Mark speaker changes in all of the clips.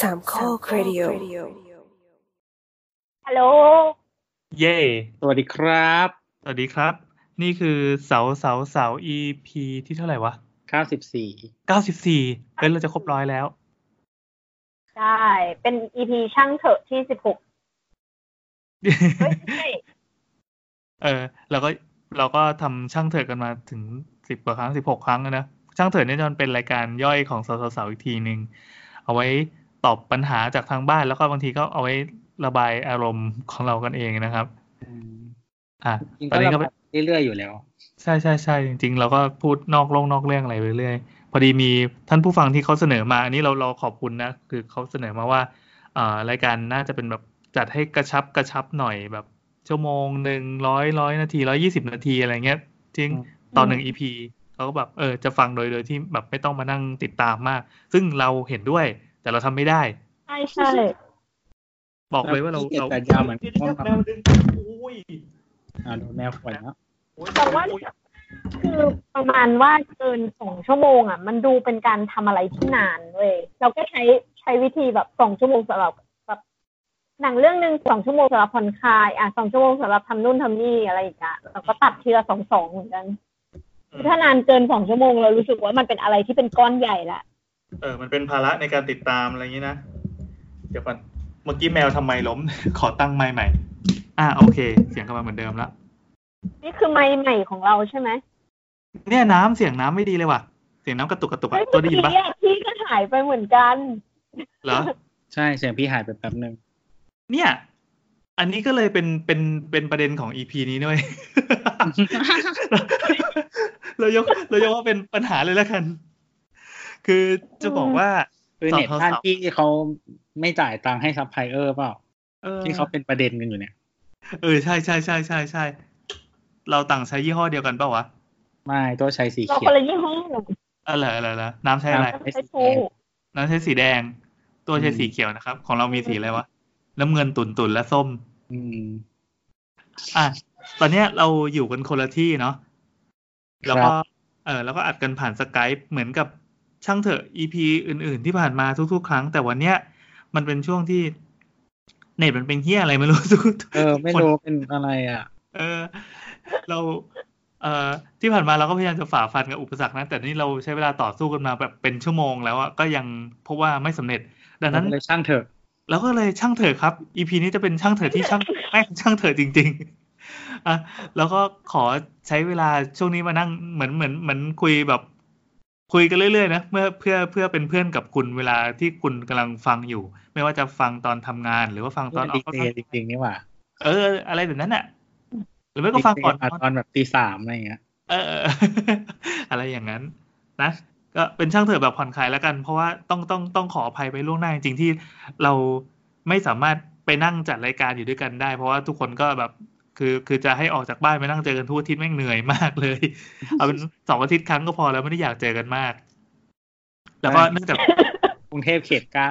Speaker 1: สามข้อครดิโอ
Speaker 2: ฮัลโหล
Speaker 3: เย่
Speaker 4: สวัสดีครับ
Speaker 3: สวัสดีครับ นี่คือเสาเสาเสา EP ที่เท่าไหร่วะ
Speaker 4: 94
Speaker 3: 94เฮ้ยเราจะครบร้อยแล้ว
Speaker 2: ได้ เป็น EP ช่างเถอะที่สิบหกเฮ้ยไม่ใช่
Speaker 3: เออเราก็เราก็ทำช่างเถิดกันมาถึงสิบกว่าครั้งสิบหกครั้งแล้วนะ ช่างเถิดเนี่ยมันเป็นรายการย่อยของสาวๆๆอีกทีหนึ่งเอาไว้ตอบปัญหาจากทางบ้านแล้วก็บางทีก็เอาไว้ระบายอารมณ์ของเรากันเองนะครับ
Speaker 4: อืม
Speaker 3: อ่ะ
Speaker 4: จริง
Speaker 3: ตอน
Speaker 4: ก็
Speaker 3: นี้ก็
Speaker 4: ระ
Speaker 3: เป็
Speaker 4: บาน ยเรื่อยๆอยู่แล้ว
Speaker 3: ใช่ใช่ใช่จริงๆ เราก็พูดนอกโลกนอกเรื่องอะไรไปเรื่อยพอดีมีท่านผู้ฟังที่เขาเสนอมาอันนี้เราเราขอบคุณนะ คือเขาเสนอมาว่าอ่ารายการน่าจะเป็นแบบจัดให้กระชับกระชับหน่อยแบบ ชั่วโมงหนึ่งร้อยร้อยนาทีร้อยี่สิบนาทีอะไรเงี้ยจริง
Speaker 4: อืม
Speaker 3: ตอนหนึ่งอีพีเขาก็แบบเออจะฟังโดยโดยที่แบบไม่ต้องมานั่งติดตามมาก ซึ่งเราเห็นด้วย แต่เราทำไม่ได้
Speaker 2: ใช่ใช่
Speaker 3: บอกเลยว่าเรา
Speaker 4: ขี้เกียจ
Speaker 3: เรา
Speaker 4: แต่ยาวเหมือนพ่อครับ
Speaker 3: อุ้ย
Speaker 4: อ่าโดนแมวข่อยแล้ว
Speaker 2: แต่ว่าคือประมาณว่าเกินสองชั่วโมงอ่ะ มันดูเป็นการทำอะไรที่นานเว้ยเราก็ใช้ใช้วิธีแบบสองชั่วโมงสำหรับแบบหนังเรื่องหนึ่งสองชั่วโมงสำหรับผ่อนคลายอ่ะสองชั่วโมงสำหรับทำนู่นทำนี่อะไรอย่างเงี้ยเราก็ตัดทีละสองสองเหมือนกันคือถ้านานเกินสองชั่วโมงเรารู้สึกว่ามันเป็นอะไรที่เป็นก้อนใหญ่ละ
Speaker 3: เออมันเป็นภาระในการติดตามอะไรอย่างนี้นะ เดี๋ยวก่อนเมื่อกี้แมวทำไมล้ม ขอตั้งไมค์ใหม่ อ่าโอเค เสียงกลับมาเหมือนเดิมละ
Speaker 2: นี่คือไม้ใหม่ของเราใช่ไหม
Speaker 3: เนี่ยน้ำเสียงน้ำไม่ดีเลยว่ะ เสียงน้ำกระตุกกระตุกอะ
Speaker 2: เฮ้ย
Speaker 3: ตัวได้ยินปะ
Speaker 2: เมื่อกี้อพี่ก็หายไปเหมือนกัน
Speaker 3: เหรอ
Speaker 4: ใช่เสียงพี่หายไปแป๊บหนึ่ง
Speaker 3: เนี่ย อันนี้ก็เลยเป็นเป็นเป็นประเด็นของอีพีนี้ด้วย เรายกเรายกว่าเป็นปัญหาเลยแล้วกัน คือจะบอกว่า
Speaker 4: คือ
Speaker 3: สอบ
Speaker 4: เน็ต
Speaker 3: เข้า
Speaker 4: บ้าน
Speaker 3: สอบ
Speaker 4: พี่เขาไม่จ่ายตังค์ให้ซัพพลายเออร์เปล่า
Speaker 3: ออ
Speaker 4: ที่เขาเป็นประเด็นกันอยู่เนี่ย
Speaker 3: เออใช่ใช่ใช่ใช่ใช่เราต่างใช้ยี่ห้อเดียวกันเปล่าวะ
Speaker 4: ไม่ตัวใช้สี
Speaker 2: เรา
Speaker 4: เขี
Speaker 2: ค
Speaker 4: ย
Speaker 2: น
Speaker 4: ว
Speaker 2: ละยี่ห้อเหรอ
Speaker 3: อะไรอะไรนะน้ำใช้อะไร
Speaker 2: ใช้
Speaker 4: ใช้สี
Speaker 2: ทู
Speaker 4: แดง
Speaker 3: น้ำใช้สีแดง ตัวใช้
Speaker 4: อืม
Speaker 3: สีเขียวนะครับ ของเรามีสีอะไรวะ น้ำเงินตุ่นตุ่นและส้ม
Speaker 4: อืม
Speaker 3: อ่ะ ตอนเนี้ยเราอยู่กันคนละที่เนาะ แล้วก็ เออแล้วก็อัดกันผ่านสกายเหมือนกับช่างเถอะ EP อื่น ๆ ที่ผ่านมาทุก ๆ ครั้ง แต่วันเนี้ยมันเป็นช่วงที่ เน็ตมันเป็นเฮี้ยอะไรไม่รู้ ทุก
Speaker 4: เออ ไม่
Speaker 3: คน
Speaker 4: รู้เป็นอะไรอ่ะ
Speaker 3: เออเราเอ่อที่ผ่านมาเราก็พยายามจะฝ่าฟันกับอุปสรรคนะ แต่นี่เราใช้เวลาต่อสู้กันมาแบบเป็นชั่วโมงแล้วอะก็ยังพบว่าไม่สำเร็จ ดังนั้น
Speaker 4: เลยช่างเถอะ
Speaker 3: เราก็เลยช่างเถอะครับ EP นี้จะเป็นช่างเถอะที่ช่าง แม่งช่างเถอะจริง ๆ อ่ะแล้วก็ขอใช้เวลาช่วงนี้มานั่งเหมือนเหมือนเหมือนคุยแบบ คุยกันเรื่อยๆนะเมื่อเพื่อเพื่อเป็นเพื่อนกับคุณเวลาที่คุณกำลังฟังอยู่ ไม่ว่าจะฟังตอนทำงาน หรือว่าฟังต
Speaker 4: ต
Speaker 3: อ
Speaker 4: อน น
Speaker 3: ออ
Speaker 4: ดี
Speaker 3: กข้าง
Speaker 4: เจ
Speaker 3: นอก
Speaker 4: จริงๆนี่หว่า
Speaker 3: เออ อะไรแบบนั้นอะหรือไม่ก็ฟังก่อนน
Speaker 4: ดี
Speaker 3: อน
Speaker 4: เจมาตอนแบบตีสามอะไรอย่างเงี้ย
Speaker 3: เออ อะไรอย่างนั้น นะ ก็เป็นช่างเถอะแบบผ่อนคลายแล้วกัน เพราะว่าต้องต้องต้องขออภัยไปล่วงหน้าจริงๆที่เราไม่สามารถไปนั่งจัดรายการอยู่ด้วยกันได้ เพราะว่าทุกคนก็แบบ คือคือจะให้ออกจากบ้านไปนั่งเจอกันทุกอาทิตย์แม่งเหนื่อยมากเลย เอาเป็น สองอาทิตย์ครั้งก็พอแล้วไม่ได้อยากเจอกันมาก แล้วก็เนื่องจาก
Speaker 4: กรุงเทพเขตเก้า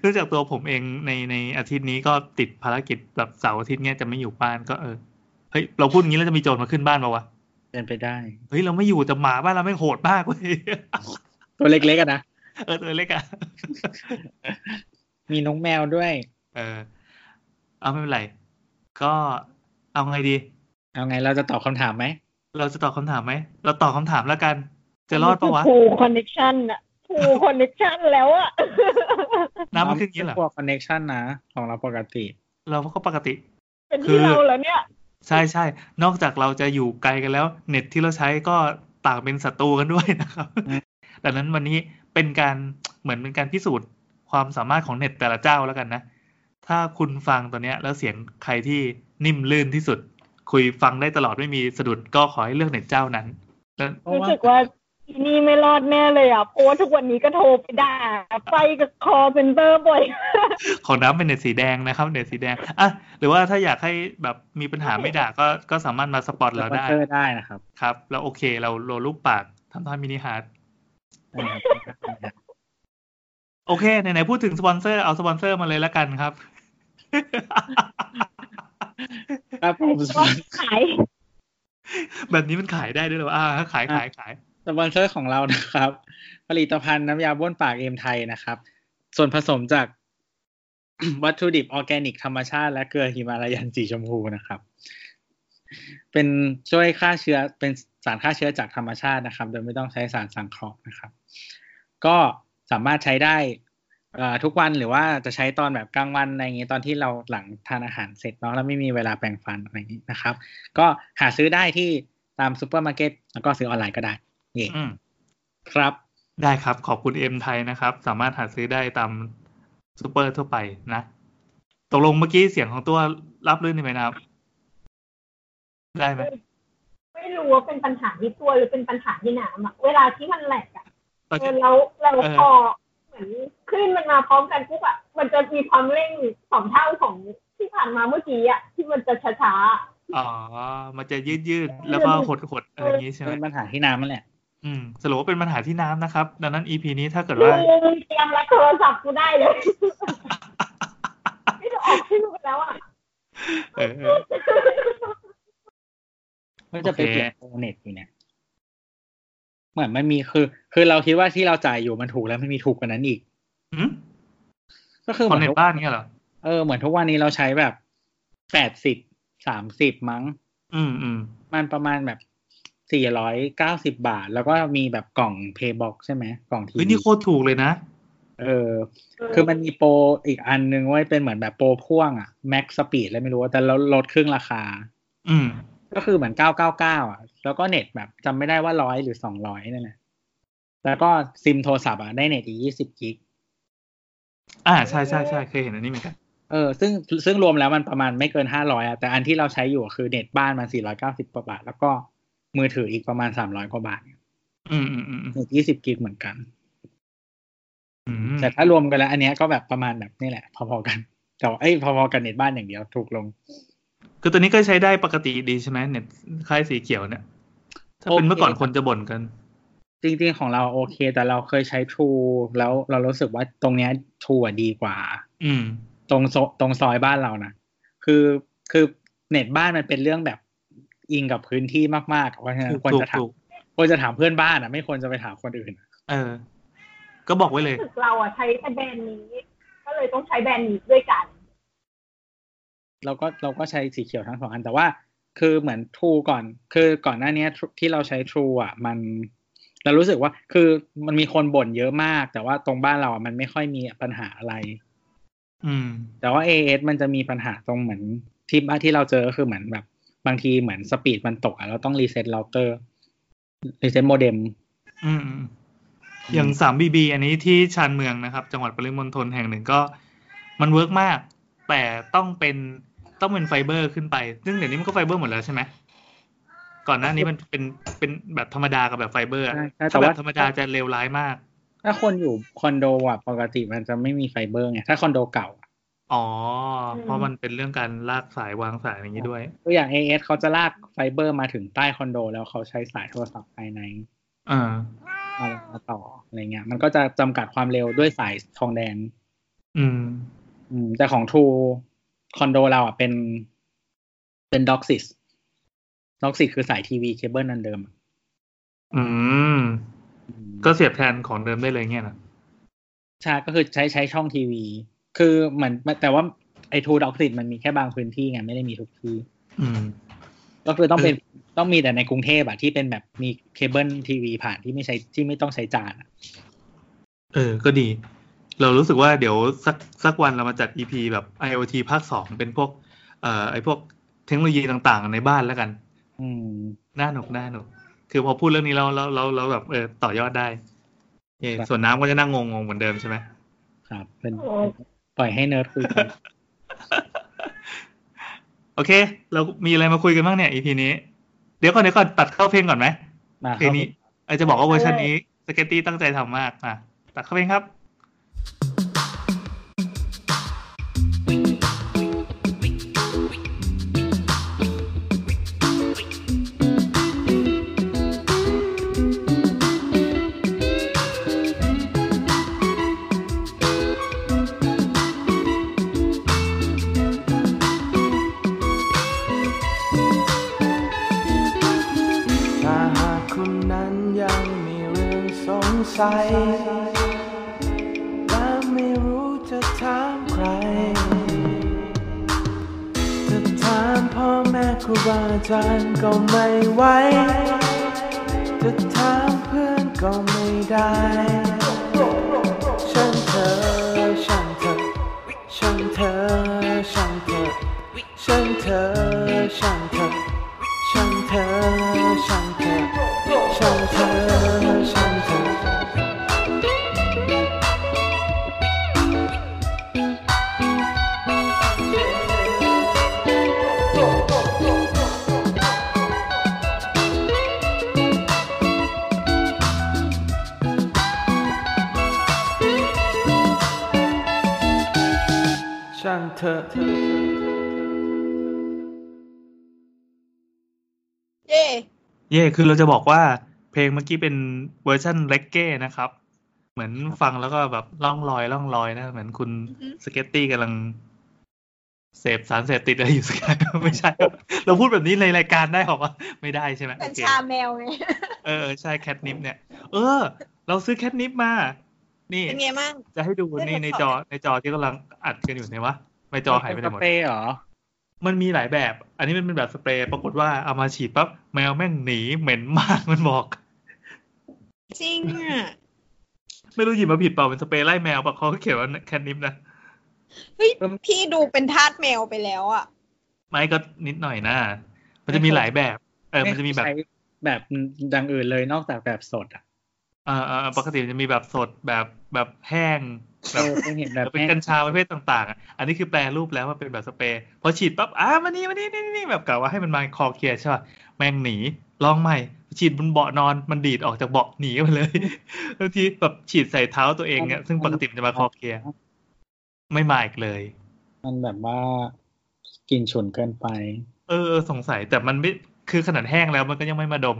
Speaker 3: เนื่องจากตัวผมเองในในอาทิตย์นี้ก็ติดภารกิจแบบเสาร์อาทิตย์เนี้ยจะไม่อยู่บ้านก็เออเฮ้ยเราพูดอย่างนี้แล้วจะมีโจรมาขึ้นบ้านมาวะ
Speaker 4: เป็นไปได้
Speaker 3: เฮ้ยเราไม่อยู่แต่หมาบ้านเราไม่งโหดมากเว้ย
Speaker 4: ตัวเล็กๆอะนะ
Speaker 3: เออตัวเล็กอะ
Speaker 4: มีน้องแมวด้วย
Speaker 3: เออ เอาไม่เป็นไร ก็เอาไงดี
Speaker 4: เอาไงเราจะตอบคำถามไหม
Speaker 3: เราจะตอบคำถามไหม เราตอบคำถามแล้วกัน จะรอดปะวะ
Speaker 2: ทูคอนเนคชั่นอะทูคอนเนคชั่นแล้วอะ
Speaker 3: น้ำมันขึ้นอย่างนี้เหรอ
Speaker 4: พวกคอนเน็ชันนะ ของเราปกติ
Speaker 3: เราก็ปกติ
Speaker 2: เป็นที่เราแล้วเนี่ย
Speaker 3: ใช่ใช่นอกจากเราจะอยู่ไกลกันแล้ว เน็ตที่เราใช้ก็ต่างเป็นศัตรูกันด้วยนะครับ
Speaker 4: อืม
Speaker 3: ดังนั้นวันนี้เป็นการเหมือนเป็นการพิสูจน์ความสามารถของเน็ตแต่ละเจ้าแล้วกันนะ ถ้าคุณฟังตอนเนี้ย แล้วเสียงใครที่นิ่มลื่นที่สุด คุยฟังได้ตลอดไม่มีสะดุดก็ขอให้เลือกเน็ตเจ้านั้น แล้ว
Speaker 4: เพ
Speaker 2: รู้
Speaker 4: ราะว่า
Speaker 2: สึกว่าอีนี่ไม่รอดแน่เลยอ่ะ เพราะว่าทุกวันนี้ก็โทรไปด่าไปกับคอเป็นเบอร์บ่อย
Speaker 3: ของน้ำเป็นเน็ตสีแดงนะครับ เน็ตสีแดงอ่ะหรือว่าถ้าอยากให้แบบมีปัญหาไม่ด่าก็ก็สามารถมาสปอต
Speaker 4: ส
Speaker 3: เรา
Speaker 4: ปอน
Speaker 3: ได้
Speaker 4: เซอร์ได้นะครับ
Speaker 3: ครับ แล้วโอเค เราโลรูปปากทำท่ามินิฮาร์ด
Speaker 4: นะครับ
Speaker 3: โอเคไหนๆพูดถึงสปอนเซอร์เอาสปอนเซอร์มาเลยละกันครับ
Speaker 4: ครับผม
Speaker 2: ว่าขาย
Speaker 3: แบบนี้มันขายได้ด้วยเหรออ่าขายขายขาย
Speaker 4: สปอนเซอร์ของเรานะครับ ผลิตภัณฑ์น้ำยาบ้วนปากเอมไทยนะครับ ส่วนผสมจาก วัตถุดิบออร์แกนิกธรรมชาติ และเกลือหิมาลายันสีชมพูนะครับ เป็นช่วยฆ่าเชื้อเป็นสารฆ่าเชื้อจากธรรมชาตินะครับ โดยไม่ต้องใช้สารสังเคราะห์นะครับ ก็สามารถใช้ได้เอ่อทุกวันหรือว่าจะใช้ตอนแบบกลางวันอะไรอย่างงี้ตอนที่เราหลังทานอาหารเสร็จเนาะแล้วไม่มีเวลาแปรงฟันอะไรอย่างงี้นะครับ ก็หาซื้อได้ที่ตามซูเปอร์มาร์เก็ตแล้วก็ซื้อออนไลน์ก็ได้เย่
Speaker 3: อืม
Speaker 4: ครับ
Speaker 3: ได้ครับ ขอบคุณเอ็มไทยนะครับ สามารถหาซื้อได้ตามซูเปอร์ทั่วไปนะตกลงเมื่อกี้เสียงของตัวรับลื่นไหมนะครับ ได้ไหม
Speaker 2: ไม่รู้ว่าเป็นปัญหาที่ตัวหรือเป็นปัญหาที่หนามอะเวลาที่มันแหลกอะ
Speaker 3: โอเค
Speaker 2: เออแล้วเรา
Speaker 3: เออ
Speaker 2: พอเหมือนคลื่นมันมาพร้อมกันปุ๊บอะมันจะมีความเร่งสองเท่าของที่ผ่านมาเมื่อกี้อะที่มันจะช้า
Speaker 3: อ๋อ มันจะยืดยืดๆแล้วก็หดหดๆอะไรอย่างนี้ใช่ไหม
Speaker 4: เป็นปัญหาที่น้ำนั่นแหละ
Speaker 3: อืมสรุปว่าเป็นปัญหาที่น้ำนะครับ ดังนั้น EP นี้ถ้าเกิด
Speaker 2: ๆดู
Speaker 3: ว่า
Speaker 2: เตรียมรับโทรศัพท์กูได้เลย ไม่ได้ออกชื่อไปแล้วอะ
Speaker 3: เออเออ
Speaker 4: ก็จะไป
Speaker 3: โอเค
Speaker 4: เปลี่ยนโปรเน็ตอยู่เนี่ย เหมือนมันมีคือ คือเราคิดว่าที่เราจ่ายอยู่มันถูกแล้วมันมีถูกกว่านั้นอีก
Speaker 3: หืม
Speaker 4: ก็คือเห
Speaker 3: ค
Speaker 4: มื
Speaker 3: น
Speaker 4: อน
Speaker 3: ใน
Speaker 4: ทุก
Speaker 3: บ้านเงี้ยเหรอ
Speaker 4: เออเหมือนทุกวันนี้เราใช้แบบแปดสิบสามสิบมั้ง
Speaker 3: อืมอืม
Speaker 4: มันประมาณแบบสี่ร้อยเก้าสิบาท แล้วก็มีแบบกล่องเพย์บ็อกใช่ไหมกล่องที
Speaker 3: เฮ้ยนี่โคตรถูกเลยนะ
Speaker 4: เออ คือมันมีโปรอีกอันนึงไว้ยเป็นเหมือนแบบโปรพ่วงอะแม็กสปีดแล้วไม่รู้ว่าแต่เราลดครึ่งราคา
Speaker 3: อืม
Speaker 4: ก็คือเหมือน 999 อ่ะ แล้วก็เน็ตแบบจำไม่ได้ว่าร้อยหรือ 200 นั่นแหละ แล้วก็ซิมโทรศัพท์อ่ะ ได้เน็ตอีก 20 กิก
Speaker 3: อ่าใช่ใช่ใช่เคยเห็นอันนี้เหมือนกัน
Speaker 4: เออ ซึ่งซึ่งรวมแล้วมันประมาณไม่เกิน 500 อ่ะ แต่อันที่เราใช้อยู่คือเน็ตบ้านมัน 490 กว่าบาท แล้วก็มือถืออีกประมาณ 300 กว่าบาท
Speaker 3: อืมอืมอืมอืม
Speaker 4: เน็ต 20 กิกเหมือนกัน
Speaker 3: อืม
Speaker 4: แต่ถ้ารวมกันแล้ว อันเนี้ยก็แบบประมาณแบบนี่แหละ พอๆกัน แต่ว่าเอ้ย พอๆกันเน็ตบ้านอย่างเดียวถูกลง
Speaker 3: คือตัวนี้ก็ใช้ได้ปกติดีใช่ไหมเน็ตค่ายสีเขียวเนี่ย ถ้าเป็นเมื่อก่อนคนจะบ่นกัน
Speaker 4: จริงๆของเราโอเค แต่เราเคยใช้ True แล้วเรารู้สึกว่าตรงเนี้ย True อ่ะดีกว่า
Speaker 3: อืม
Speaker 4: ตรงโซตรงซอยบ้านเรานะคือคือเน็ตบ้านมันเป็นเรื่องแบบอิงกับพื้นที่มากๆเพราะฉะนั้
Speaker 3: ถู
Speaker 4: น
Speaker 3: ก
Speaker 4: ควร
Speaker 3: ถูก
Speaker 4: จะถาม
Speaker 3: ถูก
Speaker 4: ควรจะถามเพื่อนบ้านอ่ะไม่ควรจะไปถามคนอื่นอะ
Speaker 3: เออ ก็บอกไว้เลย
Speaker 2: รู้สึกเราอะใช้แต่แบรนด์นี้ ก็เลยต้องใช้แบรนด์นี้ด้วยกัน
Speaker 4: เราก็เราก็ใช้สีเขียวทั้งสองอันแต่ว่า คือเหมือน True ก่อน คือก่อนหน้าเนี้ย True- ที่เราใช้ True อ่ะ มันเรารู้สึกว่าคือมันมีคนบ่นเยอะมาก แต่ว่าตรงบ้านเราอ่ะมันไม่ค่อยมีปัญหาอะไร
Speaker 3: อืม
Speaker 4: แต่ว่า AS มันจะมีปัญหาตรงเหมือนที่บ้านที่เราเจอก็คือเหมือนแบบบางทีเหมือนสปีดมันตกอะเราต้องรีเซ็ตเราเตอร์รีเซ็ตโมเด็ม
Speaker 3: อืม อย่างสามบีบีอันนี้ที่ชานเมืองนะครับ จังหวัดปริมณฑลแห่งหนึ่งก็ มันเวิร์กมาก แต่ต้องเป็นต้องเป็นไฟเบอร์ขึ้นไป ซึ่งเดี๋ยวนี้มันก็ไฟเบอร์หมดแล้วใช่ไหม ก่อนหน้านี้มันเป็นเป็นแบบธรรมดากับแบบไฟเบอร์อะ
Speaker 4: ใช่ใช่แต่
Speaker 3: ถ้า
Speaker 4: ว่า
Speaker 3: แบบธรรมดาจะเลวร้ายมาก
Speaker 4: ถ้าคนอยู่คอนโดอ่ะปกติมันจะไม่มีไฟเบอร์ไงถ้าคอนโดเก่าอะ
Speaker 3: อ๋อ
Speaker 2: อืม
Speaker 3: เพราะมันเป็นเรื่องการลากสายวางสายอย่างนี้ด้วย
Speaker 4: ตัวอย่าง AS เขาจะลากไฟเบอร์มาถึงใต้คอนโด แล้วเขาใช้สายโทรศัพท์ภายใน
Speaker 3: อ่า
Speaker 4: เอามาต่ออะไรเงี้ย มันก็จะจำกัดความเร็วด้วยสายทองแดง
Speaker 3: อืม
Speaker 4: อืมแต่ของ True คอนโดเราอ่ะเป็นเป็นด็อกซิสด็อกซิสคือสายทีวีเคเบิลอันเดิมอะ
Speaker 3: อืม
Speaker 4: อืม
Speaker 3: ก็เสียบแทนของเดิมได้เลยเงี้ยนะ
Speaker 4: ใช่ก็คือใช้ใช้ช่องทีวี คือเหมือนแต่ว่าไอ้ทูด็อกซิตมันมีแค่บางพื้นที่ไงไม่ได้มีทุกที่
Speaker 3: อืม
Speaker 4: ก็คือต้องเป็นต้องมีแต่ในกรุงเทพอะที่เป็นแบบมีเคเบิลทีวีผ่านที่ไม่ใช้ที่ไม่ต้องใช้จานอะ
Speaker 3: เออ ก็ดี เรารู้สึกว่าเดี๋ยวสักสักวันเรามาจัด EP แบบ IoT ภาคสองเป็นพวก เอ่อไอพวกเทคโนโลยีต่างๆ ในบ้านแล้วกัน
Speaker 4: อืม
Speaker 3: น่าหนุกน่าหนุก คือพอพูดเรื่องนี้เราเราเราเราแบบเออต่อยอดได้เย่
Speaker 4: ครับ
Speaker 3: ส่วนน้ำก็จะนั่งงงๆเหมือนเดิมใช่ไหม
Speaker 4: ครับ เป็น
Speaker 2: โอ้
Speaker 4: ปล่อยให้เนิร์ดคุยกัน
Speaker 3: โอเค เรามีอะไรมาคุยกันบ้างเนี่ย EP นี้ เดี๋ยวก่อนเดี๋ยวก่อนตัดเข้าเพลงก่อนไหม
Speaker 4: มา
Speaker 3: เพลง
Speaker 4: เข้า
Speaker 3: นี้ไอาจจะบอกว่าเวอร์ชันนี้สเกตตี้ตั้งใจทำมากอ่ะตัดเข้าเพลงครับ
Speaker 1: ถ้าหากคุณนั้นยังมีเรื่องสงสัย และไม่ร จะถามใคร จะถามพ่อแม่ครูบาอาจารย์ก็ไม่ไหว จะถามเพื่อนก็ไม่ได้ ช่างเธอ ช่างเธอ ช่างเธอ ช่างเธอ ช่างเธอ ช่างเธอ ช่างเธอ ช่างเธอ ช่างเธอ ช่างเธอ ช่างเถอะ
Speaker 5: เย่
Speaker 3: เย่คือเราจะบอกว่าเพลงเมื่อกี้เป็นเวอร์ชันเรกเก้นะครับ เหมือนฟังแล้วก็แบบล่องลอยล่องลอยนะ เหมือนคุณสเก็ตตี้กำลัง เสพสารเสพติดอะไรอยู่สักอย่าง ไม่ใช่ เราพูดแบบนี้ในรายการได้หรอวะไม่ได้ใช่ไหม
Speaker 5: กั
Speaker 3: โอ
Speaker 5: ญ
Speaker 3: เค
Speaker 5: ชาแมวไง
Speaker 3: เออใช่แคทนิปเนี่ย เออ เราซื้อแคทนิปมา นี่
Speaker 5: เป็นไงมั่ง
Speaker 3: จะให้ดู
Speaker 5: เล่
Speaker 3: นี่
Speaker 5: น
Speaker 3: ใน
Speaker 5: ใน
Speaker 3: จ
Speaker 5: จ
Speaker 3: อ
Speaker 5: อ
Speaker 3: ในจอที่กำลังอัดกันอยู่เนี่ยวะไม่จอหายไปไหนหมด
Speaker 4: เปรย์เหรอ
Speaker 3: มันมีหลายแบบ อันนี้มันเป็นแบบสเปรย์ปรากฏว่าเอามาฉีดปั๊บแมวแม่งหนีเหม็นมากมันบอก
Speaker 5: จริงอ่ะ
Speaker 3: ไม่รู้หยิบมาผิดเปล่าเป็นสเปรย์ไล่แมวปะเขาก็เขียนว่าแคทนิปนะ
Speaker 5: เฮ้ย
Speaker 4: เอิ่ม
Speaker 5: พี่ดูเป็นทาสแมวไปแล้วอ่ะ
Speaker 3: ไม่ก็นิดหน่อยนะ มันจะมีหลายแบบ เออมันจะมีแบบ
Speaker 4: ไใช้แบบดังอื่นเลยนอกจากแบบสดอ่ะ
Speaker 3: เออเออเออปกติมันจะมีแบบสดแบบแบบแห้งแบ
Speaker 4: เอบ อเพิ่งเห็นแบบ
Speaker 3: เป็นกัญชาประเภทต่างๆอ่ะ อันนี้คือแปลรูปแล้วว่าเป็นแบบสเปรย์ พอฉีดปั๊บ อ้ามานี่มานี่นี่นี่แบบกะว่าให้มันมาคอเคลียร์ใช่ป่ะ แมงหนี ลองใหม่ ฉีดบนเบาะนอน มันดีดออกจากเบาะหนีไปเลย บางทีแบบฉีดใส่เท้าตัวเองเนี่ย ซึ่งปกติมันจะมาคอเคลียร์ ไม่มาอีกเลย
Speaker 4: มันแบบว่ากลินฉุนเกินไป
Speaker 3: เออ สงสัย แต่มันไม่ คือขนาดแห้งแล้วมันก็ยังไม่มาดม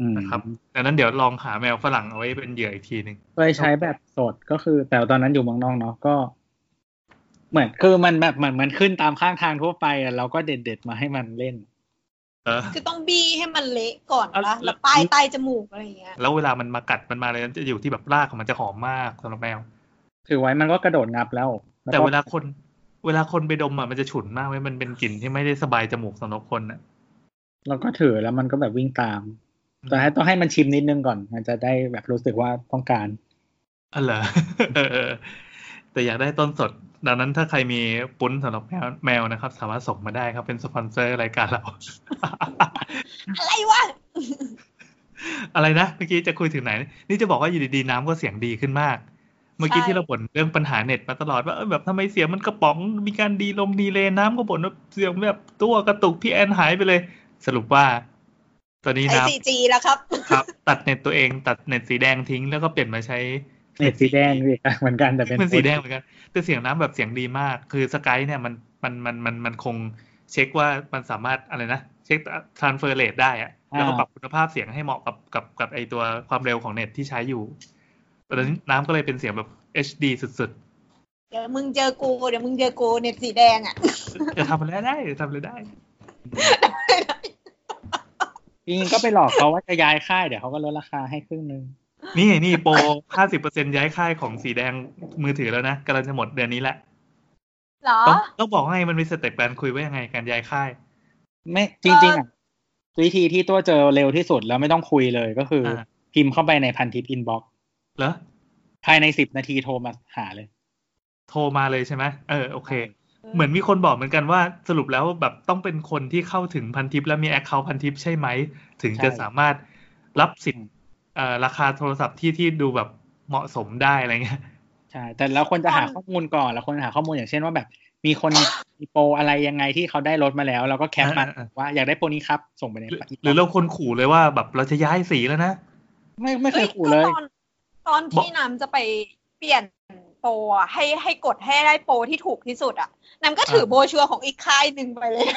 Speaker 4: อืม
Speaker 3: นะครับ ดังนั้นเดี๋ยวลองหาแมวฝรั่งเอาไว้เป็นเหยื่ออีกทีหนึ่ง
Speaker 4: เคยใช้แบบสดก็คือ แต่ตอนนั้นอยู่เมืองนอกเนาะก็ เหมือนคือมันแบบเหมือนมันขึ้นตามข้างทางทั่วไปอะเราก็เด็ดเด็ดๆมาให้มันเล่น
Speaker 3: เออ
Speaker 5: คือต้องบี้ให้มันเละก่อน
Speaker 3: เอา
Speaker 5: ปะ
Speaker 3: แล้
Speaker 5: แล้ว วป้ายใต้จมูกอะไรอย่างเงี้ย
Speaker 3: แล้วเวลามันมากัด มันมาอะไรนั้นจะอยู่ที่แบบรากของมันจะหอมมากสำหรับแมว
Speaker 4: ถือไว้มันก็กระโดดงับแล้วก็
Speaker 3: แต่เวลาคนเวลาคนไปดมอ่ะมันจะฉุนมากเว้ยมันเป็นกลิ่นที่ไม่ได้สบายจมูกสำหรับคนอ่ะ
Speaker 4: เราก็ถือแล้วมันก็แบบวิ่งตาม แต่ให้ต้องให้มันชิมนิดนึงก่อน มันจะได้แบบรู้สึกว่าต้อง การ
Speaker 3: อ๋อเหรอ เออเออแต่อยากได้ต้นสด ดังนั้นถ้าใครมีปุ้นสำหรับแมวแมวนะครับ สามารถส่งมาได้ครับเป็นสปอนเซอร์รายการเรา
Speaker 5: อะไรวะ
Speaker 3: อะไรนะเมื่อกี้จะคุยถึงไหน นี่จะบอกว่าอยู่ดีๆน้ำก็เสียงดีขึ้นมาก เมื่อกี้
Speaker 5: ใช่
Speaker 3: ที่เราบ่นเรื่องปัญหาเน็ตมาตลอดว่าเอยแบบทำไมเสียงมันกระป๋องมีการดีลงดีเลยน้ำก็บ่นว่าเสียงแบบตัวกระตุกพี่แอนหายไปเลย สรุปว่า ตอนนี้
Speaker 5: ไอ
Speaker 3: น้ำ
Speaker 5: ซีจีแล้วครับ
Speaker 3: ครับ ตัดเน็ตตัวเองตัดเน็ตสีแดงทิ้งแล้วก็เปลี่ยนมาใช้
Speaker 4: เน็ตสีแดงดิเหมือนกันแต่ เป็น
Speaker 3: เป็นสีแดงเหมือนกัน แต่เสียงน้ำแบบเสียงดีมาก คือสกายเนี่ยมันมันมันมันมันคงเช็คว่ามันสามารถอะไรนะ เช็ค transfer rate ได้อะแล้วก็ปรับคุณภาพเสียงให้เหมาะกับกับกับไอตัวความเร็วของเน็ตที่ใช้อยู่ตอนนั้นน้ำก็เลยเป็นเสียงแบบ HD สุด
Speaker 5: เดี๋ยวมึงเจอกู เดี๋ยวมึงเจอกูเน็ตสีแดงอ่ะ
Speaker 3: ๆ จะทำอะไรได้จะทำอะไรได้
Speaker 4: จริงๆก็ไปหลอกเขาว่าจะย้ายค่ายเดี๋ยวเขาก็ลดราคาให้ครึ่งนึง
Speaker 3: นี่นี่โปร 50%ย้ายค่ายของสีแดงมือถือแล้วนะกำลังจะหมดเดือนนี้แหละ
Speaker 5: เหรอ
Speaker 3: ต้องต้องบอกให้มันมีสเต็ปการคุยว่ายังไงการย้ายค่าย
Speaker 4: ไม่จริงๆอ่ะวิธีที่ตัวเจอเร็วที่สุดแล้วไม่ต้องคุยเลยก็คืออา พิมพ์เข้าไปในพันทิปอินบ็อก
Speaker 3: เหรอ
Speaker 4: ภายในสิบนาทีโทรมาหาเลย
Speaker 3: โทรมาเลยใช่ไหมเออโอเค เหมือนมีคนบอกเหมือนกันว่าสรุปแล้วแบบต้องเป็นคนที่เข้าถึงพันทิปและมีแอคเคาท์พันทิปใช่ไหม ถึงจะ
Speaker 4: ใช่
Speaker 3: สามารถรับสิทธิ์เอ่อราคาโทรศัพท์ที่ที่ดูแบบเหมาะสมได้อะไรเงี้ย
Speaker 4: ใช่ แต่แล้วคนจะหา
Speaker 5: ตอน
Speaker 4: ข้อมูลก่อนแล้วคนหาข้อมูลอย่างเช่นว่าแบบ มีคนมีโปรอะไรยังไงที่เขาได้ลดมาแล้วเราก็แคปมา
Speaker 3: อ่าอ่าอ่า
Speaker 4: ว่าอยากได้โปรนี้ครับ ส่งไปใน
Speaker 3: หรือ
Speaker 4: Inbox
Speaker 3: หรือเราคนขู่เลยว่าแบบเราจะย้ายสีแล้วนะ
Speaker 4: ไม่ไม่เค
Speaker 5: อ้
Speaker 4: ยขู่เลย
Speaker 5: ก็ตอนตอนที่น้ำจะไปเปลี่ยนโปรอะให้ให้กดให้ได้โปรที่ถูกที่สุดอ่ะน้ำก็ถือ
Speaker 3: เออ
Speaker 5: โบรชัวร์ของอีกค่ายหนึ่งไปเลย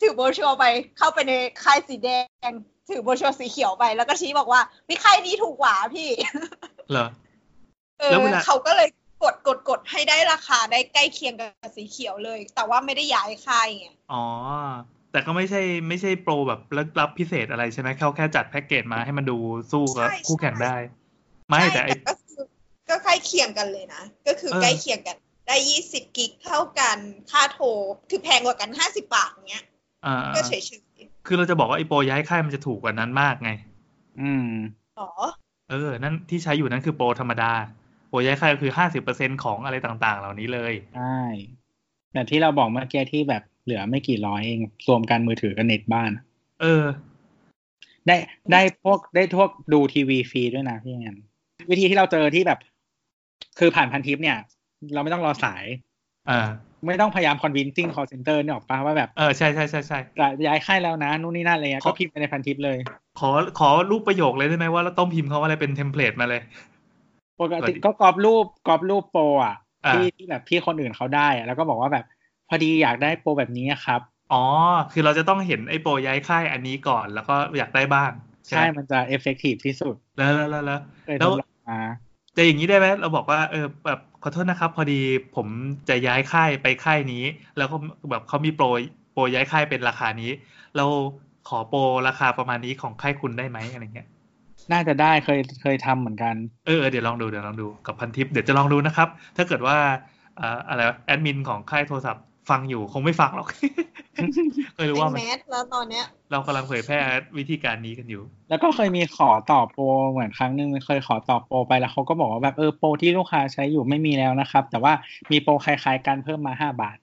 Speaker 5: ถือโบรชัวร์ไปเข้าไปในค่ายสีแดง ถือโบรชัวร์สีเขียวไป แล้วก็ชี้บอกว่ามีค่ายนี้ถูกกว่าพี่
Speaker 3: เหรอ
Speaker 5: เออ
Speaker 3: แล้วเวลา
Speaker 5: เขาก็เลยกดกดกดให้ได้ราคาได้ใกล้เคียงกับสีเขียวเลย แต่ว่าไม่ได้ย้ายค่ายไง
Speaker 3: อ๋อ แต่ก็ไม่ใช่ไม่ใช่โปรแบบรับพิเศษอะไรใช่ไหมเขาแค่จัดแพ็กเกจมาให้มันดูสู้กับคู่แข่งได้ ไม่
Speaker 5: ใช่
Speaker 3: แต่ไอ
Speaker 5: ก็คือ ก็ใกล้เคียงกันเลยนะ ก็คือ
Speaker 3: เออ
Speaker 5: ใกล้เคียงกัน ได้ยี่สิบกิกเท่ากันค่าโทรคือแพงกว่ากันห้าสิบบาทเงี้ย
Speaker 3: อ่า
Speaker 5: ก็เฉยเฉย
Speaker 3: คือเราจะบอกว่าไอโปรย้ายค่ายมันจะถูกกว่านั้นมากไง
Speaker 4: อืม
Speaker 5: ๆอ๋อ
Speaker 3: เออ นั่นที่ใช้อยู่นั่นคือโปรธรรมดา โปรย้ายค่ายก็คือห้าสิบเปอร์เซ็นของอะไรต่าง ๆ เหล่านี้เลย
Speaker 4: ใช่ แต่ที่เราบอกเมื่อกี้ที่แบบเหลือไม่กี่ร้อยเอง รวมกันมือถือกับเน็ตบ้าน
Speaker 3: เออ
Speaker 4: ได้ได้พวกได้ทวกดูทีวีฟรีด้วยนะพี่แอนวิธีที่เราเจอที่แบบ คือผ่านพันทิปเนี่ย เราไม่ต้องรอสาย
Speaker 3: อ่า
Speaker 4: ไม่ต้องพยายามคอนวินซิ่ง call center เนี่ยออกปะว่าแบบ
Speaker 3: เออ ใช่ใช่ใช่ใช่
Speaker 4: จะย้ายค่ายแล้วนะ นู่นนี่นั่นอะไรเงี้ย
Speaker 3: ขอ
Speaker 4: ก็พิมพ์ไปในพันทิปเลย
Speaker 3: ขอขอรูปประโยคเลยได้ไหมว่าเราต้องพิมพ์เขาอะไรเป็นเทมเพลตมาเลย
Speaker 4: ปกติก็กรอบรูปกรอบรูปโปรอ่ะ
Speaker 3: อ่า
Speaker 4: ที่ที่แบบพี่คนอื่นเขาได้อะแล้วก็บอกว่าแบบ พอดีอยากได้โปรแบบนี้ครับ
Speaker 3: อ๋อ คือเราจะต้องเห็นไอโปรย้ายค่ายอันนี้ก่อน แล้วก็อยากได้บ้าง
Speaker 4: ใช่มันจะเอฟเฟกตีฟที่สุด
Speaker 3: แล้วแล้วแล้วแล้ว
Speaker 4: เคยท
Speaker 3: แล้ว
Speaker 4: ดลองมา
Speaker 3: จะอย่างนี้ได้ไหมเราบอกว่าเออแบบขอโทษนะครับ พอดีผมจะย้ายค่ายไปค่ายนี้ แล้วก็แบบเขามีโปรโปรย้ายค่ายเป็นราคานี้ เราขอโปรราคาประมาณนี้ของค่ายคุณได้ไหมอะไรเงี้ย
Speaker 4: น่าจะได้เคยเคยทำเหมือนกัน
Speaker 3: เออเออเดี๋ยวลองดูเดี๋ยวลองดูกับพันทิปเดี๋ยวจะลองดูนะครับ ถ้าเกิดว่าเอ่ออะไรวะแอดมินของค่ายโทรศัพท์ฟังอยู่คงไม่ฟังหรอก เคยรู้
Speaker 5: เป็
Speaker 3: ว่าน มัน
Speaker 5: แมสแล้วตอนเนี้ย
Speaker 3: เรากำลังเผยแพร่วิธีการนี้กันอยู่
Speaker 4: แล้วก็เคยมีขอต่อโปรเหมือนครั้งหนึ่งเคยขอต่อโปรไปแล้วเขาก็บอกว่าแบบเออโปรที่ลูกค้าใช้อยู่ไม่มีแล้วนะครับ แต่ว่ามีโปรคล้ายๆกันเพิ่มมาห้าบาท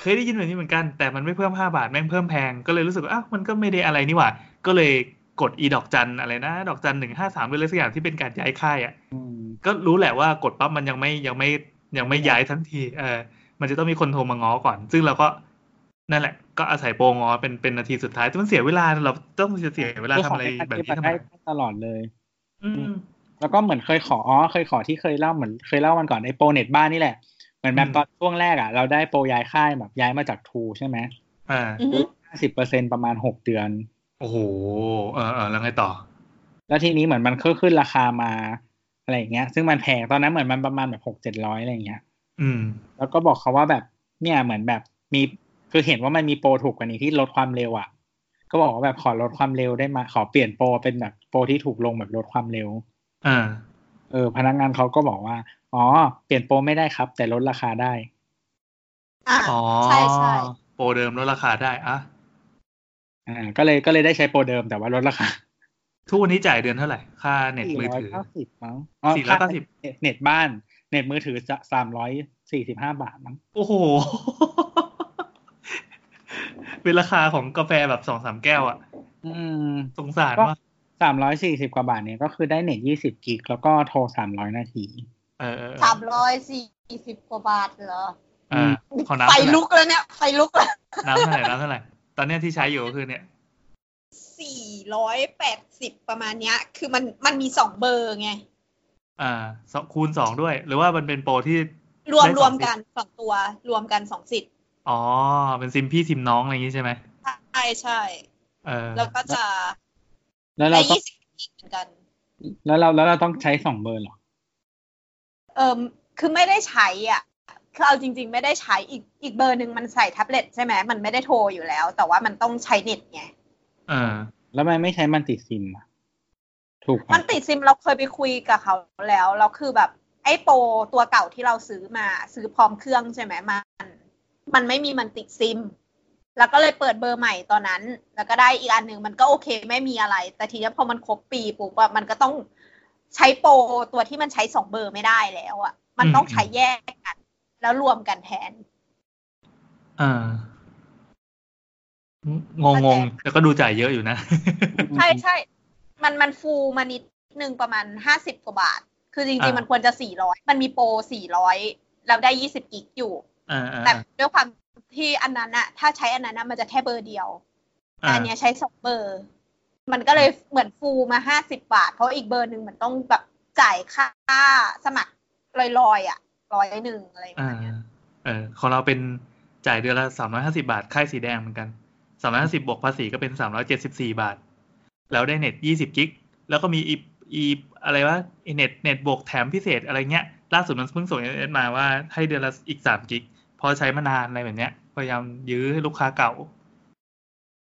Speaker 3: เคยได้ยินแบบนี้เหมือนกันแต่มันไม่เพิ่ม 5 บาทแม่งเพิ่มแพงก็เลยรู้สึกว่าอ้าวมันก็ไม่ได้อะไรนี่หว่า ก็เลยกดอีดอกจันอะไรนะ ดอกจันหนึ่งห้าสามเลยสักอย่างที่เป็นการย้ายค่ายอ่ะ
Speaker 4: อืม
Speaker 3: ก็รู้แหละว่ากดปั๊บมันยังไม่ยังไม่ยังไม่ย้ายทั้งทีเออมันจะต้องมีคนโทรมาง้อก่อน ซึ่งเราก็นั่นแหละก็อาศัยโปรงอเป็นเป็นนาทีสุดท้ายแต่มันเสียเวลาเราต้องเสียเวลาทำอะไรแบบนี้ทำไม
Speaker 4: ได้ตลอดเลย
Speaker 3: อืม
Speaker 4: แล้วก็เหมือนเคยขออ๋อเคยขอที่เคยเล่าเหมือนเคยเล่ามันก่อนในโปรเน็ตบ้านนี่แหละ เหมือนแบบ
Speaker 3: อืม
Speaker 4: ตอนช่วงแรกอ่ะเราได้โปรย้ายค่ายแบบย้ายมาจากทูใช่ไหม
Speaker 3: อ่า
Speaker 5: อือฮึ
Speaker 4: ห้าสิบเปอร์เซ็นประมาณหกเดือน
Speaker 3: โอ้โหเออเออแล้วไงต่อ
Speaker 4: แล้วทีนี้เหมือนมันก็ขึ้นราคามาอะไรอย่างเงี้ย ซึ่งมันแพงตอนนั้นเหมือนมันประมาณแบบหกเจ็ดร้อยอะไรอย่างเงี้ย
Speaker 3: อืม
Speaker 4: แล้วก็บอกเขาว่าแบบเนี่ยเหมือนแบบมีคือเห็นว่ามันมีโปรถูกกว่านี้ที่ลดความเร็วอะ่ะ ก็บอกว่าแบบขอลดความเร็วได้ไหมาขอเปลี่ยนโปรเป็นแบบโปรที่ถูกลงแบบลดความเร็ว
Speaker 3: อ่า
Speaker 4: เออพนักงานเขาก็บอกว่าอ๋อเปลี่ยนโปรไม่ได้ครับ แต่ลดราคาได้
Speaker 5: อ่ะ
Speaker 3: อ๋อ
Speaker 5: ใช่ใช่
Speaker 3: โปรเดิมลดราคาได้อะ
Speaker 4: อ่าก็เลยก็เลยได้ใช้โปรเดิมแต่ว่าลดราคา
Speaker 3: ทุกวันนี้จ่ายเดือนเท่าไหร่ค่าเน็ตมือ
Speaker 4: 490
Speaker 3: ถือ
Speaker 4: มั้งอ๋อ
Speaker 3: สี่ร้อยเก้าสิบ
Speaker 4: ค่เน็ตบ้าน เน็ตมือถือสามร้อยสี่สิบห้าบาทมั้ง
Speaker 3: โอ้โห เป็นราคาของกาแฟแบบสองสามแก้วอะ
Speaker 4: อืม
Speaker 3: สงสารว่าก
Speaker 4: สามร้อยสี่สิบกว่าบาทเนี่ยก็คือได้เน็ตยี่สิบกิกแล้วก็โทรสามร้อยนาที
Speaker 3: เออเออเออ
Speaker 5: สามร้อยสี่สิบกว่าบาทเหรอ
Speaker 3: อ่าขอน้ำ
Speaker 5: ไฟ
Speaker 3: เท่าไหร่
Speaker 5: ลุกแล้วเนี่ยไฟลุกแล้ว
Speaker 3: น้ำเท่าไหร่น้ำเท่าไหร่ตอนเนี้ยที่ใช้อยู่ก็คือเนี่ย
Speaker 5: สี่ร้อยแปดสิบประมาณเนี้ย คือมันมันมีสองเบอร์ไง
Speaker 3: อ่าสองคูณสองด้วย หรือว่ามันเป็นโปรที่
Speaker 5: รวม
Speaker 3: ได้
Speaker 5: ร
Speaker 3: ส
Speaker 5: ว
Speaker 3: อ
Speaker 5: ม
Speaker 3: งสิทธิ์
Speaker 5: กันสองตัว รวมกันสองสิทธิ์
Speaker 3: อ๋อ เป็นซิมพี่ซิมน้องอะไรอย่างงี้ใช่ไหม
Speaker 5: ใช่ใช่
Speaker 3: เออ
Speaker 5: แล้วก็จะ
Speaker 4: แล้ว
Speaker 5: ได้
Speaker 4: เราต้อง
Speaker 5: ยี่สิบกิกเหมือนกัน
Speaker 4: แล้วเราแล้วเราต้องใช้สองเบอร์เหรอ
Speaker 5: เออคือไม่ได้ใช้อ่ะ คือเอาจริง ๆ ไม่ได้ใช้อีกอีกเบอร์หนึ่งมันใส่แท็บเล็ตใช่ไหมมันไม่ได้โทรอยู่แล้ว แต่ว่ามันต้องใช้เน็ตไง
Speaker 3: เออ
Speaker 4: แล้วทำไมไม่ใช้มันติดซิมอะถูกปะ
Speaker 5: มันติดซิมเราเคยไปคุยกับเขาแล้วแล้วคือแบบ ไอ้โปรตัวเก่าที่เราซื้อมา ซื้อพร้อมเครื่องใช่ไหมมัน มันไม่มีมันติดซิม แล้วก็เลยเปิดเบอร์ใหม่ตอนนั้น แล้วก็ได้อีกอันหนึ่งมันก็โอเคไม่มีอะไร แต่ทีนี้พอมันครบปีปุ๊บอะมันก็ต้องใช้โปรตัวที่มันใช้สองเบอร์ไม่ได้แล้วอะมันต้องใช้แยกกัน แล้วรวมกันแทน
Speaker 3: อ่า งงงๆแต่ก็ดูจ่ายเยอะอยู่นะ
Speaker 5: ใช่ใช่ มันมันฟูมานิดนึงประมาณห้าสิบกว่าบาท คือจริง
Speaker 3: อ่า
Speaker 5: ๆ
Speaker 3: มั
Speaker 5: มันควรจะสี่ร้อย มันมีโปรสี่ร้อยแล้วได้ยี่สิบกิกอยู่
Speaker 3: อ่าอ่า
Speaker 5: แต่ด้วยความที่อันนั้นอะถ้าใช้อันนั้นอะมันจะแค่เบอร์เดียวแต่
Speaker 3: อ่า
Speaker 5: อันเนี้ยใช้สองเบอร์ มันก็เลยเหมือนฟูมาห้าสิบาท เพราะอีกเบอร์หนึ่งมันต้องแบบจ่ายค่าสมัครลอยๆอะร้อยหนึ่งอะไรประ
Speaker 3: อ่า
Speaker 5: มาณเนี้ย
Speaker 3: เออของเราเป็นจ่ายเดือนละสามร้อยห้าสิบาท ค่ายสีแดงเหมือนกันสามร้อยห้าสิบบวกภาษีก็เป็นสามร้อยเจ็ดสิบสี่บาท แล้วได้เน็ตยี่สิบกิก แล้วก็มีอีอีอะไรวะไอ้เน็ตเน็ตบวกแถมพิเศษอะไรเงี้ย ล่าสุดมันเพิ่งส่งเอสมาว่าให้เดือนละอีกสามกิกเพอใช้มานานอะไรแบบเนี้ย พยายามยื้อให้ลูกค้าเก่า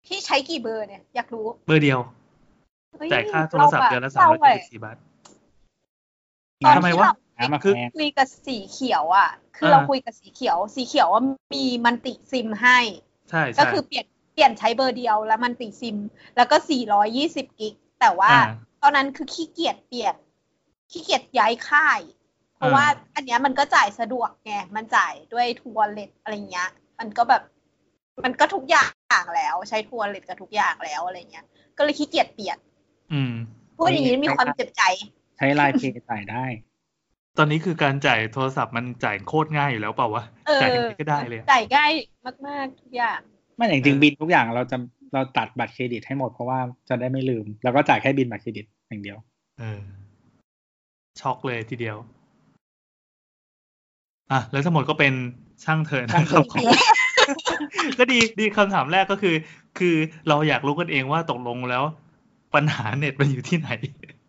Speaker 5: พี่ใช้กี่เบอร์เนี่ย อยากรู้
Speaker 3: เบอร์เดียว
Speaker 5: เฮ้
Speaker 3: จ่ายค่าโทรศัพท์เดือนละสาม
Speaker 5: เรา
Speaker 3: ร้อ
Speaker 5: แบ
Speaker 3: ย
Speaker 5: บ
Speaker 3: เจ็ดสิบสี่บาท
Speaker 5: ตอน
Speaker 3: ทำไม
Speaker 5: ที่
Speaker 3: วะ
Speaker 5: เรา
Speaker 4: น้ำมา
Speaker 3: คือ
Speaker 4: แพง
Speaker 5: คุยกับสีเขียวอ่ะ คือเราคุยกับสีเขียว สีเขียวว่ามีมันติซิมให้
Speaker 3: ใช่
Speaker 5: ก็
Speaker 3: ใช่
Speaker 5: คือเปลี่ยนเปลี่ยนใช้เบอร์เดียวแล้วมันติซิม แล้วก็ 420 กิก แต่ว่า
Speaker 3: อ่า
Speaker 5: ตอนนั้นคือขี้เกียจเปลี่ยน ขี้เกียจย้ายค่าย เพราะ
Speaker 3: อ่า
Speaker 5: ว่าอันเนี้ยมันก็จ่ายสะดวกไง มันจ่ายด้วยทัวร์เลทอะไรเงี้ย มันก็แบบ มันก็ทุกอย่างแล้ว ใช้ทัวร์เลทกับทุกอย่างแล้วอะไรเงี้ย ก็เลยขี้เกียจเปลี่ยน
Speaker 3: อืม
Speaker 5: พูดอย่างนี้มีความเจ็บใจ
Speaker 4: ใช้ไลน์เพย์จ่ายได้
Speaker 3: ตอนนี้คือการจ่ายโทรศัพท์มันจ่ายโคตรง่ายอยู่แล้วเปล่าวะ
Speaker 5: เออ
Speaker 3: จ่ายยังไงก็ได้เลยอะ
Speaker 5: จ่ายง่ายมากๆทุกอย่าง
Speaker 4: ไม่แต่จริง
Speaker 3: เออ
Speaker 4: ๆบินทุกอย่างเราจะเราตัดบัตรเครดิตให้หมดเพราะว่าจะได้ไม่ลืม แล้วก็จ่ายแค่บินบัตรเครดิตอย่างเดียว
Speaker 3: เออ ช็อกเลยทีเดียว อ่ะ แล้วทั้งหมดก็เป็นช่างเถอะนะครับ ก็ดีดีคำถามแรกก็คือ คือเราอยากรู้กันเองว่าตกลงแล้ว ปัญหาเน็ตมันอยู่ที่ไหน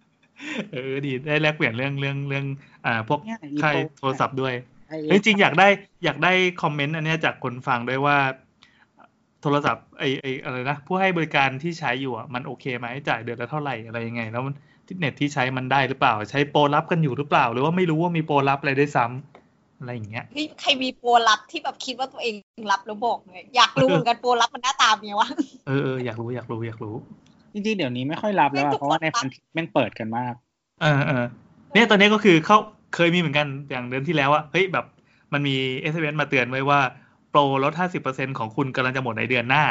Speaker 3: เออ ดีได้แลกเปลี่ยนเรื่องเรื่องเรื่อง อ่า พวก
Speaker 4: เนี่ยอี
Speaker 3: ค่าย
Speaker 4: โป
Speaker 3: โทรศัพท์ด้วย เฮ้ยจริงอยากได้อยากได้คอมเมนต์อันเนี้ยจากคนฟังด้วยว่า โทรศัพท์ไอไออะไรนะผู้ให้บริการที่ใช้อยู่อ่ะมันโอเคไหมจ่ายเดือนละเท่าไหร่อะไรยังไง แล้วมันที่เน็ตที่ใช้มันได้หรือเปล่า ใช้โปรลับกันอยู่หรือเปล่า หรือว่าไม่รู้ว่ามีโปรลับอะไรได้วยซ้ำอะไรอย่างเงี้ย
Speaker 5: นี่ใครมีโปรลับที่แบบคิดว่าตัวเองรับแล้วบอกเลยอยากรู้เหมือนกันโปรลับมันหน้าตาเป็นไงวะ
Speaker 3: เออเอออยากรู้อยากรู้อยากรู้
Speaker 4: จริงๆเดี๋ยวนี้ไม่ค่อยรับแล้วอะ
Speaker 5: ไม่ทุก
Speaker 4: เพราะว่าใน
Speaker 5: คนรับ
Speaker 4: พันทิปแม่งเปิดกันมาก
Speaker 3: เออเออเนี่ยตอนนี้ก็คือเขาเคยมีเหมือนกันอย่างเดือนที่แล้วว่าเฮ้ยแบบมันมีเอสเมาเตือนไว้ว่าโปรลดห้าสิบเปอร์เซ็นของคุณกำลังจะหมดในเดือนหน้า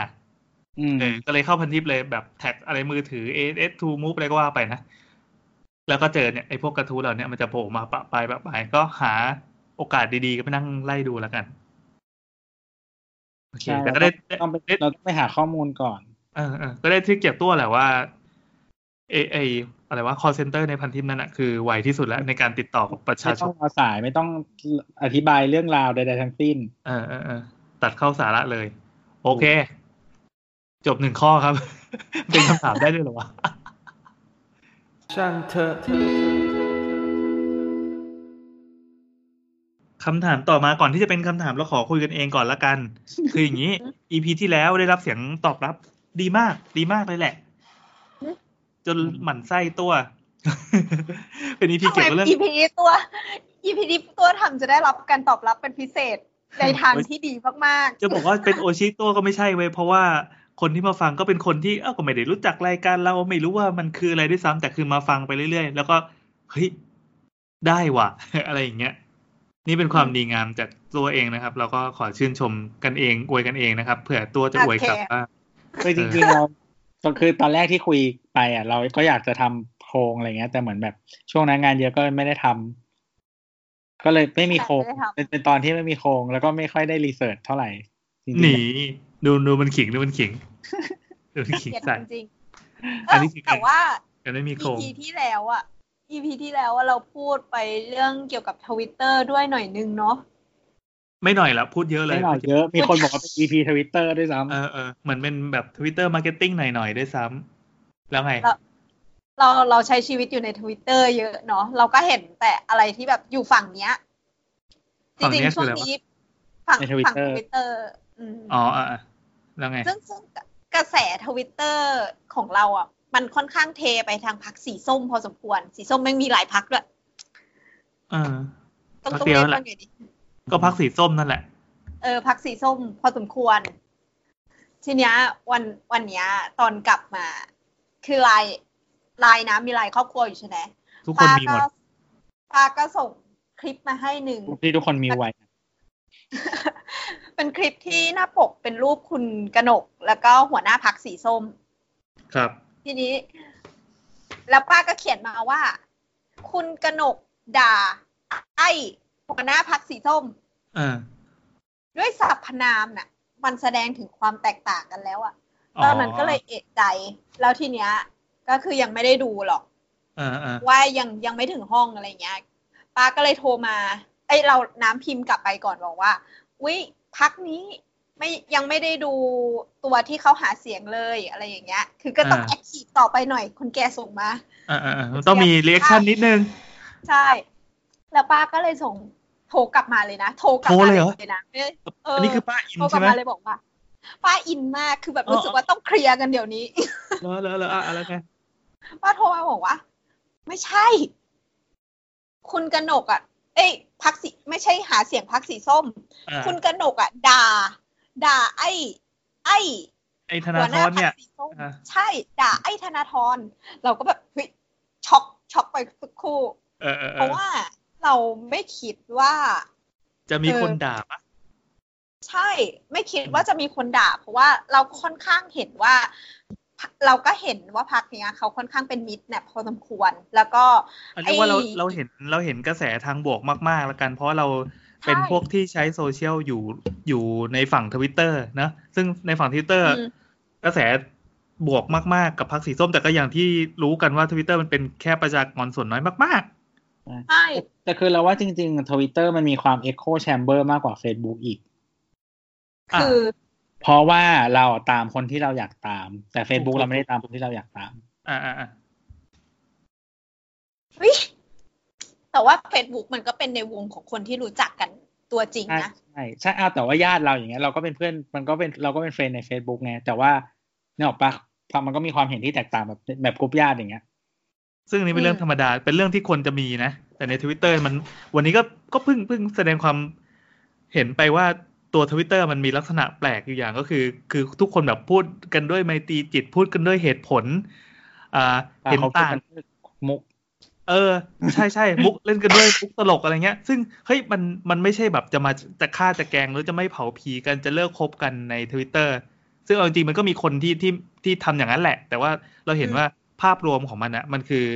Speaker 4: อืม
Speaker 3: เออก็เลยเข้าพันทิปเลยแบบแท็กอะไรมือถือ AS to Move อะไรก็ว่าไปนะ แล้วก็เจอเนี่ยไอ้พวกกระทู้เหล่าเนี้ยมันจะโผล่มาปะปายปะปายก็หาโอกาสดีๆ ก็ไปนั่งไล่ดูแล้วกัน โอเค
Speaker 4: ใช่
Speaker 3: แต่ก็ได้
Speaker 4: เราต้องไป
Speaker 3: ได้
Speaker 4: เราต้องไปหาข้อมูลก่อน
Speaker 3: เออเออก็ได้ที่เก็บตัวแหละว่าเอไออะไรว่า call center ในพันทิปนั้นอ่ะคือไวที่สุดแล้วในการติดต่อกับประชา
Speaker 4: ไม่
Speaker 3: ช
Speaker 4: ต้อง
Speaker 3: น
Speaker 4: รอสายไม่ต้องอธิบายเรื่องราวใดๆทั้งสิ้น
Speaker 3: เออเออเออตัดเข้าสาระเลย โอเค จบหนึ่งข้อครับ เป็นคำถามได้ด้วยเหรอวะ
Speaker 1: ช่างเธอ
Speaker 3: คำถามต่อมาก่อนที่จะเป็นคำถามเราขอคุยกันเองก่อนละกัน คืออย่างนี้ EP ที่แล้วได้รับเสียงตอบรับ ดีมาก ดีมากเลยแหละ จนหมั่นไส้ตัว เป็น EP
Speaker 5: ทำไม
Speaker 3: เกี่ยวกับเรื่อง
Speaker 5: EP นี้ตัว EP นี้ตัวทำจะได้รับการตอบรับเป็นพิเศษในทางที่ดีมาก
Speaker 3: จะบอกว่าเป็นโอชิตัวก็ไม่ใช่เว้ยเพราะว่าคนที่มาฟังก็เป็นคนที่เอ้าก็ไม่ได้รู้จักรายการเราไม่รู้ว่ามันคืออะไรด้วยซ้ำแต่คือมาฟังไปเรื่อยๆ แล้วก็เฮ้ยได้ว่ะ อะไรอย่างเงี้ย นี่เป็นความดีงามจากตัวเองนะครับ เราก็ขอชื่นชมกันเองอวยกันเองนะครับเผื่อตัวจะอวยกลับบ้าง
Speaker 4: คือจริงๆเราก็คือตอนแรกที่คุยไปอ่ะ เราก็อยากจะทำโครงอะไรเงี้ย แต่เหมือนแบบช่วงนั้นงานเยอะก็ไม่ได้ทำก็เลยไม่มีโครงเป็นเป็นตอนที่ไม่มีโครงแล้วก็ไม่ค่อยได้รีเสิร์ชเท่าไหร่จริงๆ
Speaker 3: หนีดูดูมันขิงดูมัน ขิงดูมัน
Speaker 5: ๆ
Speaker 3: ขิง
Speaker 5: เกลียด
Speaker 3: ใส่
Speaker 5: จริงๆ
Speaker 3: อั
Speaker 5: เอน อ
Speaker 3: นี้คือ
Speaker 5: แต่ว่า
Speaker 3: กันไม่มีโครง
Speaker 5: EP ที่แล้วอะ EP ที่แล้วอะเราพูดไปเรื่องเกี่ยวกับทวิตเตอร์ด้วยหน่อยนึงเนาะ
Speaker 3: ไม่หน่อยละพูดเยอะเล
Speaker 4: ไม่
Speaker 3: ย
Speaker 4: หน่อยเยอะ มีคนบอกว่าเป็น EP ทวิตเตอร์ด้วยซ้ำ
Speaker 3: เออเออเหมือนเป็นแบบทวิตเตอร์มาร์เก็ตติ้งหน่อยๆด้วยซ้ำแล้วไง
Speaker 5: แล้ว เราเราใช้ชีวิตอยู่ในทวิตเตอร์เยอะเนาะเราก็เห็นแต่อะไรที่แบบอยู่ฝั่งเนี้ยจ
Speaker 3: ฝั่ง
Speaker 5: ริง
Speaker 3: เนี้ย
Speaker 5: ๆช่วง
Speaker 3: คืออะไรวะ
Speaker 5: นี้ฝั่ง
Speaker 4: ในทวิต
Speaker 5: ฝั่ง
Speaker 4: เตอ
Speaker 5: ท
Speaker 4: ร์
Speaker 5: วิตเตอร์
Speaker 3: อ๋ออ่ะอ่ะแล้วไง
Speaker 5: ซึ่งซึ่งกระแสทวิตเตอร์ของเราอ่ะ มันค่อนข้างเทไปทางพักสีส้มพอสมควร สีส้มแม่งมีหลายพักด้วย
Speaker 3: เออ
Speaker 5: ต้อง
Speaker 3: พรรค
Speaker 5: ต้อง
Speaker 3: เดียว
Speaker 5: เรียก
Speaker 3: แหละ
Speaker 5: ว่าไงดี
Speaker 3: ก็พักสีส้มนั่นแหละ
Speaker 5: เออพักสีส้มพอสมควร ทีเนี้ยวันวันเนี้ย ตอนกลับมา คือไลน์ไลน์นะมีไลน์ครอบครัวอยู่ใช่ไหม
Speaker 3: ทุกคนมีหมด
Speaker 5: ป้าก็ป้าก็ส่งคลิปมาให้ หนึ่ง
Speaker 4: ที่ทุกคนมีไว้
Speaker 5: เป็นคลิปที่หน้าปกเป็นรูปคุณกนก แล้วก็หัวหน้าพักสีส้ม
Speaker 3: ครับ
Speaker 5: ทีนี้ แล้วป้าก็เขียนมาว่า คุณกนกด่า ไอ้หัวหน้าพักสีส้ม
Speaker 3: เออ
Speaker 5: ด้วยสรรพนามน่ะ มันแสดงถึงความแตกต่างกันแล้วอะ
Speaker 3: อ๋อ
Speaker 5: ตอนนั้นก็เลยเอะใจ แล้วทีเนี้ย ก็คือยังไม่ได้ดูหรอก
Speaker 3: เออเออ
Speaker 5: ว่ายังยังไม่ถึงห้องอะไรเงี้ยป้าก็เลยโทรมา ไอยเราน้ำพิมพ์กลับไปก่อนบอกว่าอุ้ยพักนี้ไม่ยังไม่ได้ดูตัวที่เขาหาเสียงเลยอะไรอย่างเงี้ย คือก็ต้องแอคทีฟต่อไปหน่อยคุณแกส่งมา
Speaker 3: เออเออเออต้องมีเรีแอคชั่นนิดนึง
Speaker 5: ใช่ แล้วป้าก็เลยส่งโทรกลับมาเลยนะ โทรกลับ
Speaker 3: โทร
Speaker 5: มา
Speaker 3: เลยเหรอ
Speaker 5: เลยนะไม่ได้เออ
Speaker 3: อันนี้คือป้าอิน
Speaker 5: โทรก
Speaker 3: ใช่
Speaker 5: ลับ
Speaker 3: ไหม
Speaker 5: มาเลยบอกว่า ป้าอินมากคือแบบรู้สึก
Speaker 3: เออ
Speaker 5: ว่าต้องเคลียร์กันเดี๋ยวนี้
Speaker 3: แล้วแล้วแล้วอ่ะอะไรไง
Speaker 5: ป้าโทรมาบอกว่า ไม่ใช่ คุณกนกอ่ะ เอ้ยพักสีไม่ใช่หาเสียงพักสีส้ม
Speaker 3: อ่า
Speaker 5: คุณกนกอ่ะด่าด่าไอ้ ไอ้
Speaker 3: ไอ้ธนา
Speaker 5: หัวห
Speaker 3: ธ
Speaker 5: น้าร พั
Speaker 3: เนี่ย
Speaker 5: กสีส้ม
Speaker 3: อ่า
Speaker 5: ใช่ด่าไอ้ธนาธรเราก็แบบเฮ้ยช็อกช็อกไปสักครู่
Speaker 3: เออเออเอ
Speaker 5: เพราะ
Speaker 3: อ
Speaker 5: ว่าเราไม่คิดว่า
Speaker 3: จะมี
Speaker 5: เออ
Speaker 3: คนด่าปะ
Speaker 5: ใช่ไม่คิดว่าจะมีคนด่า เพราะว่าเราค่อนข้างเห็นว่า เราก็เห็นว่าพักเนี้ยเขาค่อนข้างเป็นมิตรเนี่ยพอสมควรแล้วก็
Speaker 3: อันนี้ว่าเรา
Speaker 5: ไอ้
Speaker 3: เราเห็นเราเห็นกระแสทางบวกมาก ๆ แล้วกัน เพราะเราเป็น
Speaker 5: ใช่
Speaker 3: พวกที่ใช้โซเชียลอยู่อยู่ในฝั่งทวิตเตอร์นะซึ่งในฝั่งทวิตเตอร์
Speaker 5: อืม
Speaker 3: กระแสบวกมาก ๆ กับพักสีส้มแต่ก็อย่างที่รู้กันว่าทวิตเตอร์มันเป็นแค่ประชากรส่วนน้อยมาก
Speaker 5: ใช่
Speaker 4: แต่คือเราว่าจริงๆทวิตเตอร์มันมีความเอ็กโคแชมเบอร์มากกว่า Facebook อีก
Speaker 3: อ่ะ
Speaker 5: คือ
Speaker 4: เพราะว่าเราตามคนที่เราอยากตาม แต่ Facebook
Speaker 3: ถูกๆ
Speaker 4: เราไม่ได้ตามคนที่เราอยากตาม
Speaker 3: ๆอ่าอ่าอ่า
Speaker 5: วิแต่ว่า Facebook มันก็เป็นในวงของคนที่รู้จักกันตัวจริง
Speaker 4: ใช่
Speaker 5: นะ
Speaker 4: ใช่ใช่อ้าวแต่ว่าญาติเราอย่างเงี้ยเราก็เป็นเพื่อนมันก็เป็นเราก็เป็นเฟรนใน Facebook ไงแต่ว่าเนี่ยออกปะพอมันก็มีความเห็นที่แตกต่างแบบแบบกรุ๊ปญาติอย่างเงี้ย
Speaker 3: ซึ่งอันนี่เป็นเรื่อง
Speaker 5: อืม
Speaker 3: ธรรมดาเป็นเรื่องที่ควรจะมีนะ แต่ในทวิตเตอร์มันวันนี้ก็ก็เพิ่งเพิ่งแสดงความเห็นไปว่าตัวทวิตเตอร์มันมีลักษณะแปลกอยู่อย่างก็คือ คือทุกคนแบบพูดกันด้วยไมตรีจิตพูดกันด้วยเหตุผล อ่าเห็นต่าง
Speaker 4: มุก
Speaker 3: เออใช่ใช่ มุกเล่นกันด้วยมุกตลกอะไรเงี้ย ซึ่งเฮ้ยมันมันไม่ใช่แบบจะมาจะฆ่าจะแกล้งหรือจะไม่เผาผีกันจะเลิกคบกันในทวิตเตอร์ซึ่งเอาจริงๆมันก็มีคนที่ที่ที่ทำอย่างนั้นแหละ แต่ว่าเราเห็น
Speaker 5: อืม
Speaker 3: ว่าภาพรวมของมันอะมันคือ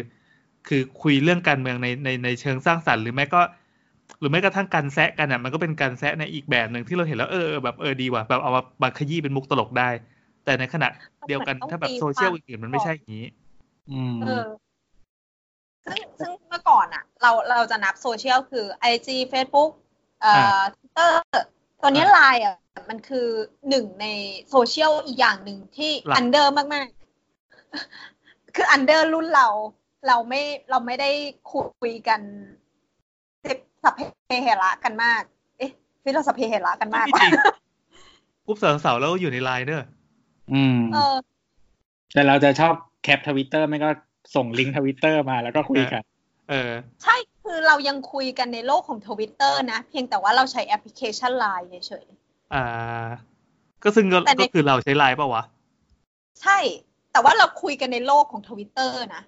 Speaker 3: คือคุยเรื่องการเมืองในในในเชิงสร้างสรรค์หรือแม้ก็ หรือแม้กระทั่งการแซะกันอะมันก็เป็นการแซะในอีกแบบหนึ่งที่เราเห็นแล้วเออเออแบบเออดีว่ะแบบเอามามาขยี้เป็นมุกตลกได้ แต่ในขณะเดียวกันถ้าแบบโซเชียลอื่นๆมันไม่ใช่อย่างนี้
Speaker 4: อืม
Speaker 5: เออ ซึ่งซึ่งเมื่อก่อนอะเราเราจะนับโซเชียลคือ IG Facebook เอ่อ
Speaker 3: อ่า
Speaker 5: Twitter ตอนนี้
Speaker 3: อ่า
Speaker 5: ไลน์อะมันคือหนึ่งในโซเชียลอีกอย่างหนึ่งที่
Speaker 3: หลัก
Speaker 5: อันเดอร์มาก ๆ คืออันเดอร์รุ่นเรา เราไม่เราไม่ได้คุยกันสัพเพเหระกันมาก เอ๊ะพี่เราสัพเพเหระกันมาก
Speaker 3: ไม่
Speaker 5: วะ
Speaker 3: จริงกรุ๊ปสาวๆแล้วอยู่ในไลน์เนอะ
Speaker 4: อืม
Speaker 5: เออ
Speaker 4: แต่เราจะชอบแคปทวิตเตอร์ไม่ก็ส่งลิงก์ทวิตเตอร์มาแล้วก็คุยกัน
Speaker 3: เออ
Speaker 5: ใช่ คือเรายังคุยกันในโลกของทวิตเตอร์นะ เพียงแต่ว่าเราใช้แอปพลิเคชัน Line เฉย
Speaker 3: อ่า ก็ซึ่งก็
Speaker 5: แต่ใน
Speaker 3: ก็คือเราใช้ไลน์ป่าวะ
Speaker 5: ๆ ใช่ แต่ว่าเราคุยกันในโลกของทวิตเตอร์นะ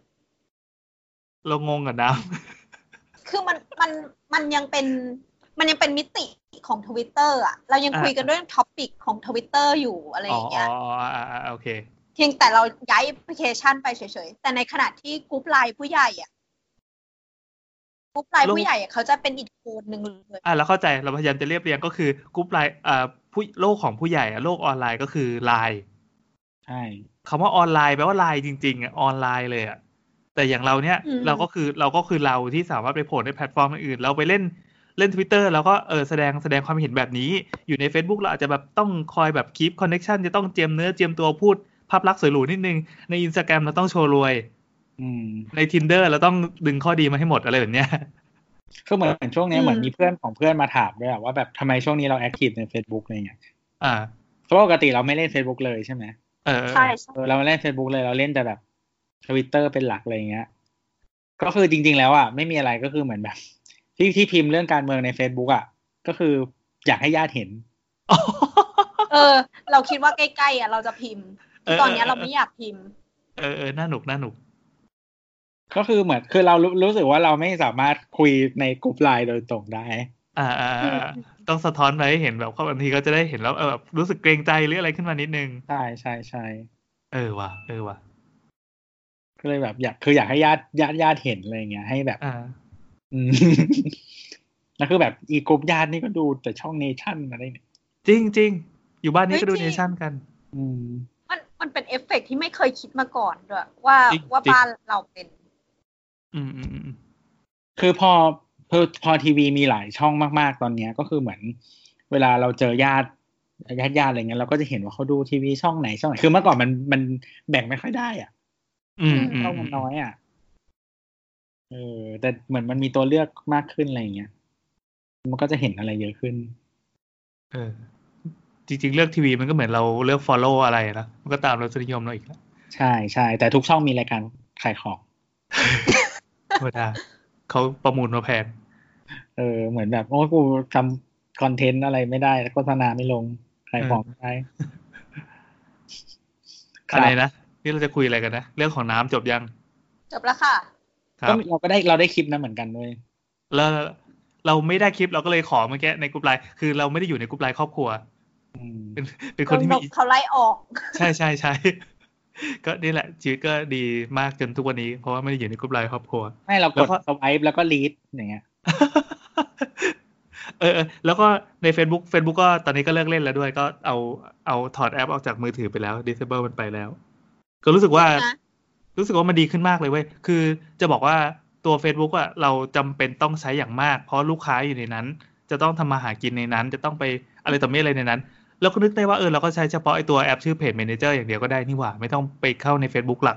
Speaker 3: เรางงกับน้
Speaker 5: คือมันมันมันยังเป็นมันยังเป็นมิติของทวิตเตอร์อะเรายังคุยกันเรื่องท็อปิกของทวิตเตอร์อยู่อะไร
Speaker 3: ำ
Speaker 5: อ
Speaker 3: อ๋อย่าง อ๋
Speaker 5: เงี้
Speaker 3: อย อ๋ออ่าอ่าโอเค
Speaker 5: เพียงแต่เราย้ายแอปพลิเคชันไปเฉยๆ แต่ในขณะที่กรุ๊ปไลน์ผู้ใหญ่อะกรุ๊ปไลน์
Speaker 3: ลง
Speaker 5: ผู้ใหญ่อะเขาจะเป็นอีกโทนหนึ่งเลย
Speaker 3: อ่าเราเข้าใจเราพยายามจะเรียบเรียงก็คือกรุ๊ปไลน์อ่าผู้โลกของผู้ใหญ่อะโลกออนไลน์ก็คือไลน์
Speaker 4: ใช่
Speaker 3: คำว่าออนไลน์แปลว่าไลน์จริงๆอะออนไลน์เลยอะแต่อย่างเราเนี้ย
Speaker 5: อืม
Speaker 3: เราก็คือเราก็คือเราที่สามารถไปโผล่ในแพลตฟอร์มอื่นๆเราไปเล่นเล่น Twitter แล้วก็เออแสดงแสดงความเห็นแบบนี้ อยู่ใน Facebook เราอาจจะแบบต้องคอยแบบคีปคอนเน็ชันจะต้องเจียมเนื้อเจียมตัวพูดภาพลักษณ์สวยหรูนิดนึงใน Instagram เราต้องโชว์รวย
Speaker 4: อืม
Speaker 3: ใน tinder เราต้องดึงข้อดีมาให้หมดอะไรแบบเนี้ย
Speaker 4: คือเหมือนเหมือนช่วงเนี้ย
Speaker 5: อืม
Speaker 4: เหมือนมีเพื่อนของเพื่อนมาถามด้วยอะว่าแบบทำไมช่วงนี้เราแอคทีฟใน Facebook อะไรเงี้ย
Speaker 3: อ่า
Speaker 4: เพราะปกติเราไม่เล่น Facebook เลยใช่ไหม
Speaker 3: เออเออ
Speaker 5: ใช่ใช่
Speaker 4: เออเราไม่เล่น Facebook เลยเราเล่นแต่แบบทวิตเตอร์เป็นหลักอะไรเงี้ย ก็คือจริง ๆ แล้วอ่ะไม่มีอะไรก็คือเหมือนแบบ ที่ที่พิมพ์เรื่องการเมืองใน Facebook อ่ะก็คืออยากให้ญาติเห็น
Speaker 5: เออ เราคิดว่าใกล้ๆอ่ะเราจะพิมพ์คือตอนเนี้ยเราไม่อยากพิมพ์
Speaker 3: เออเออน่าหนุกน่าหนุก
Speaker 4: ก็คือเหมือนคือเรารู้รู้สึกว่าเราไม่สามารถคุยในกลุ่มไลน์โดยตรงได้
Speaker 3: อ่าอ่าอ่าอ่า
Speaker 5: อืม
Speaker 3: ต้องสะท้อนมาให้เห็นแบบเขาบางทีก็จะได้เห็นแล้วเออแบบรู้สึกเกรงใจหรืออะไรขึ้นมานิดนึง
Speaker 4: ใช่ใช่ใช่
Speaker 3: เออว่ะเออว่ะ
Speaker 4: ก็เลยแบบอยากคืออยากให้ญาติญาติญาติเห็นอะไรอย่างเงี้ยให้แบบ
Speaker 3: อ่า
Speaker 4: อืม แล้วคือแบบอีกกลุ่มญาตินี่ก็ดูแต่ช่องเนชั่นอะไรเนี่ย
Speaker 3: จริงจริงอยู่บ้านนี้ก็ดู
Speaker 5: เฮ้ยจริ
Speaker 3: เน
Speaker 5: ง
Speaker 3: ชั่นกัน
Speaker 4: อืม
Speaker 5: มันมันเป็นเอฟเฟกต์ที่ไม่เคยคิดมาก่อนด้วยว่า
Speaker 3: จริง
Speaker 5: ว่า
Speaker 3: จริง
Speaker 5: บ้านเราเป็น
Speaker 3: อืมอืมอืม
Speaker 4: คือพอพอพอทีวีมีหลายช่องมากๆตอนเนี้ยก็คือเหมือน เวลาเราเจอญาติญาติญาติอะไรเงี้ยเราก็จะเห็นว่าเขาดูทีวีช่องไหนช่องไหนคือเมื่อก่อนมันมันแบ่งไม่ค่อยได้อ่ะ
Speaker 3: อืมอืม
Speaker 4: ช่องมันน้อยอ่ะเออแต่เหมือนมันมีตัวเลือกมากขึ้นอะไรอย่างเงี้ยมันก็จะเห็นอะไรเยอะขึ้น
Speaker 3: เออ จริง ๆ เลือกทีวีมันก็เหมือนเราเลือก follow อะไรนะมันก็ตามรสนิยมเราอีกแล้ว
Speaker 4: ใช่ใช่แต่ทุกช่องมีรายการขายของ
Speaker 3: ธรรมดา เขาประมูลมาแพง
Speaker 4: เออเหมือนแบบโอ้ยกูทำคอนเทนต์อะไรไม่ได้โฆษณาไม่ลงขายของไม่ได้ ครับ
Speaker 3: อะไรนะ นี่เราจะคุยอะไรกันนะ เรื่องของน้ำจบยัง
Speaker 5: จบแล้วค่ะ
Speaker 3: ครั
Speaker 4: ก็
Speaker 3: บ
Speaker 4: เราก็ได้เราได้คลิปนั้นเหมือนกันด้วย
Speaker 3: แล้วเราไม่ได้คลิปเราก็เลยขอเมื่อกี้ในกลุ่มไลน์คือเราไม่ได้อยู่ในกลุ่มไลน์ครอบครัว
Speaker 4: อืม
Speaker 3: เป็นคนที่
Speaker 5: น
Speaker 3: มี
Speaker 5: กเขาไล่ออก
Speaker 3: ใช่ใช่ใช่ ก็นี่แหละ ชีวิตก็ดีมากจนทุกวันนี้ เพราะว่าไม่ได้อยู่ในกลุ่มไลน์ครอบครัว
Speaker 4: ไม่เราก
Speaker 3: แล้ว
Speaker 4: ด
Speaker 3: ก็
Speaker 4: สวายแล้วก็ลีดอย่างเงี้ย
Speaker 3: เออเออแล้วก็ใน Facebook Facebook ก็ตอนนี้ก็เลิกเล่นแล้วด้วย ก็เอาเอาถอดแอปออกจากมือถือไปแล้ว disable มันไปแล้ว ก็รู้สึกว่า
Speaker 5: นะ
Speaker 3: รู้สึกว่ามันดีขึ้นมากเลยเว้ย คือจะบอกว่าตัว Facebook อะเราจำเป็นต้องใช้อย่างมาก เพราะลูกค้าอยู่ในนั้น จะต้องทำมาหากินในนั้น จะต้องไปอะไรต่อไม่อะไรในนั้น แล้วก็นึกได้ว่าเออเราก็ใช้เฉพาะไอตัวแอปชื่อเพจ Manager อย่างเดียวก็ได้นี่หว่า ไม่ต้องไปเข้าใน Facebook หลัก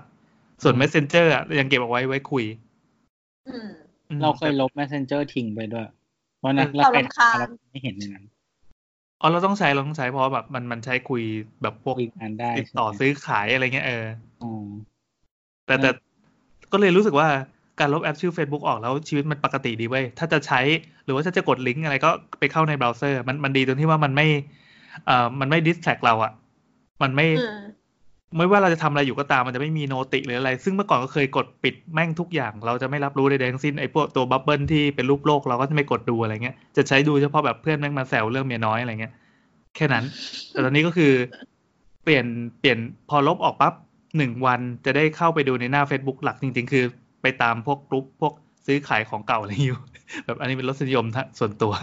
Speaker 3: ส่วน Messenger อะยังเก็บเอาไว้ไว้คุย
Speaker 5: อืม
Speaker 3: อืม
Speaker 4: เราเคยลบ messenger ทิ้งไปด้วย เพราะนะ
Speaker 5: เรา
Speaker 4: ไป
Speaker 5: รำคาญ
Speaker 4: เราไม่เห็นในนั้น
Speaker 3: อ๋อเราต้องใช้เราต้องใช้เพราะแบบมันมันใช้คุยแบบพวก
Speaker 4: คุยงานได้
Speaker 3: ติดต่อ
Speaker 4: ใช่ไหม
Speaker 3: ซื้อขายอะไรเงี้ยเออ
Speaker 4: อ๋อ
Speaker 3: แต่
Speaker 4: อืม
Speaker 3: แต่ก็เลยรู้สึกว่าการลบแอปชื่อ Facebook ออกแล้วชีวิตมันปกติดีเว้ยถ้าจะใช้หรือว่าถ้าจะกดลิงก์อะไรก็ไปเข้าในเบราว์เซอร์ มันมันดีตรงที่ว่ามันไม่เอ่อมันไม่ดิสแทกเราอะมันไม่
Speaker 5: อืม
Speaker 3: ไม่ว่าเราจะทำอะไรอยู่ก็ตามมันจะไม่มีโนติหรืออะไร ซึ่งเมื่อก่อนก็เคยกดปิดแม่งทุกอย่าง เราจะไม่รับรู้ใดๆทั้งสิ้นไอ้พวกตัวบับเบิลที่เป็นรูปโลกเราก็จะไม่กดดูอะไรเงี้ยจะใช้ดูเฉพาะแบบเพื่อนแม่งมาแซวเรื่องเมียน้อยอะไรเงี้ย แค่นั้น แต่ตอนนี้ก็คือ เปลี่ยนเปลี่ยนพอลบออกปั๊บหนึ่งวันจะได้เข้าไปดูในหน้า Facebook หลักจริง ๆ คือ ไปตามพวกกรุ๊ปพวกซื้อขายของเก่าอะไรอยู่ แบบอันนี้เป็นรสนิยมทะส่วนตัว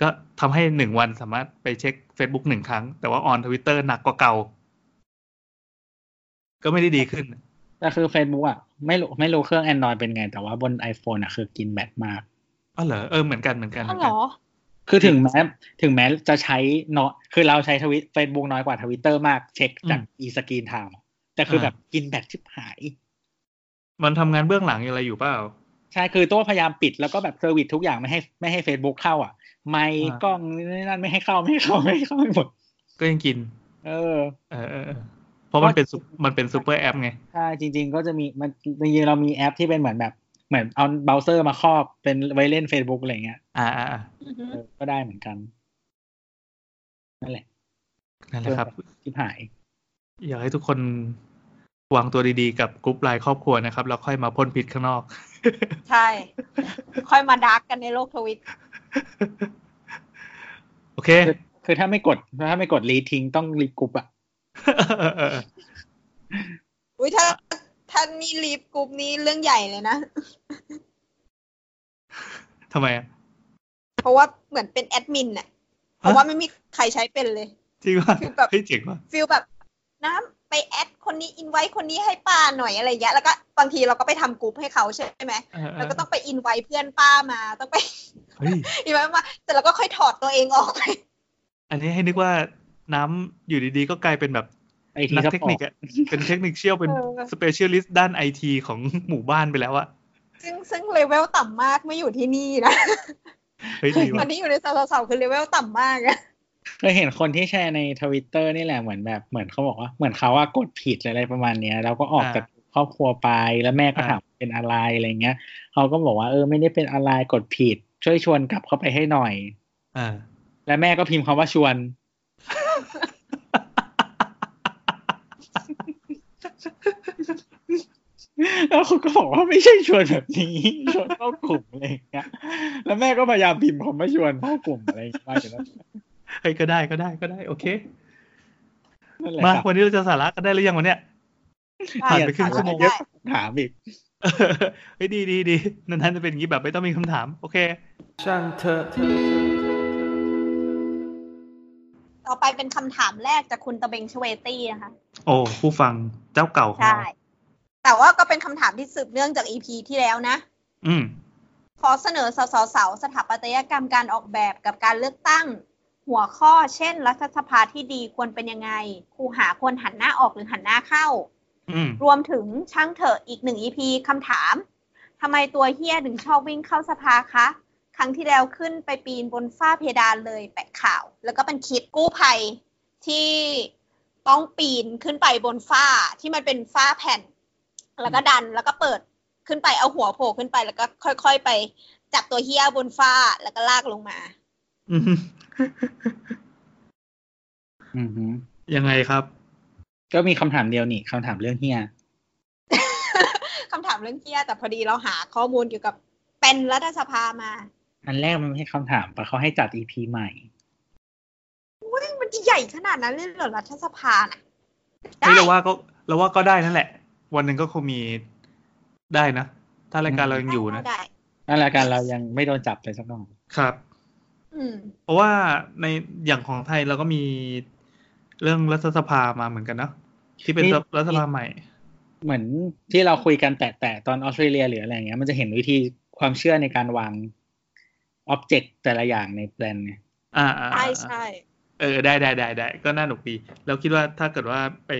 Speaker 3: ก็ทำให้หนึ่งวันสามารถไปเช็ค Facebook หนึ่งครั้ง แต่ว่าออนทวิตเตอร์หนักกว่าเก่า ก็ไม่ได้ดีขึ้น
Speaker 4: แต่คือ Facebook อ่ะไม่รู้ไม่รู้เครื่อง Android เป็นไง แต่ว่าบน iPhone อ่ะคือกินแบตมาก
Speaker 3: อ๋อเหรอเออเหมือนกันเหมือนกันเห
Speaker 5: อ๋อ
Speaker 3: มือน
Speaker 5: เหร
Speaker 3: กัน
Speaker 5: อ
Speaker 4: คือถึงแม้ถึงแม้จะใช้เนาะคือเราใช้ทวิต Facebook น้อยกว่าทวิตเตอร์มากเช็คจากอีสกรีนไทม์แต่คือแบบกินแบตชิบหาย
Speaker 3: มันทำงานเบื้องหลังอะไรอยู่เปล่า
Speaker 4: ใช่ คือตัวพยายามปิดแล้วก็แบบเซอร์วิสทุกอย่างไม่ให้ไม่ให้ Facebook เข้าอ่ะ ไม่
Speaker 3: อ่า
Speaker 4: กล้องนี่นั่นไม่ให้เข้าไม่ให้เข้าไม่ให้เข้าไม่หมด
Speaker 3: ก็ยังกิน
Speaker 4: เออ
Speaker 3: เออเออเออเพราะมันเป็นซุปมันเป็นซูเปอร์แอปไง
Speaker 4: ใช่จริง ๆ ก็จะมีมันจริงๆเรามีแอปที่เป็นเหมือนแบบเหมือนเอาเบราว์เซอร์มาครอบเป็นไว้เล่น Facebook อะไรเงี้ย
Speaker 3: อ่าอ่าอ่า
Speaker 5: อือหื
Speaker 4: เอ
Speaker 5: อ
Speaker 4: อก็ได้เหมือนกัน นั่นแหละ
Speaker 3: นั่นแหละครับ
Speaker 4: ชิบหาย
Speaker 3: อยากให้ทุกคนวางตัวดีๆ กับกรุ๊ปไลน์ครอบครัวนะครับ แล้วค่อยมาพ่นพิษข้างนอก
Speaker 5: ใช่ ค่อยมาดักกันในโลกทวิต
Speaker 3: โอเค
Speaker 4: คือคือถ้าไม่กดถ้าไม่กดรีทิ้งต้องรีกรุ๊ปอ่ะ
Speaker 5: อุ้ยถ้าถ้านี่รีบกรุ๊ปนี้เรื่องใหญ่เลยนะ
Speaker 3: ทำไมอะ
Speaker 5: เพราะว่าเหมือนเป็นแอดมินอะเพราะว่าไม่มีใครใช้เป็นเลย
Speaker 3: จริงว่า
Speaker 5: คือแบบ
Speaker 3: เฮ้ยเจ๋งว่ะ
Speaker 5: ฟิลแบบน้ำไปแอดคนนี้อินไว้คนนี้ให้ป้าหน่อยอะไรเงี้ยแล้วก็บางทีเราก็ไปทำกรุ๊ปให้เขาใช่ไหม
Speaker 3: เออเอ
Speaker 5: แล้ว
Speaker 3: อ
Speaker 5: ก็ต้องไปอินไว้เพื่อนป้ามาต้องไป
Speaker 3: เฮ้ย
Speaker 5: อีกไหมว่าแต่เราก็ค่อยถอดตัวเองออกไป
Speaker 3: อันนี้ให้นึกว่าน้ำอยู่ดีๆ ก็กลายเป็นแบบ
Speaker 4: ไอที
Speaker 3: นัก
Speaker 4: ซัพ
Speaker 3: เทค
Speaker 4: พอ
Speaker 3: นิ
Speaker 4: ร์
Speaker 3: คอะเป็นเทคนิคเชี่ยวเป็น
Speaker 5: เออ
Speaker 3: สเปเชียลิสต์ด้านไอทีของหมู่บ้านไปแล้วอะ
Speaker 5: ซึ่งซึ่งเลเวลต่ำมากไม่อยู่ที่นี่นะ
Speaker 3: เฮ้ยดี
Speaker 5: ตอ
Speaker 3: ว่ะ
Speaker 5: นที่อยู่ในสาวสาวคือเลเวลต่ำมากอะ
Speaker 4: เคยเห็นคนที่แชร์ในทวิตเตอร์นี่แหละเหมือนแบบเหมือนเขาบอกว่าเหมือนเขาว่ากดผิดหรืออะไรประมาณเนี้ยแล้วก็ออกจากครอบครัวไปแล้วแม่ก็ถามเป็นอะไรอะไรเงี้ยเขาก็บอกว่าเออไม่ได้เป็นอะไรกดผิด ช่วยชวนกลับเข้าไปให้หน่อย
Speaker 3: อ่า
Speaker 4: และแม่ก็พิมพ์คำว่าชวน แล้วคุณก็บอกว่าไม่ใช่ชวนแบบนี้ ชวนเข้ากลุ่มอะไรอย่างเงี้ย แล้วแม่ก็พยายามพิมพ์คำว่าชวนเข้ากลุ่มอะไรอย่างเงี้ยมาอยู่นะ
Speaker 3: เฮ้ยก็ได้ก็ได้ก็ได้ โอเค
Speaker 4: นั่นแหละ
Speaker 3: มา
Speaker 4: ครับ
Speaker 3: วันนี้เราจะสาระกันได้หรือยังวันเนี้ย ผ่านไปครึ่งชั่วโมง
Speaker 5: ได้
Speaker 4: ถามอีก
Speaker 3: เออเฮ้ยดีดีดีนานๆจะเป็นอย่างนี้แบบไม่ต้องมีคำถาม โอเค
Speaker 1: ช่างเถอะ
Speaker 5: ต่อไปเป็นคำถามแรกจากคุณตะเบงชเวตี้นะคะ
Speaker 3: โอ้ผู้ฟังเจ้าเก่าของ
Speaker 5: ใช่
Speaker 3: เรา
Speaker 5: แต่ว่าก็เป็นคำถามที่สืบเนื่องจากอีพีที่แล้วนะ
Speaker 3: อืม
Speaker 5: ขอเสนอสสสสถาปัตยกรรมการออกแบบกับการเลือกตั้ง หัวข้อเช่น รัฐสภาที่ดีควรเป็นยังไงคูหาควรหันหน้าออกหรือหันหน้าเข้า
Speaker 3: อืม
Speaker 5: รวมถึงช่างเถอะอีกหนึ่ง EP คำถามทำไมตัวเฮียถึงชอบวิ่งเข้าสภาคะ ครั้งที่แล้วขึ้นไปปีนบนฝ้าเพดานเลยแปะข่าว แล้วก็เป็นคลิปกู้ภัยที่ต้องปีนขึ้นไปบนฝ้าที่มันเป็นฝ้าแผ่น แล้วก็ดันแล้วก็เปิด ขึ้นไปเอาหัวโผล่ขึ้นไปแล้วก็ค่อย ๆ ไปจับตัวเฮียบนฟ้าแล้วก็ลากลงมา
Speaker 3: อืม
Speaker 4: อือหือ
Speaker 3: ยังไงครับ
Speaker 4: ก็มีคำถามเดียวนี่คำถามเรื่องเฮีย
Speaker 5: คำถามเรื่องเฮียแต่พอดีเราหาข้อมูลเกี่ยวกับเป็นรัฐสภามา
Speaker 4: อันแรกมันไม่ใช่คำถามปะเขาให้จัดอีพีใหม่
Speaker 5: เฮ้ยมันจะใหญ่ขนาดนั้นเลยเหรอรัฐสภาน่ะได้
Speaker 3: เฮ้ยเราว่าก็เราว่าก็ได้นั่นแหละ วันหนึ่งก็คงมีได้นะ ถ้ารายการเรายังอยู่นะ
Speaker 5: ได้ได้
Speaker 4: นั่นรายการเรายังไม่โดนจับเลยสักหน่อย
Speaker 3: ครับ
Speaker 5: อืม
Speaker 3: เพราะว่าในอย่างของไทยเราก็มีเรื่องรัฐสภามาเหมือนกันเนาะที่เป็นรัฐสภาใหม่
Speaker 4: เหมือนที่เราคุยกันแต่แต่ตอนออสเตรเลียหรืออะไรอย่างเงี้ยมันจะเห็นวิธีความเชื่อในการวางอ็อบเจกต์แต่ละอย่างในแปลนเนี่ย
Speaker 3: อ่าอ่า
Speaker 5: ใช่
Speaker 3: อ่า
Speaker 5: ใช่
Speaker 3: เออได้ได้ได้ได้ก็น่าหนุกดีแล้วคิดว่าถ้าเกิดว่าไป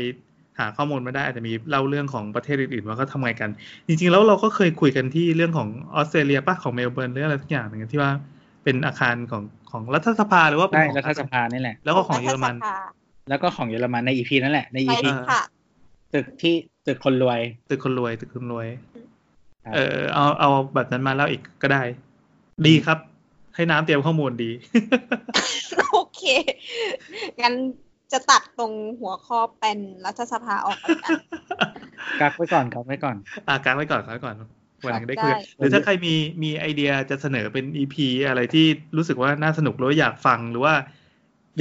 Speaker 3: หาข้อมูลมาได้อาจจะมีเล่าเรื่องของประเทศอื่นๆว่าเขาทำไงกัน จริงๆแล้วเราก็เคยคุยกันที่เรื่องของออสเตรเลียป่ะของเมลเบิร์นเรื่องอะไรสักอย่างหนึ่งที่ว่าเป็นอาคารของของรัฐสภาหรือว่าเป็น
Speaker 4: ได้
Speaker 3: ของ
Speaker 4: รัฐสภานี่แหละ
Speaker 3: แล้วก็ของเยอรมัน
Speaker 5: รัฐสภา
Speaker 4: แล้วก็ของเยอรมันในอีพีนั่นแหละในอี
Speaker 5: ใช่
Speaker 4: พี
Speaker 3: เออ
Speaker 5: ค่ะ
Speaker 4: ตึกที่ตึกคนรวย
Speaker 3: ตึกคนรวยตึกคนรวย
Speaker 4: ครับ
Speaker 3: เออเอาเอาแบบนั้นมาเล่าอีกก็ได้ ดีครับ ให้น้ำเตรียมข้อมูลดี
Speaker 5: โอเค งั้นจะตัดตรงหัวข้อเป็นรัฐสภาออกแล้วกัน
Speaker 4: กักไว้ก่อนกักไว้ก่อน
Speaker 3: อ่ากางไว้ก่อนกางไว้ก่อนวันหลังได้
Speaker 5: ได้
Speaker 3: คุยกันหรือถ้าใครมีมีไอเดียจะเสนอเป็นอีพีอะไรที่รู้สึกว่าน่าสนุกหรือว่าอยากฟังหรือว่าอ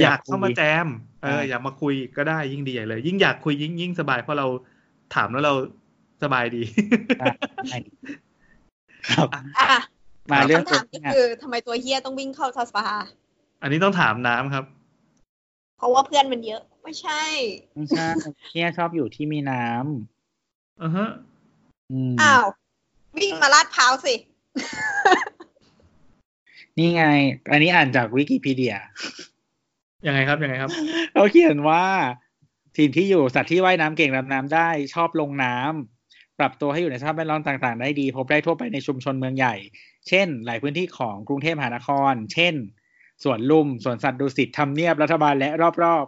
Speaker 4: อ
Speaker 3: าย
Speaker 4: ยาก ก
Speaker 3: เข้ามาแจม เออ
Speaker 4: ใช่
Speaker 3: อยากมาคุยก็ได้ยิ่งดีใหญ่เลย ยิ่งอยากคุยยิ่งยิ่งสบายเพราะเราถามแล้วเราสบายดี
Speaker 4: ได้ครับ
Speaker 5: อ่ะ
Speaker 4: มาเรื่อง
Speaker 5: คำ
Speaker 4: ตั
Speaker 5: ถาว มก็
Speaker 4: เนี่ย
Speaker 5: คือทำไมตัวเฮียต้องวิ่งเข้ารัฐสภา
Speaker 3: อันนี้ต้องถามน้ำครับ
Speaker 5: เพราะว่าเพื่อนมันเยอะ ไม่ใช่
Speaker 4: ไม่ใช่เนี่ยชอบอยู่ที่มีน้ำ
Speaker 3: อือฮะ
Speaker 4: อืม
Speaker 5: อ้าว วิ่งมาลาดพร้าวสิ
Speaker 4: นี่ไง อันนี้อ่านจากวิกิพีเดีย
Speaker 3: ยังไงครับยังไงครับ
Speaker 4: เขาเขียนว่าถิ่นที่อยู่สัตว์ที่ว่ายน้ำเก่งดำน้ำได้ ชอบลงน้ำปรับตัวให้อยู่ในสภาพแวดล้อมต่างๆ ได้ดี พบได้ทั่วไปในชุมชนเมืองใหญ่ เช่น หลายพื้นที่ของกรุงเทพมหานคร เช่นสวนลุมสวนสัตว์ดุสิตทำเนียบรัฐบาลและรอบ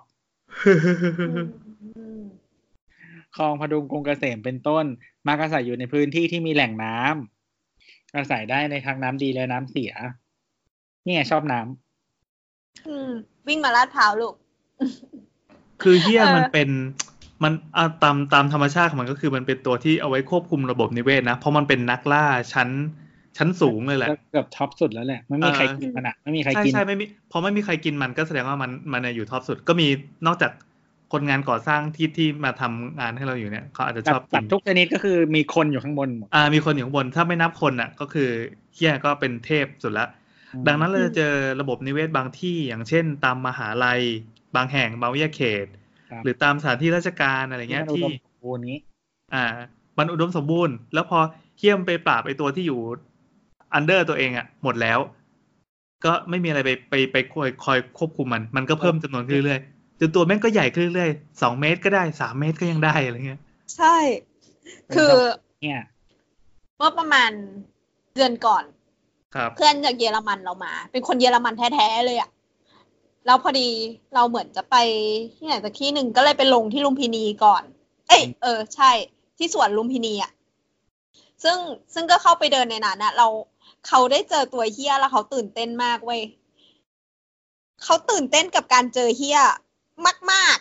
Speaker 4: ๆคลองพดุงกรุงเกษมเป็นต้น มักอาศัยอยู่ในพื้นที่ที่มีแหล่งน้ำอาศัยได้ในทางน้ำดีและน้ำเสียเนี่ยชอบน้ำ
Speaker 5: อืม วิ่งมาลาดพร้าวลูก
Speaker 3: คือเฮีย
Speaker 5: เออ
Speaker 3: มันเป็นมันอ่ะตามตามธรรมชาติของมันก็คือมันเป็นตัวที่เอาไว้ควบคุมระบบนิเวศนะ เพราะมันเป็นนักล่าชั้นชั้นสูงเลยแหละ
Speaker 4: ก็เกือบท็อปสุดแล้วแหละไม่มีใครกินมันอะไม่มีใคร
Speaker 3: ใช่
Speaker 4: กิน
Speaker 3: ใช่ไม่มีพอไม่มีใครกินมันก็แสดงว่ามันมันน่ะอยู่ท็อปสุดก็มีนอกจากคนงานก่อสร้างที่ที่มาทำงานให้เราอยู่เนี่ยเขาอาจจะช
Speaker 4: สั
Speaker 3: อ
Speaker 4: ต
Speaker 3: บ
Speaker 4: ว์
Speaker 3: กิ
Speaker 4: สัต
Speaker 3: น
Speaker 4: ว์ทุกชนิดก็คือมีคนอยู่ข้างบนหมด
Speaker 3: อ่ามีคนอยู่ข้างบนถ้าไม่นับคนอ่ะ ก็คือเฮียก็เป็นเทพสุดละ ดังนั้นเราจะเจอระบบนิเวศบางที่อย่างเช่น ตามมหาลัย บางแห่งบางวิทยาเขต
Speaker 4: ครับ
Speaker 3: หรือตามสถานที่ราชการอะไรเงี้ย
Speaker 4: มันอุ
Speaker 3: ที่
Speaker 4: ดมสมบูรณ์นี้
Speaker 3: อ่า มันอุดมสมบูรณ์ แล้วพอเฮี้ยมไปปราบไอตัวที่อยู่อันเดอร์ตัวเองอะ่ะ หมดแล้ว ก็ไม่มีอะไรไปไปไปคอยคอยควบคุมมัน มันก็เพิ่มจำนวนขึ้นเรื่อยๆจนตัวแม่งก็ใหญ่ขึ้นเรื่อยๆสองเมตรก็ได้สามเมตรก็ยังได้อะไรเงี้ย
Speaker 5: ใช่ คือ
Speaker 4: เนี่ย
Speaker 5: เมื่อประมาณเดือนก่อน
Speaker 3: ครับ
Speaker 5: เพื่อนจากเยอรมันเรามา เป็นคนเยอรมันแท้ๆเลยอะแล้วพอดีเราเหมือนจะไปที่ไหนสักที่หนึ่งก็เลยไปลงที่ลุมพินีก่อน เอ้ยเออ ใช่ ที่สวนลุมพินีอะซึ่งซึ่งก็เข้าไปเดินในนั้นอะเราเขาได้เจอตัวเฮียแล้วเขาตื่นเต้นมากเว้ยเขาตื่นเต้นกับการเจอเฮียมากมาก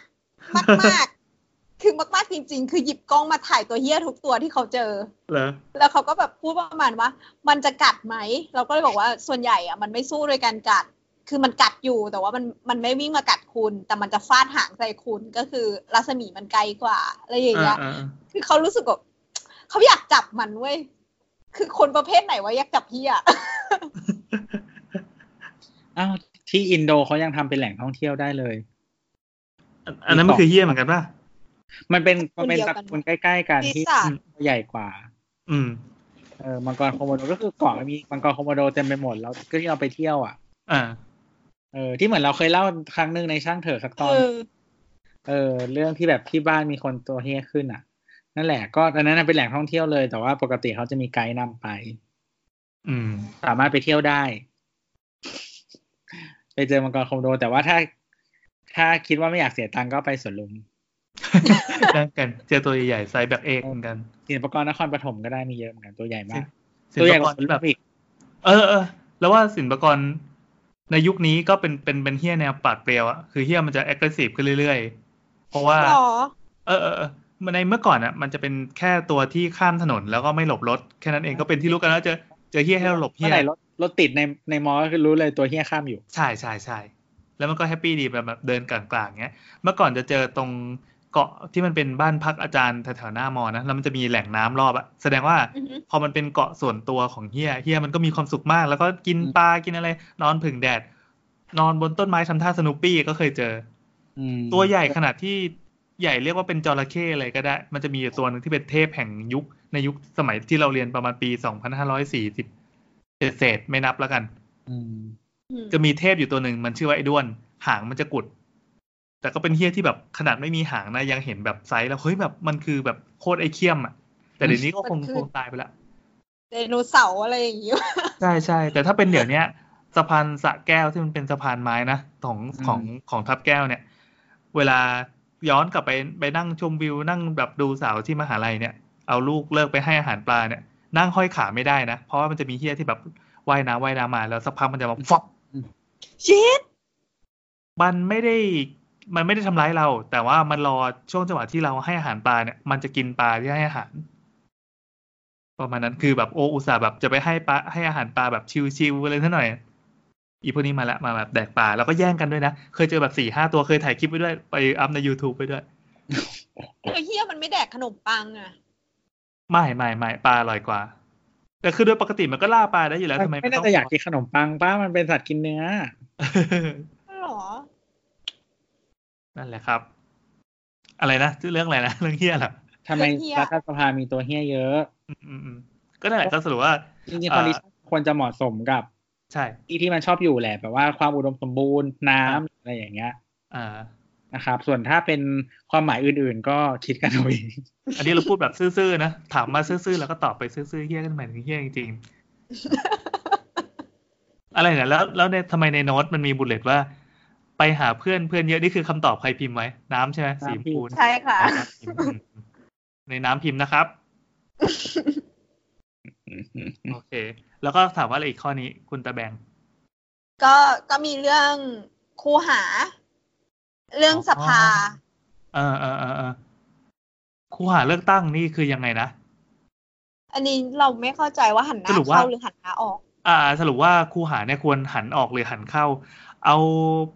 Speaker 5: มากมากๆ คือมากๆจริง ๆ คือหยิบกล้องมาถ่ายตัวเฮียทุกตัวที่เขาเจอ
Speaker 3: เหรอ
Speaker 5: แล้วเขาก็แบบพูดประมาณว่า มันจะกัดไหม เราก็เลยบอกว่าส่วนใหญ่อะมันไม่สู้โดยการกัด คือมันกัดอยู่แต่ว่ามันมันไม่วิ่งมากัดคุณ แต่มันจะฟาดหางใส่คุณก็คือรัศมีมันไกลกว่าอะไรอย่างเงี้
Speaker 3: อ่าย อ่าอ่า
Speaker 5: คือเขารู้สึกแบบเขาอยากจับมันเว้ยคือคนประเภทไหนวะอยากจับพี่อะ
Speaker 4: อ้าวที่อินโดเขายังทำเป็นแหล่งท่องเที่ยวได้เลย
Speaker 3: อันอันนั้นมันคือเฮี้ยเหมือนกันป่ะ
Speaker 4: มันเป็น
Speaker 5: ตระกูล
Speaker 4: มันเป็น
Speaker 5: เดียว
Speaker 4: ตระ
Speaker 5: กัน
Speaker 4: กูลใกล้ ๆ กัน
Speaker 5: ปี
Speaker 4: ที่
Speaker 5: ศาจ
Speaker 4: ใหญ่กว่า
Speaker 3: อืม
Speaker 4: เออมังกรโคโมโดก็คือเกาะมีมังกรโคโมโดเต็มไปหมดแล้วก็ที่เราไปเที่ยวอ่ะ
Speaker 3: อ่า
Speaker 4: เออที่เหมือนเราเคยเล่าครั้งหนึ่งในช่างเถอะสักตอน
Speaker 5: เออ
Speaker 4: เออเรื่องที่แบบที่บ้านมีคนตัวเฮี้ยขึ้นอ่ะ นั่นแหละก็อันนั้นนะเป็นแหล่งท่องเที่ยวเลยแต่ว่าปกติเขาจะมีไกด์นำไป
Speaker 3: อื ม
Speaker 4: สามารถไปเที่ยวได้ ไปเจอมังกรโคโมโด แต่ว่าถ้า ถ้าคิดว่าไม่อยากเสียตังค์ก็ไปสวนลุม
Speaker 3: นั่งกันเจอตัวใหญ่ๆไซส์แบบเอกเหมือนกัน
Speaker 4: ศิลปากรนครปฐมก็ได้มีเยอะเหมือนกันตัวใหญ่มาก
Speaker 3: ศิ
Speaker 4: ตัว
Speaker 3: ล
Speaker 4: ให
Speaker 3: ปา
Speaker 4: ญ่
Speaker 3: กร
Speaker 4: กว่า
Speaker 3: แบบ
Speaker 4: อีก
Speaker 3: เออเออแล้วว่าสินปากรในยุคนี้ก็เป็นเป็นเป็นเฮี้ยแนวปราดเปรียวอะคือเฮี้ยมันจะ aggressive ขึ้นเรื่อยๆ เพราะว่า
Speaker 5: หรอ
Speaker 3: เออเออเออมันในเมื่อก่อนอะมันจะเป็นแค่ตัวที่ข้ามถนนแล้วก็ไม่หลบรถ แค่นั้นเองก็เป็นที่รู้กันแล้วเจอเจอเฮี้ยให้เราหลบเฮี้
Speaker 4: เมื่อยไหร่รถรถติดในในมอก็คือรู้เลยตัวเฮี้ยข้ามอยู่
Speaker 3: ใช่ใช่ใช่แล้วมันก็แฮปปี้ดีแบบแบบเดินกลางๆเงี้ย เมื่อก่อนจะเจอตรงเกาะที่มันเป็นบ้านพักอาจารย์แถวๆหน้ามอนะแล้วมันจะมีแหล่งน้ำรอบอะแสดงว่า
Speaker 5: อือหือ
Speaker 3: พอมันเป็นเกาะส่วนตัวของเฮียเฮียมันก็มีความสุขมาก แล้วก็กิน
Speaker 4: อืม
Speaker 3: ปลากินอะไร นอนผึ่งแดด นอนบนต้นไม้ทำท่าสนุปปี้ก็เคยเจอ
Speaker 4: อืม
Speaker 3: ตัวใหญ่ขนาดที่ใหญ่เรียกว่าเป็นจระเข้เลยก็ได้ มันจะมีอยู่ตัวหนึ่งที่เป็นเทพแห่งยุคในยุคสมัยที่เราเรียนประมาณปี 2540เศษๆไม่นับแล้วกัน
Speaker 4: อืม
Speaker 5: อืม
Speaker 3: จะมีเทพอยู่ตัวหนึ่งมันชื่อว่าไอ้ด้วน หางมันจะกุด แต่ก็เป็นเฮี้ยที่แบบขนาดไม่มีหางนะยังเห็นแบบไซส์แล้วเฮ้ยแบบมันคือแบบโคตรไอ้เคี้ยมอ่ะ แต่เดี๋ยวนี้ก็คงคงตายไปละ
Speaker 5: ไดโนเสาร์อะไรอย่างงี้
Speaker 3: ใช่ใช่แต่ถ้าเป็นเดี๋ยวเนี้ยสะพานสระแก้วที่มันเป็นสะพานไม้นะของของของทับแก้วเนี่ย เวลาย้อนกลับไปไปนั่งชมวิวนั่งแบบดูสาวที่มหาลัยเนี่ย เอาลูกเลิกไปให้อาหารปลาเนี่ย นั่งห้อยขาไม่ได้นะ เพราะว่ามันจะมีเฮี้ยที่แบบว่ายน้ำว่ายน้ำมาแล้วสักพักมันจะมาฟอก
Speaker 5: ชิด
Speaker 3: มันไม่ได้มันไม่ได้ทำร้ายเรา แต่ว่ามันรอช่วงจังหวะที่เราให้อาหารปลาเนี่ยมันจะกินปลาที่ให้อาหาร ประมาณนั้นคือแบบโออุตส่าห์แบบจะไปให้ปลาให้อาหารปลาแบบชิวๆเลยซะหน่อย อีพวกนี้มาละมาแบบแดกปลาแล้วก็แย่งกันด้วยนะ เคยเจอแบบสี่ห้าตัวเคยถ่ายคลิปไว้ด้วยไปอัพใน YouTube ไปด้วย
Speaker 5: ไอ้เฮียมันไม่แดกขนมปังอ่ะ
Speaker 3: ไม่ไม่ไม่ปลาอร่อยกว่า แต่คือโดยปกติมันก็ล่าปลาได้อยู่แล้วทำไม
Speaker 4: ไม่
Speaker 3: ต้
Speaker 4: น่า
Speaker 3: อง
Speaker 4: จะอยากกินขนมปังป้ามันเป็นสัตว์กินเนื้อ
Speaker 5: หรอ
Speaker 3: นั่นแหละครับ อะไรนะชื่อเรื่องอะไรนะเรื่องเฮี้ยเหรอ
Speaker 4: ทำไม
Speaker 5: เฮี้ย
Speaker 4: รัฐสภามีตัวเฮี้ยเยอะ
Speaker 3: อืมอืมอืมก็นั่นแหละก็สรุปว่า
Speaker 4: จริง
Speaker 3: อ่า
Speaker 4: ๆคอนดิชั่นควรจะเหมาะสมกับ
Speaker 3: ใช่
Speaker 4: ที่ที่มันชอบอยู่แหละแบบว่าความอุดมสมบูรณ์น้ำ
Speaker 3: อ่า
Speaker 4: อะไรอย่างเงี้ย
Speaker 3: อ่า
Speaker 4: นะครับ ส่วนถ้าเป็นความหมายอื่นๆ ก็คิดกันเอาเอง
Speaker 3: อันนี้เราพูดแบบซื่อๆนะ ถามมาซื่อๆแล้วก็ตอบไปซื่อๆเฮี้ยกันหมายถึงเฮี้ยจริงๆ อะไรเนี่ยแล้วแล้วในทำไมในโน้ตมันมีบุลเลตว่า ไปหาเพื่อนเพื่อนเยอะนี่คือคำตอบใครพิมพ์ไว้ น้ำใช่ไหมสีชมพูนะ
Speaker 5: ใช่ค่ะ
Speaker 3: อืมในน้ำพิมพ์นะครับ โอเค แล้วก็ถามว่าอะไรอีกข้อนี้คุณตะแบง
Speaker 5: ก็ก็มีเรื่องครูหา เรื่องสภา
Speaker 3: อ๋อ เออเออเออเออครูหาเลือกตั้งนี่คือยังไงนะ
Speaker 5: อันนี้เราไม่เข้าใจว่าหันหน้า
Speaker 3: สรุปว่า
Speaker 5: เข้าหรือหันหน้าออก
Speaker 3: อ่าสรุปว่าครูหาเนี่ยควรหันออกหรือหันเข้า เอา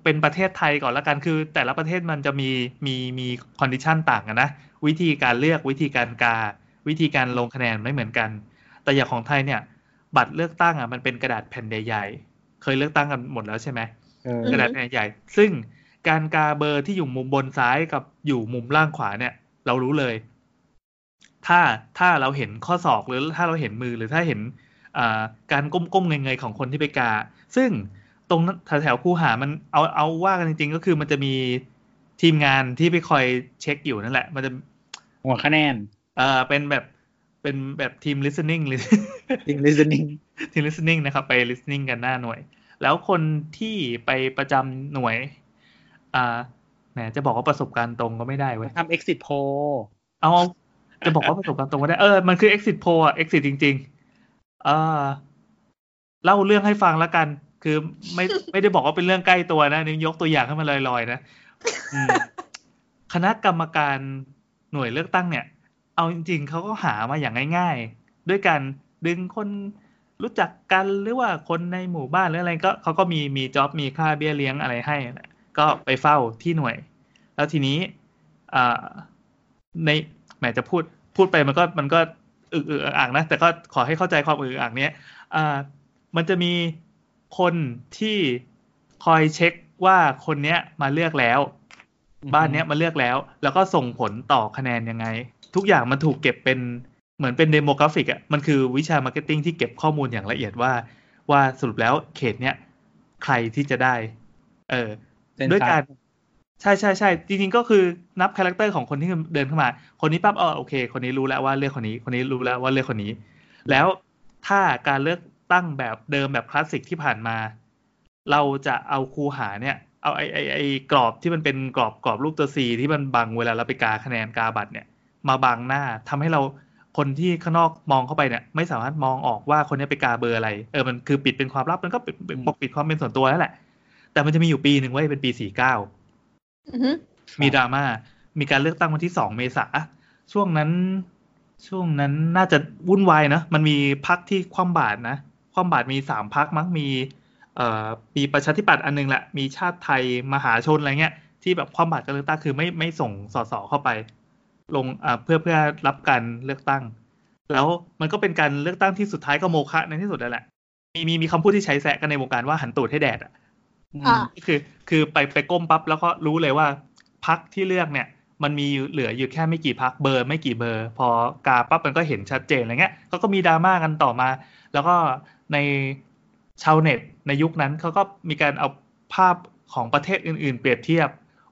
Speaker 3: เป็นประเทศไทยก่อนละกันคือ แต่ละประเทศมันจะมีมีมีคอนดิชันต่างกันนะวิธีการเลือกวิธีการกา วิธีการลงคะแนนไม่เหมือนกัน แต่อย่างของไทยเนี่ย บัตรเลือกตั้งอ่ะมันเป็นกระดาษแผ่นใหญ่ๆเคยเลือกตั้งกันหมดแล้วใช่ไหม
Speaker 4: เออก
Speaker 3: ระดาษแผ่นใหญ่ ซึ่งการกาเบอร์ที่อยู่มุมบนซ้ายกับอยู่มุมล่างขวาเนี่ย เรารู้เลย ถ้าถ้าเราเห็นข้อศอกหรือถ้าเราเห็นมือหรือถ้าเห็นอ่าการก้มๆเงยๆของคนที่ไปกา ซึ่งตรงนั้นแถวๆคูหามันเอาเอาว่ากันจริงๆ ก็คือมันจะมีทีมงานที่ไปคอยเช็คอยู่นั่นแหละ มันจะ
Speaker 4: หัวคะแนน
Speaker 3: เอ่อเป็นแบบเป็นแบบทีม listening หรือ
Speaker 4: จริง listening
Speaker 3: ทีม listening นะครับ ไป listening กันหน้าหน่วย แล้วคนที่ไปประจำหน่วย อ่าแหมจะบอกว่าประสบการณ์ตรงก็ไม่ได้เว้ย
Speaker 4: ทำ exit poll
Speaker 3: เอาจะบอกว่าประสบการณ์ตรงก็ได้ เออ มันคือ exit poll อะ exit จริงๆเออเล่าเรื่องให้ฟังแล้วกัน คือไม่ ไม่ได้บอกว่าเป็นเรื่องใกล้ตัวนะนี่ยกตัวอย่างให้มันลอยๆนะอืมคณะกรรมการหน่วยเลือกตั้งเนี่ย เอาจริงๆเขาก็หามาอย่างง่าย ๆ ด้วยการดึงคนรู้จักกันหรือว่าคนในหมู่บ้านหรืออะไรก็เขาก็มีมีจ็อบมีค่าเบี้ยเลี้ยงอะไรให้แหละก็ไปเฝ้าที่หน่วย แล้วทีนี้อ่าในแหมจะพูดพูดไปมันก็มันก็อึกอึกอ่างๆนะ แต่ก็ขอให้เข้าใจความอึกอ่างเนี้ยอ่า มันจะมีคนที่คอยเช็คว่าคนเนี้ยมาเลือกแล้ว บ้านเนี้ยมาเลือกแล้ว แล้วก็ส่งผลต่อคะแนนยังไง ทุกอย่างมันถูกเก็บเป็นเหมือนเป็นเดโมกราฟิกอะมันคือวิชามาร์เก็ตติ้งที่เก็บข้อมูลอย่างละเอียดว่า ว่าสรุปแล้วเขตเนี้ยใครที่จะได้ เออ
Speaker 4: เป็น
Speaker 3: ด้วย
Speaker 4: สาย
Speaker 3: การใช่ใช่ใช่จริงๆก็คือนับคาแรคเตอร์ของคนที่เดินเข้ามา คนนี้ปั๊บเออโอเค คนนี้รู้แล้วว่าเลือกคนนี้ คนนี้รู้แล้วว่าเลือกคนนี้ แล้วถ้าการเลือกตั้งแบบเดิมแบบคลาสสิกที่ผ่านมา เราจะเอาคูหาเนี่ย เอา เอาไอไอไอกรอบที่มันเป็นกรอบกรอบรูปตัวซีที่มันบังเวลาเราไปกาคะแนนกาบัตรเนี่ย มาบังหน้าทำให้เราคนที่ข้างนอกมองเข้าไปเนี่ย ไม่สามารถมองออกว่าคนนี้ไปกาเบอร์อะไรเออมันคือปิดเป็นความลับมันก็เป็นเป็นปกปิดความเป็นส่วนตัวนั่นแหละ แต่มันจะมีอยู่ปีหนึ่งไว้ยเป็นปีสี่เก้า
Speaker 5: อือหือ
Speaker 3: มีดราม่า มีการเลือกตั้งวันที่สองเมษา ช่วงนั้น ช่วงนั้นน่าจะวุ่นวายเนอะมันมีพักที่คว่ำบาตรนะ คว่ำบาตรมีสามพักมั้ง มี เอ่อ มีประชาธิปัตย์อันหนึงแหละ มีชาติไทยมหาชนอะไรเงี้ย ที่แบบคว่ำบาตรการเลือกตั้งคือไม่ไม่ส่งสสเข้าไป ลงอ่าเพื่อเพื่อรับการเลือกตั้ง แล้วมันก็เป็นการเลือกตั้งที่สุดท้ายก็โมฆะในที่สุดแล้วแหละ มีมีมีคำพูดที่ใช้แซะกันในวงการว่าหันตูดให้แดดอะ
Speaker 5: อ่า
Speaker 3: คือคือไปไปก้มปั๊บแล้วก็รู้เลยว่าพักที่เลือกเนี่ย มันมีเหลืออยู่แค่ไม่กี่พักเบอร์ ไม่กี่เบอร์ พอกาปั๊บมันก็เห็นชัดเจนอะไรเงี้ยเขาก็มีดราม่ากันต่อมา แล้วก็ในชาวเน็ตในยุคนั้นเขาก็มีการเอาภาพของประเทศอื่น ๆ เปรียบเทียบ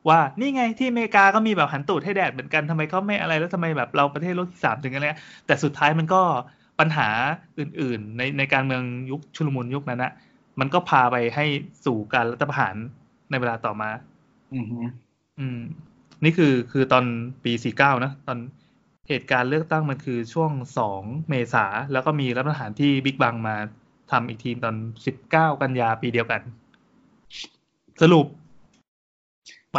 Speaker 3: ว่านี่ไงที่อเมริกาก็มีแบบหันตูดให้แดดเหมือนกันทำไมเขาไม่อะไรแล้วทำไมแบบเราประเทศโลกที่สามถึงอะไรเงี้ยแต่สุดท้ายมันก็ปัญหาอื่น ๆ ในในการเมืองยุคชุลมุนยุคนั้นอะ มันก็พาไปให้สู่การรัฐประหารในเวลาต่อมา
Speaker 4: อือฮึ
Speaker 3: อืม นี่คือคือตอนปีสี่เก้านะ ตอนเหตุการณ์เลือกตั้งมันคือช่วงสองเมษา แล้วก็มีรัฐประหารที่บิ๊กบังมาทำอีกทีตอนสิบเก้ากันยาปีเดียวกัน สรุป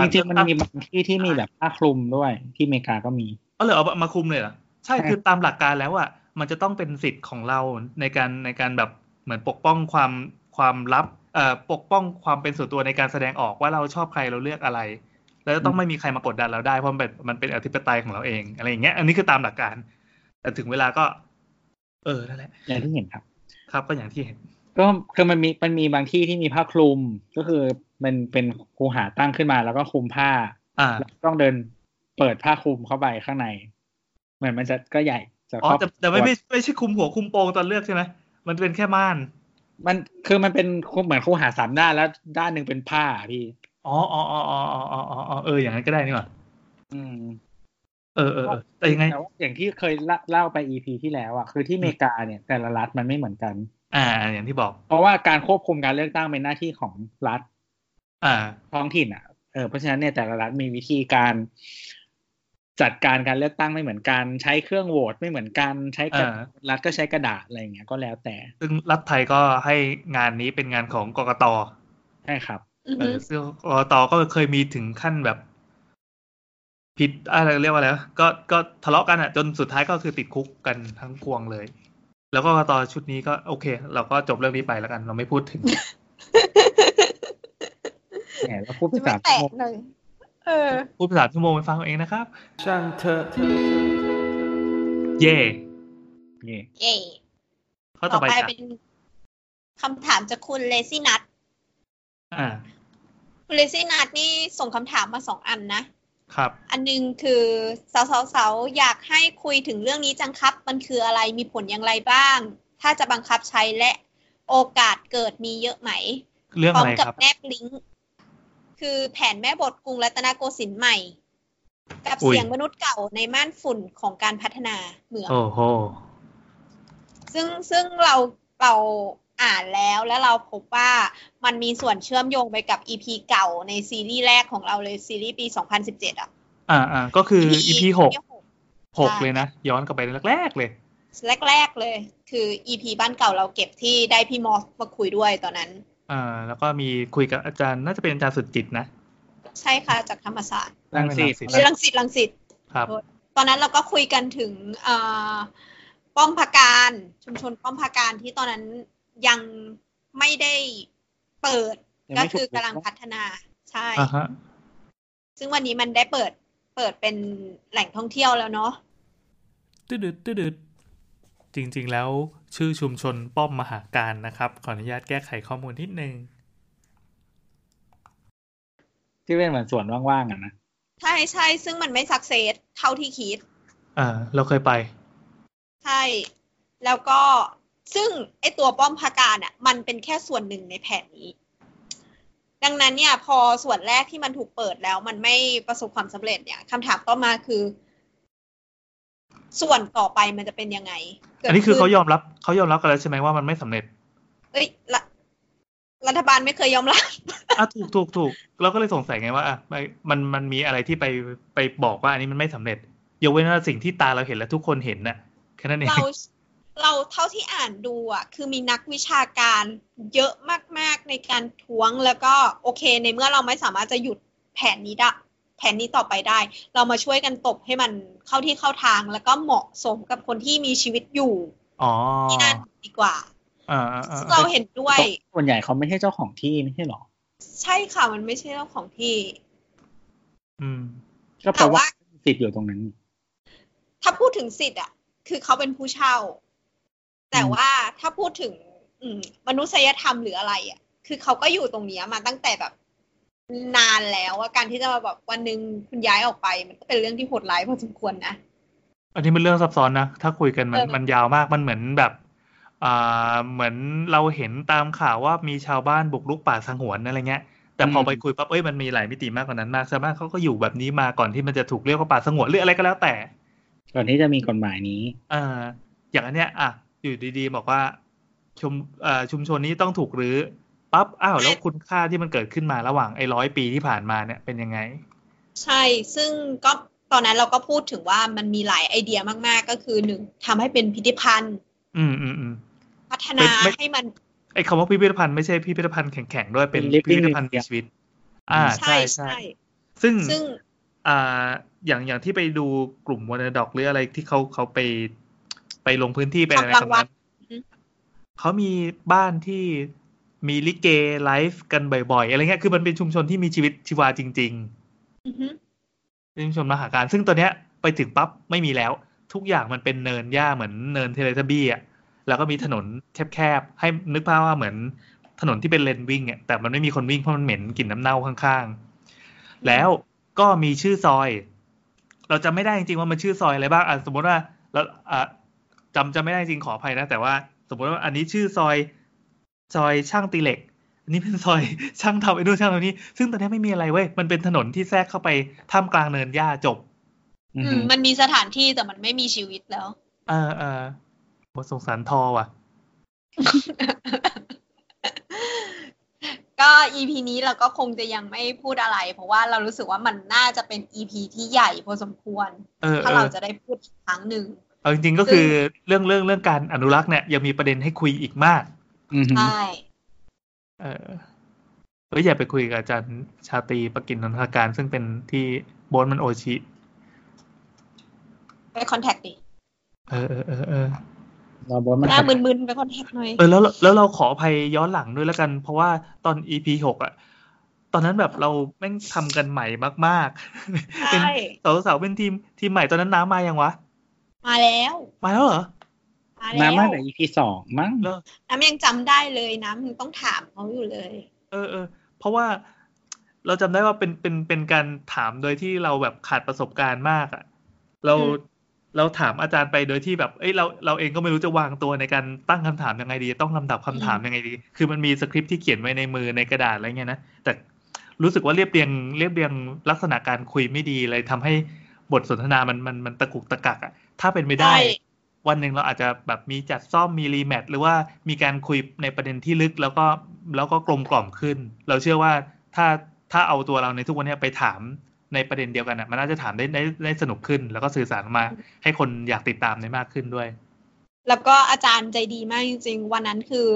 Speaker 4: จริงๆมันมีบางที่ที่มีแบบผ้าคลุมด้วยที่อเมริกาก็มี
Speaker 3: เอาเลยเอามาคุมเลยเหรอ ใช่
Speaker 4: ใช่
Speaker 3: คือตามหลักการแล้วอ่ะมันจะต้องเป็นสิทธิ์ของเราในการในการแบบเหมือนปกป้องความความลับเอ่อปกป้องความเป็นส่วนตัวในการแสดงออกว่าเราชอบใครเราเลือกอะไร แล้วจะต้องไม่มีใครมากดดันเราได้เพราะมันเป็นมันเป็นอธิปไตยของเราเองอะไรอย่างเงี้ยอันนี้คือตามหลักการ แต่ถึงเวลาก็ เออนั่นแหละ
Speaker 4: อย่างที่เห็นครับ
Speaker 3: ครับก็อย่างที่เห็น
Speaker 4: ก็คือมันมีมันมีบางที่ที่มีผ้าคลุมก็คือมันเป็นครูหาตั้งขึ้นมาแล้วก็คลุมผ้า
Speaker 3: อ่า
Speaker 4: แล้วต้องเดินเปิดผ้าคลุมเข้าไปข้างใน เหมือนมันจะก็ใหญ่จะ
Speaker 3: อ๋อ
Speaker 4: ครอบ
Speaker 3: แต่แต่ไม่ไม่ไม่ใช่คุมหัวคุมโปงตอนเลือกใช่ไหมมันเป็นแค่ม่าน
Speaker 4: มันคือมันเป็นคลุมเหมือนครูหาสามด้านแล้วด้านหนึ่งเป็นผ้าอะพี่
Speaker 3: อ๋ออ๋ออ๋ออ๋ออ๋ออ๋อเอออย่างนั้นก็ได้นี่หว่า
Speaker 4: อืม
Speaker 3: เออเออเออแต่ยังไง
Speaker 4: แต่ว่าอย่างที่เคยเล่าเล่าไป EP ที่แล้วอ่ะคือที่อเมริกาเนี่ยแต่ละรัฐมันไม่เหมือนกัน
Speaker 3: อ่า อย่างที่บอก
Speaker 4: เพราะว่าการควบคุมการเลือกตั้งเป็นหน้าที่ของรัฐ
Speaker 3: อ่า
Speaker 4: ท้องถิ่นอ่ะเออเพราะฉะนั้นเนี่ยแต่ละรัฐมีวิธีการ จัดการการเลือกตั้งไม่เหมือนกัน ใช้เครื่องโหวตไม่เหมือนกันใช้กระ
Speaker 3: อ่า
Speaker 4: รัฐก็ใช้กระดาษอะไรอย่างเงี้ยก็แล้วแต่
Speaker 3: ซึ่งรัฐไทยก็ให้งานนี้เป็นงานของกกต
Speaker 4: ใช่ครับ
Speaker 5: อือ
Speaker 3: เอ
Speaker 5: หื
Speaker 3: อ
Speaker 5: อ
Speaker 3: ซึ่งกกตก็เคยมีถึงขั้นแบบ ผิดอะไรเรียกว่าอะไรวะก็ก็ทะเลาะกันอ่ะ จนสุดท้ายก็คือติดคุกกันทั้งพวงเลย แล้วก็กกตชุดนี้ก็โอเค เราก็จบเรื่องนี้ไปแล้วกัน เราไม่พูด ถึง
Speaker 4: แหมเราพูด
Speaker 5: จะ
Speaker 4: ภา
Speaker 5: ไม่
Speaker 4: ษา
Speaker 5: แตกเลย เออ
Speaker 3: พูดภาษาชั่วโมงไปฟังเอาเองนะครับ
Speaker 1: ช่างเธอ
Speaker 3: เย่
Speaker 4: เย่
Speaker 5: เย่
Speaker 3: ข้อต่อไปจ้ะ
Speaker 5: เป็นคำถามจากคุณเลซี่นัท
Speaker 3: อ่า
Speaker 5: คุณเลซี่นัทนี่ส่งคำถามมาสองอันนะ
Speaker 3: ครับ
Speaker 5: อันหนึงคือสาวๆๆอยากให้คุยถึงเรื่องนี้จังครับ มันคืออะไรมีผลอย่างไรบ้าง ถ้าจะบังคับใช้และโอกาสเกิดมีเยอะไหม
Speaker 3: เรื่อง
Speaker 5: พร้อ
Speaker 3: อะ
Speaker 5: ม
Speaker 3: ไร
Speaker 5: กับ
Speaker 3: ครับ
Speaker 5: แนบลิงก์คือแผนแม่บทกรุงรัตนโกสินทร์ใหม่ กับ
Speaker 3: อุ้ย
Speaker 5: เสียงมนุษย์เก่าในม่านฝุ่นของการพัฒนาเมือง
Speaker 3: โอ้โห
Speaker 5: ซึ่งซึ่งเราเราอ่านแล้วแล้วเราพบว่ามันมีส่วนเชื่อมโยงไปกับ EP เก่าในซีรีส์แรกของเราเลยซีรีส์ปี 2017 อ่ะ
Speaker 3: อ่าอ่าก็คือ EP หก
Speaker 5: EP
Speaker 3: หกเลยนะ ย้อนกลับไปแรกๆเลย
Speaker 5: แรกๆเลย คือ EP บ้านเก่าเราเก็บที่ได้พี่มอสมาคุยด้วยตอนนั้น
Speaker 3: อ่าแล้วก็มีคุยกับอาจารย์น่าจะเป็นอาจารย์สุดจิตนะ
Speaker 5: ใช่ค่ะจากธรรมศาสตร์
Speaker 4: รังสิต
Speaker 5: เอ้ยรังสิตรังสิต
Speaker 3: ครับ
Speaker 5: ตอนนั้นเราก็คุยกันถึงเอ่อป้อมพาการชุมชนป้อมพาการที่ตอนนั้นยังไม่ได้เปิด
Speaker 4: ยัง
Speaker 5: ก็
Speaker 4: ไม่ถู
Speaker 5: คื
Speaker 4: ก
Speaker 5: อกำลังพัฒนาใช่
Speaker 3: อ่าฮะ
Speaker 5: ซึ่งวันนี้มันได้เปิดเปิดเป็นแหล่งท่องเที่ยวแล้วเนาะ
Speaker 3: ตืดๆตืดๆจริงๆแล้วชื่อชุมชนป้อมมหาการนะครับ ขออนุญาตแก้ไขข้อมูลนิดนึง
Speaker 4: ที่เป็นเหมือนสวนว่างๆอ่ะนะ
Speaker 5: ใช่ใช่ซึ่งมันไม่สักเซสเท่าที่คิด
Speaker 3: อ่า เราเคยไป
Speaker 5: ใช่ แล้วก็ซึ่งไอตัวป้อมพาการอ่ะ มันเป็นแค่ส่วนหนึ่งในแผนนี้ ดังนั้นเนี่ย พอส่วนแรกที่มันถูกเปิดแล้วมันไม่ประสบความสำเร็จเนี่ยคำถามต่อมาคือ ส่วนต่อไปมันจะเป็นยังไงกิด
Speaker 3: อันนี้คือ
Speaker 5: ขึ้
Speaker 3: เขายอมรับเขายอมรับกันแล้วใช่ไหมว่ามันไม่สำเร็จ
Speaker 5: เอ้ยละ รัฐบาลไม่เคยยอมรับ
Speaker 3: อ่ะถูกถูกถูกเราก็เลยสงสัยไงว่าอ่ะไม่มันมันมีอะไรที่ไปไปบอกว่าอันนี้มันไม่สำเร็จ ยกเว้นว่าสิ่งที่ตาเราเห็นและทุกคนเห็นน่ะแค่นั้นเอง
Speaker 5: เราเราเท่าที่อ่านดูอ่ะคือมีนักวิชาการเยอะมาก ๆ ในการท้วงแล้วก็โอเค ในเมื่อเราไม่สามารถจะหยุดแผนนี้ได้แผนนี้ต่อไปได้ เรามาช่วยกันตบให้มันเข้าที่เข้าทางแล้วก็เหมาะสมกับคนที่มีชีวิตอยู่
Speaker 3: อ๋อ
Speaker 5: ที่นั่นดีกว่า
Speaker 3: อ่าอ่าอ่า
Speaker 5: ซึ่งเราเห็นด้วย
Speaker 4: ส่วนใหญ่เขาไม่ใช่เจ้าของที่ไม่ใช่หรอ
Speaker 5: ใช่ค่ะมันไม่ใช่เรื่องของที่
Speaker 3: อืม
Speaker 4: ก็แปลว่า
Speaker 5: แต่
Speaker 4: สิทธิ์อยู่ตรงนั้น
Speaker 5: ถ้าพูดถึงสิทธิ์อ่ะ คือเขาเป็นผู้เช่า แต่ว่าถ้าพูดถึง อืม มนุษยธรรมหรืออะไรอ่ะ คือเขาก็อยู่ตรงเนี้ยมาตั้งแต่แบบ นานแล้วว่าการที่จะมาแบบวันหนึ่งคุณย้ายออกไป มันก็เป็นเรื่องที่โหดร้ายพอสมควรนะ
Speaker 3: อันนี้มันเรื่องซับซ้อนนะ ถ้าคุยกันมัน
Speaker 5: เออ
Speaker 3: มันยาวมาก มันเหมือนแบบอ่าเหมือนเราเห็นตามข่าวว่ามีชาวบ้านบุกรุกป่าสงวนอะไรเงี้ย แต่พออ
Speaker 4: ม
Speaker 3: ไปคุยปั๊บ เอ้ย มันมีหลายมิติมากกว่านั้นมากชาวบ้านเขาก็อยู่แบบนี้มาก่อนที่มันจะถูกเรียกว่าป่าสงวนหรืออะไรก็แล้วแต่
Speaker 4: ก่อนที่จะมีกฎหมายนี้
Speaker 3: อ่าอย่างอันเนี้ยอ่ะอยู่ดีๆ บอกว่าชุมเอ่อชุมชนนี้ต้องถูกรื้อปั๊บอ้าวแล้วคุณค่าที่มันเกิดขึ้นมาระหว่างไอ้ร้อยปีที่ผ่านมาเนี่ยเป็นยังไง
Speaker 5: ใช่ ซึ่งก็ตอนนั้นเราก็พูดถึงว่ามันมีหลายไอเดียมากๆ ก็คือหนึ่งทำให้เป็นพิพิธภัณฑ์
Speaker 3: อืมอืมอืม
Speaker 5: พัฒนา
Speaker 3: ไม่ไม่
Speaker 5: ให้มัน
Speaker 3: ไอ้คำว่าพิพิธภัณฑ์ไม่ใช่พิพิธภัณฑ์แข็งๆด้วยเป็น
Speaker 4: เป็น living
Speaker 3: พิพิธภัณฑ์มีชีวิต อ่า
Speaker 5: ใช่
Speaker 3: ใช่
Speaker 5: ใช่
Speaker 3: ใช่ซึ่ง
Speaker 5: ซึ่ง
Speaker 3: อ่าอย่างอย่างที่ไปดูกลุ่มวันดอกหรืออะไรที่เขาเขาไปไปลงพื้นที่ไปอะไร
Speaker 5: ทำรางวั
Speaker 3: กั
Speaker 5: ล
Speaker 3: น
Speaker 5: อืม
Speaker 3: เขามีบ้านที่มีลิเกไลฟ์กันบ่อยๆ อะไรเงี้ยคือมันเป็นชุมชนที่มีชีวิตชีวาจริง
Speaker 5: อือฮึ
Speaker 3: ๆเป็นชุมชนมหาการ ซึ่งตอนเนี้ยไปถึงปั๊บไม่มีแล้ว ทุกอย่างมันเป็นเนินหญ้าเหมือนเนินเทเลทบี้อ่ะแล้วก็มีถนนแคบๆ ให้นึกภาพว่าเหมือนถนนที่เป็นเลนวิ่งอ่ะแต่มันไม่มีคนวิ่งเพราะมันเหม็นกลิ่นน้ำเน่าข้างๆ แล้วก็มีชื่อซอย เราจำไม่ได้จริงๆว่ามันชื่อซอยอะไรบ้างอ่ะสมมติว่าเราอ่ะจำจำไม่ได้จริงขออภัยนะ แต่ว่าสมมติว่าอันนี้ชื่อซอยซอยช่างตีเหล็ก อันนี้เป็นซอย ช่างทำไอ้นู่นช่างทำนี่ซึ่งตอนนี้ไม่มีอะไรเว้ยมันเป็นถนนที่แทรกเข้าไปท่ามกลางเนินหญ้าจบ
Speaker 4: อื
Speaker 5: อื
Speaker 4: ม
Speaker 5: มมันมีสถานที่แต่มันไม่มีชีวิตแล้ว
Speaker 3: เออเออโหสงสารทอว่ะ
Speaker 5: ก็ EP นี้เราก็คงจะยังไม่พูดอะไร เพราะว่าเรารู้สึกว่ามันน่าจะเป็น EP ที่ใหญ่พอสมควร
Speaker 3: เออ
Speaker 5: ถ้า
Speaker 3: เอ
Speaker 5: เรา
Speaker 3: อ
Speaker 5: จะได้พูดอีกครั้งหนึ่ง
Speaker 3: เอาจริงๆก็คือเรื่องเรื่องเรื่องการอนุรักษ์เนี่ยยังมีประเด็นให้คุยอีกมาก
Speaker 4: อืม
Speaker 5: ใช่
Speaker 3: เออเฮ้ยอย่าไปคุยกับอาจารย์ชาตรีประกินนนทการ ซึ่งเป็นที่โบนมันโอชิ
Speaker 5: ไปคอนแทคดิ
Speaker 3: เออเออเออเออ
Speaker 4: เราบอก
Speaker 5: หน้า
Speaker 4: มา
Speaker 5: มึนๆ ไปคอนแทคหน่อย
Speaker 3: เออแล้วแล้วเราขออภัยย้อนหลังด้วยแล้วกัน เพราะว่าตอน EP หกอะตอนนั้นแบบเราแม่งทำกันใหม่มากๆ เป็น
Speaker 5: ใช่
Speaker 3: สาวสาวๆเป็นทีมทีมใหม่ตอนนั้นน้ำมายังวะ
Speaker 5: มาแล้ว
Speaker 3: มาแล้วเหรอ
Speaker 5: มาแล้ว
Speaker 4: น้ำมากแต่ EP สองมั้ง
Speaker 3: เหรอ
Speaker 5: น้ำยังจำได้เลยน้ำยังต้องถามเขาอยู่เลย
Speaker 3: เออเออเพราะว่าเราจำได้ว่าเป็นเป็นเป็นการถามโดยที่เราแบบขาดประสบการณ์มากอะ่ะ เรา
Speaker 5: อืม
Speaker 3: เราถามอาจารย์ไปโดยที่แบบเอ้ยเราเราเองก็ไม่รู้จะวางตัวในการตั้งคำถามยังไงดี ต้องลำดับคำถามยังไงดี คือมันมีสคริปต์ที่เขียนไว้ในมือในกระดาษอะไรเงี้ยนะแต่รู้สึกว่าเรียบเรียงเรียบเรียงลักษณะการคุยไม่ดีเลยทำให้บทสนทนามันมันมันตะกุกตะกักอะ่ะถ้าเป็นไม่ได้
Speaker 5: ใช่
Speaker 3: วันหนึ่งเราอาจจะแบบมีจัดซ่อมมีรีแมทหรือว่ามีการคุยในประเด็นที่ลึกแล้วก็แล้วก็กลมกล่อมขึ้น เราเชื่อว่าถ้าถ้าเอาตัวเราในทุกวันเนี้ยไปถามในประเด็นเดียวกันอ่ะมันน่าจะถามได้ได้ได้สนุกขึ้น แล้วก็สื่อสารมาให้คนอยากติดตามได้มากขึ้นด้วย
Speaker 5: แล้วก็อาจารย์ใจดีมากจริงๆ วันนั้นคือ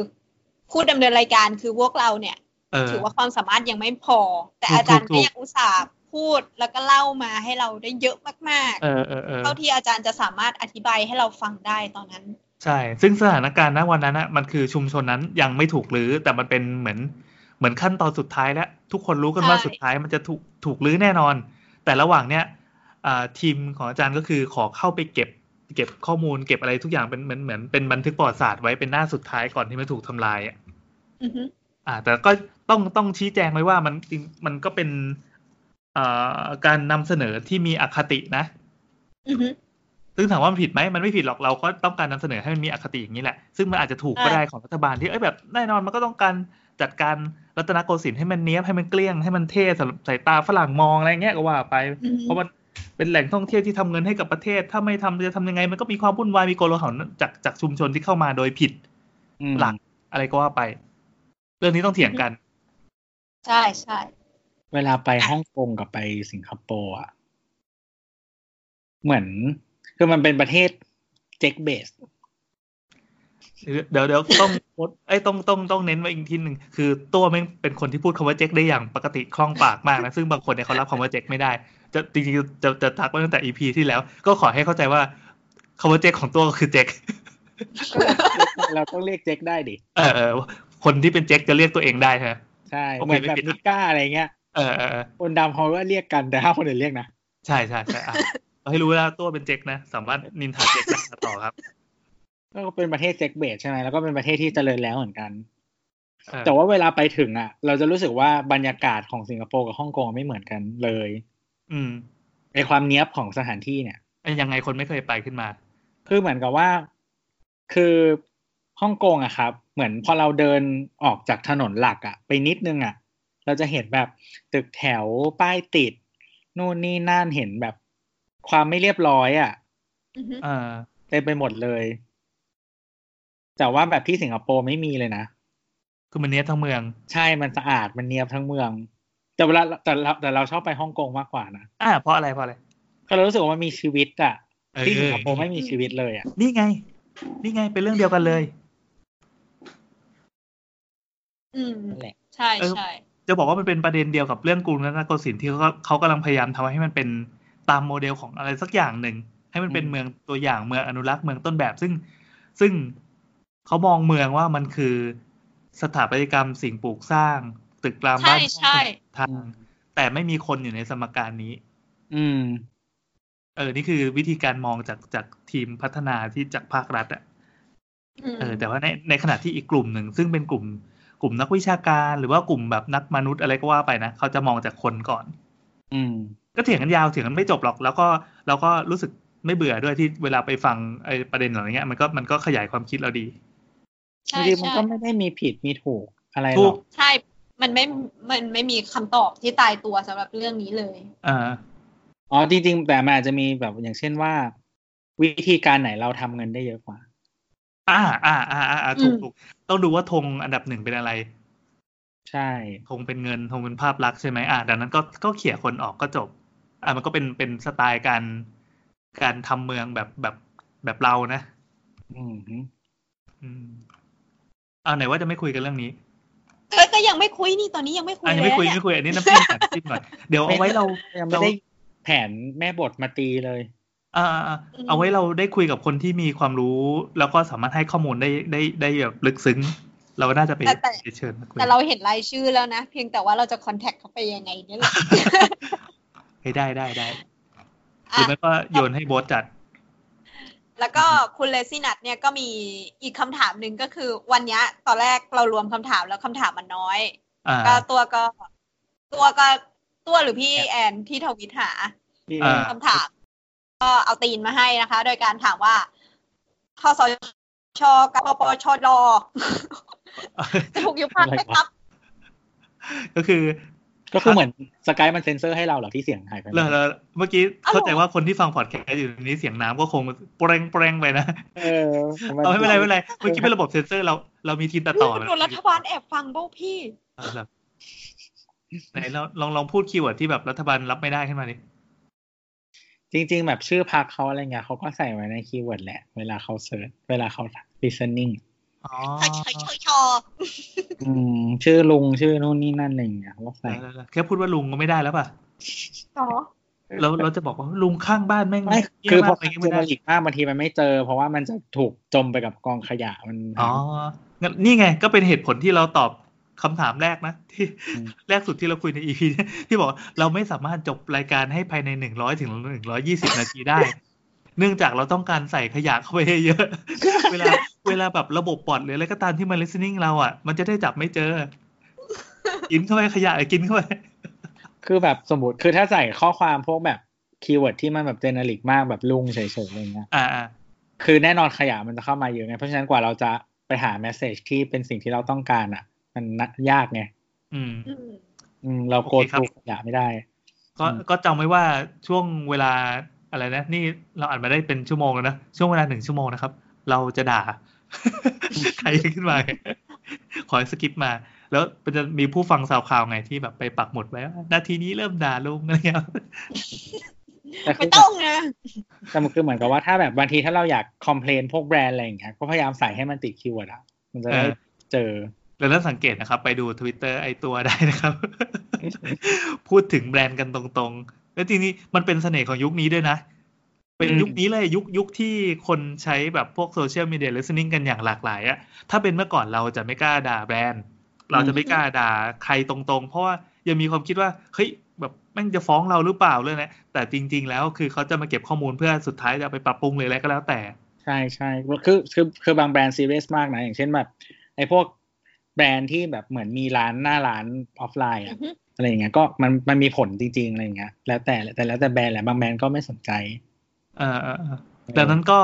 Speaker 5: ผู้ดำเนินรายการคือพวกเราเนี่ย
Speaker 3: เออ
Speaker 5: ถือว่าความสามารถยังไม่พอ แต่
Speaker 3: ถูก
Speaker 5: อาจารย์
Speaker 3: ถู
Speaker 5: ก็
Speaker 3: ก
Speaker 5: ยังอุตส่าห์พูดแล้วก็เล่ามาให้เราได้เยอะมาก
Speaker 3: เออเออเอ
Speaker 5: ๆ
Speaker 3: อ
Speaker 5: เท่าที่อาจารย์จะสามารถอธิบายให้เราฟังได้ตอนนั้น
Speaker 3: ใช่ ซึ่งสถานการณ์ณวันนั้นอ่ะมันคือชุมชนนั้นยังไม่ถูกรื้อแต่มันเป็นเหมือนเหมือนขั้นตอนสุดท้ายแล้ว ทุกคนรู้กันว่า
Speaker 5: ใช่
Speaker 3: สุดท้ายมันจะถูกถูกรื้อแน่นอน แต่ระหว่างเนี้ยอ่าทีมของอาจารย์ก็คือขอเข้าไปเก็บ เก็บข้อมูลเก็บอะไรทุกอย่างเป็นเหมือนเหมือนเป็นบันทึกประวัติศาสตร์ไว้เป็นหน้าสุดท้ายก่อนที่มันถูกทำลายอ่ะ
Speaker 5: อือฮึ
Speaker 3: อ่า แต่ก็ต้องต้องชี้แจงไว้ว่ามันจริงมันก็เป็นอ่าการนำเสนอที่มีอคตินะ
Speaker 5: อือฮึ
Speaker 3: ซึ่งถามว่ามันผิดไหมมันไม่ผิดหรอกเราก็ต้องการนำเสนอให้มันมีอคติอย่างนี้แหละ ซึ่งมันอาจจะถูกก็
Speaker 5: ใช่
Speaker 3: ได้ของรัฐบาลที่เอ้ยแบบแน่นอนมันก็ต้องการจัดการรัตนโกสินทร์ให้มันเนี้ยบให้มันเกลี้ยงให้มันเท่สำหรับสายตาฝรั่งมองอะไรเงี้ยก็ว่าไป
Speaker 5: อือฮึ
Speaker 3: เพราะมันเป็นแหล่งท่องเที่ยวที่ทำเงินให้กับประเทศ ถ้าไม่ทำจะทำยังไง มันก็มีความวุ่นวายมีโกลาหลจากจากชุมชนที่เข้ามาโดยผิด
Speaker 4: อืม
Speaker 3: หลักอะไรก็ว่าไป เรื่องนี้ต้องเถียงกัน
Speaker 5: ใช่ใช่
Speaker 4: เวลาไปฮ่องกงกับไปสิงคโปร์อ่ะ เหมือน คือมันเป็นประเทศเจ็กเบส
Speaker 3: เดี๋ยวเดี๋ยวต้องไอ้ยต้องต้องต้องเน้นไว้อีกทีหนึ่งคือตัวแม่งเป็นคนที่พูดคำว่าเจ๊กได้อย่างปกติคล่องปากมากนะ ซึ่งบางคนเนี่ยเขารับคำว่าเจ๊กไม่ได้ จะจริงๆจะจะทักไว้ตั้งแต่ EP ที่แล้ว ก็ขอให้เข้าใจว่าคำว่าเจ๊กของตัวก็คือเจ๊ก
Speaker 4: เราต้องเรียกเจ็กได้ดิ
Speaker 3: เออเออคนที่เป็นเจ๊กจะเรียกตัวเองได้ฮะ
Speaker 4: ใช่
Speaker 3: โอเค
Speaker 4: เหมือน
Speaker 3: ไม่
Speaker 4: แบบ
Speaker 3: ผิดนะ
Speaker 4: นิก้าอะไรเงี้ย
Speaker 3: เออเออเออ
Speaker 4: คนดำเขาก็เรียกกันแต่ห้ามคนอื่นเรียกนะ
Speaker 3: ใช่ใช่ใช่อ่ะ ให้รู้ว่าตัวเป็นเจ๊กนะสามารถนินทาเจ๊กได้ต่อครับ
Speaker 4: ก็เป็นประเทศเจ็กเบสใช่ไหมแล้วก็เป็นประเทศที่เจริญแล้วเหมือนกัน
Speaker 3: เออ
Speaker 4: แต่ว่าเวลาไปถึงอ่ะ เราจะรู้สึกว่าบรรยากาศของสิงคโปร์กับฮ่องกงไม่เหมือนกันเลย
Speaker 3: อืม
Speaker 4: ในความเนี้ยบของสถานที่เนี่ย
Speaker 3: เอ้ยยังไงคนไม่เคยไปขึ้นมา
Speaker 4: คือเหมือนกับว่า คือฮ่องกงอะครับ เหมือนพอเราเดินออกจากถนนหลักอะไปนิดนึงอะเราจะเห็นแบบตึกแถวป้ายติด นู่นนี่นั่นเห็นแบบความไม่เรียบร้อยอะ
Speaker 5: อือฮึ
Speaker 3: เออ
Speaker 4: เต็มไปหมดเลย แต่ว่าแบบที่สิงคโปร์ไม่มีเลยนะ
Speaker 3: คือมันเนี้ยทั้งเมือง
Speaker 4: ใช่มันสะอาดมันเนียบทั้งเมือง แต่เวลาแต่เราแต่เราชอบไปฮ่องกงมากกว่านะ
Speaker 3: อ่าเพราะอะไรเพราะอะไร
Speaker 4: ก็เรารู้สึกว่ามันมีชีวิตอะ
Speaker 3: เออ
Speaker 4: ที่สิงคโปร์ไม่มีชีวิตเลยอะ
Speaker 3: นี่ไง นี่ไงเป็นเรื่องเดียวกันเลย
Speaker 5: อืม
Speaker 4: นั่นแหละ
Speaker 5: ใช่ใช่
Speaker 3: จะบอกว่ามันเป็นประเด็นเดียวกับเรื่องกรุงรัตนโกสินทร์ที่เขาเขากำลังพยายามทำให้มันเป็นตามโมเดลของอะไรสักอย่างหนึ่ง ให้มันเป็นเมืองตัวอย่างเมืองอนุรักษ์เมืองต้นแบบ ซึ่งซึ่งเขามองเมืองว่ามันคือสถาปัตยกรรมสิ่งปลูกสร้าง ตึกราม
Speaker 5: ใช่
Speaker 3: บ้าน
Speaker 5: ใช่
Speaker 3: ทางแต่ไม่มีคนอยู่ในสมการนี้
Speaker 4: อืม
Speaker 3: เออ นี่คือวิธีการมองจากจากทีมพัฒนาที่จากภาครัฐอะ
Speaker 5: ม
Speaker 3: เออแต่ว่าในในขณะที่อีกกลุ่มหนึ่งซึ่งเป็นกลุ่มกลุ่มนักวิชาการหรือว่ากลุ่มแบบนักมนุษย์อะไรก็ว่าไปนะเขาจะมองจากคนก่อน
Speaker 4: อืม
Speaker 3: ก็เถียงกันยาวเถียงกันไม่จบหรอก แล้วก็เราก็รู้สึกไม่เบื่อด้วยที่เวลาไปฟังไอ้ประเด็นเหล่านี้มันก็มันก็ขยายความคิดเราดี
Speaker 5: ใช่
Speaker 4: จริงๆมัน
Speaker 5: ใช่
Speaker 4: ก็ไม่ได้มีผิดมีถูกอะไรห
Speaker 3: ถู
Speaker 4: ร
Speaker 3: ก
Speaker 4: อก
Speaker 5: ใช่ มันไม่มันไม่มีคำตอบที่ตายตัวสำหรับเรื่องนี้เลย
Speaker 3: อ่า
Speaker 4: อ๋อจริงๆ แต่มันอาจจะมีแบบอย่างเช่นว่า วิธีการไหนเราทำเงินได้เยอะกว่า
Speaker 3: อ่าอ่าอ่าอ่าอ่าถูก
Speaker 5: อืม
Speaker 3: ถูกต้องดูว่าธงอันดับหนึ่งเป็นอะไร
Speaker 4: ใช่
Speaker 3: ธงเป็นเงินธงเป็นภาพลักษณ์ใช่ไหมอ่าดังนั้นก็ก็เขี่ยคนออกก็จบ อ่ามันก็เป็นเป็นสไตล์การการทำเมืองแบบแบบแบบเรานะ
Speaker 4: อืม
Speaker 3: อืมเอาไหนว่าจะไม่คุยกันเรื่องนี้
Speaker 5: เอ้ยก็ยังไม่คุยนี่ตอนนี้ยังไม่คุย
Speaker 3: อันนี้ไม่คุย
Speaker 5: เล
Speaker 3: ไม่
Speaker 5: อะ
Speaker 3: คุยอันนี้น้ำจิ้มก่อนน้ำจิ้มก่อน เดี๋ยวเอาไว้เรา
Speaker 4: ยังไม่ได้แผนแม่บทมาตีเลย
Speaker 3: เอ่อเอาไว้เราได้คุยกับคนที่มีความรู้ แล้วก็สามารถให้ข้อมูลได้ได้ได้แบบลึกซึ้ง เราน่าจะไปเชิญมาคุย
Speaker 5: แต่เราเห็นรายชื่อแล้วนะ เพียงแต่ว่าเราจะคอนแทคเขาไปยังไงเนี่ยแหละ
Speaker 3: เฮ้ยได้ได้ได้ หรือ
Speaker 5: อ่ะ
Speaker 3: ไม่ก็โยนให้โบสจัด
Speaker 5: แล้วก็คุณเลซี่นัทเนี่ยก็มีอีกคำถามหนึ่งก็คือ วันเนี้ยตอนแรกเรารวมคำถามแล้วคำถามมันน้อย
Speaker 3: อ่า
Speaker 5: ก็ตัวก็ ตัวก็ตัวหรือพี่
Speaker 4: ครับ
Speaker 5: แอนที่ทวิตหา
Speaker 4: ที่
Speaker 3: อ่า
Speaker 5: คำถาม ก็เอาตีนมาให้นะคะ โดยการถามว่าคอสชกับปปชรอจะ ถูกยุบพักไหมครับ
Speaker 3: ก็คือ
Speaker 4: ก็คือเหมือนสกายมันเซ็นเซอร์ให้เราเหรอที่เสียงหายไป
Speaker 3: เราเราเมื่อกี้
Speaker 5: อ้าว
Speaker 3: เข้าใจว่าคนที่ฟังพอดแคสต์อยู่ในนี้เสียงน้ำก็คงเปรงเปรงไปนะ
Speaker 4: เออ
Speaker 3: เอาไม่เป็นไรไม่เป็นไรเมื่อกี้เป็นระบบเซ็นเซอร์เราเรามีทีมตัดต่อ
Speaker 5: นี่มัน
Speaker 3: นะ
Speaker 5: โดนรัฐบาลแอบฟังบ้าพี่
Speaker 3: เอาล่ะ ไหนลองลองลองพูดคีย์เวิร์ดที่แบบรัฐบาลรับไม่ได้ขึ้นมาดิ
Speaker 4: จริง ๆ แบบชื่อพักเขาอะไรเงี้ยเขาก็ใส่ไว้ในคีย์เวิร์ดแหละ เวลาเขาเซิร์ชเวลาเขา listening
Speaker 3: อ๋อ
Speaker 5: ชชชช
Speaker 4: อืมชื่อลุงชื่อนู่นนี่นั่นอะไรเงี้ยเขาก็ใส่
Speaker 3: แล้วแล้วแล้วแค่พูดว่าลุงก็ไม่ได้แล้วป่ะ
Speaker 5: ต่อ
Speaker 3: เราเราจะบอกว่าลุงข้างบ้านแม่ง
Speaker 4: ไม่
Speaker 3: เหี้ย
Speaker 4: คือ
Speaker 3: มา
Speaker 4: พ
Speaker 3: ก
Speaker 4: อ
Speaker 3: อะไรเงี้ย
Speaker 4: เจ
Speaker 3: ไม่
Speaker 4: อ
Speaker 3: ได้
Speaker 4: มาอีกมากบางทีมันไม่เจอ เพราะว่ามันจะถูกจมไปกับกองขยะมัน
Speaker 3: อ๋องั้นนี่ไงก็เป็นเหตุผลที่เราตอบคำถามแรกนะที่
Speaker 4: อืม
Speaker 3: แรกสุดที่เราคุยในอีพีที่บอกว่าเราไม่สามารถจบรายการให้ภายในหนึ่งร้อยถึงหนึ่งร้อยี่สิบนาทีได้ เนื่องจากเราต้องการใส่ขยะเข้าไปให้เยอะ เวลาเวลาแบบระบบบอดหรืออะไรก็ตามที่มัน listening เราอ่ะ มันจะได้จับไม่เจอ กินเข้าไปขยะกินเข้าไป
Speaker 4: คือแบบสมมติคือถ้าใส่ข้อความพวกแบบคีย์เวิร์ดที่มันแบบเจเนริกมากแบบลุงเฉยๆอะไรเงี้ย
Speaker 3: อ่าอ่า
Speaker 4: คือแน่นอนขยะมันจะเข้ามาเยอะไงเพราะฉะนั้นกว่าเราจะไปหาแมสเซจที่เป็นสิ่งที่เราต้องการอ่ะ มันนักยากไง
Speaker 3: อืม
Speaker 5: อืม
Speaker 4: อืมเราโก
Speaker 3: โอเค
Speaker 4: ด
Speaker 3: ครับ
Speaker 4: ขยะไม่ได้
Speaker 3: ก็
Speaker 4: อืม
Speaker 3: ก็จำไว้ว่าช่วงเวลาอะไรนะ นี่เราอ่านมาได้เป็นชั่วโมงแล้วนะ ช่วงเวลาหนึ่งชั่วโมง นะครับ เราจะด่า ใครขึ้นมา ขอให้สกิปมา แล้วมันจะมีผู้ฟังสาวข่าวไงที่แบบไปปักหมุดไว้ว่านาทีนี้เริ่มด่าลุงอะไรเงี้ย
Speaker 4: แต่คื
Speaker 5: ไม่
Speaker 4: อ
Speaker 5: ต้องนะ
Speaker 4: แต่มันคือเหมือนกับว่าถ้าแบบบางทีถ้าเราอยากคอมเพลนพวกแบรนด์อะไรอย่างเงี้ยก็พยายามใส่ให้มันติดคีย์เวิร์ดอะมันจะได้
Speaker 3: เออ
Speaker 4: เจอ
Speaker 3: แล้วถ้าสังเกตนะครับ ไปดู Twitter ไอตัวได้นะครับ พูดถึงแบรนด์กันตรงๆ แล้วทีนี้มันเป็นเสน่ห์ของยุคนี้ด้วยนะ เป็น
Speaker 4: อืม
Speaker 3: ยุคนี้เลยยุคยุคที่คนใช้แบบพวกโซเชียลมีเดีย i s t e n i n g กันอย่างหลากหลายอะถ้าเป็นเมื่อก่อนเราจะไม่กล้าด่าแบรนด์ เราจะไม่กล้าด่าใครตรงๆ เพราะว่ายังมีความคิดว่า เฮ้ย แบบแม่งจะฟ้องเราหรือเปล่าเรื่องนี้แต่จริง ๆ แล้วคือเขาจะมาเก็บข้อมูลเพื่อสุดท้ายจะเอาไปปรับปรุงเลยอะไรก็แล้วแต่
Speaker 4: ใช่ใช่คือคือคือบางแบรนด์ซีเรียสมากนะ อย่างเช่นแบบไอ้พวกแบรนด์ที่แบบเหมือนมีร้านหน้าร้านออฟไลน์อะ
Speaker 5: อือฮึ
Speaker 4: อะไรอย่างเงี้ยก็มันมันมีผลจริง ๆ อะไรอย่างเงี้ยแล้วแต่แต่แล้วแต่แบรนด์แหละบางแบรนด์ก็ไม่สนใจ
Speaker 3: เออเออเออดังนั้นก็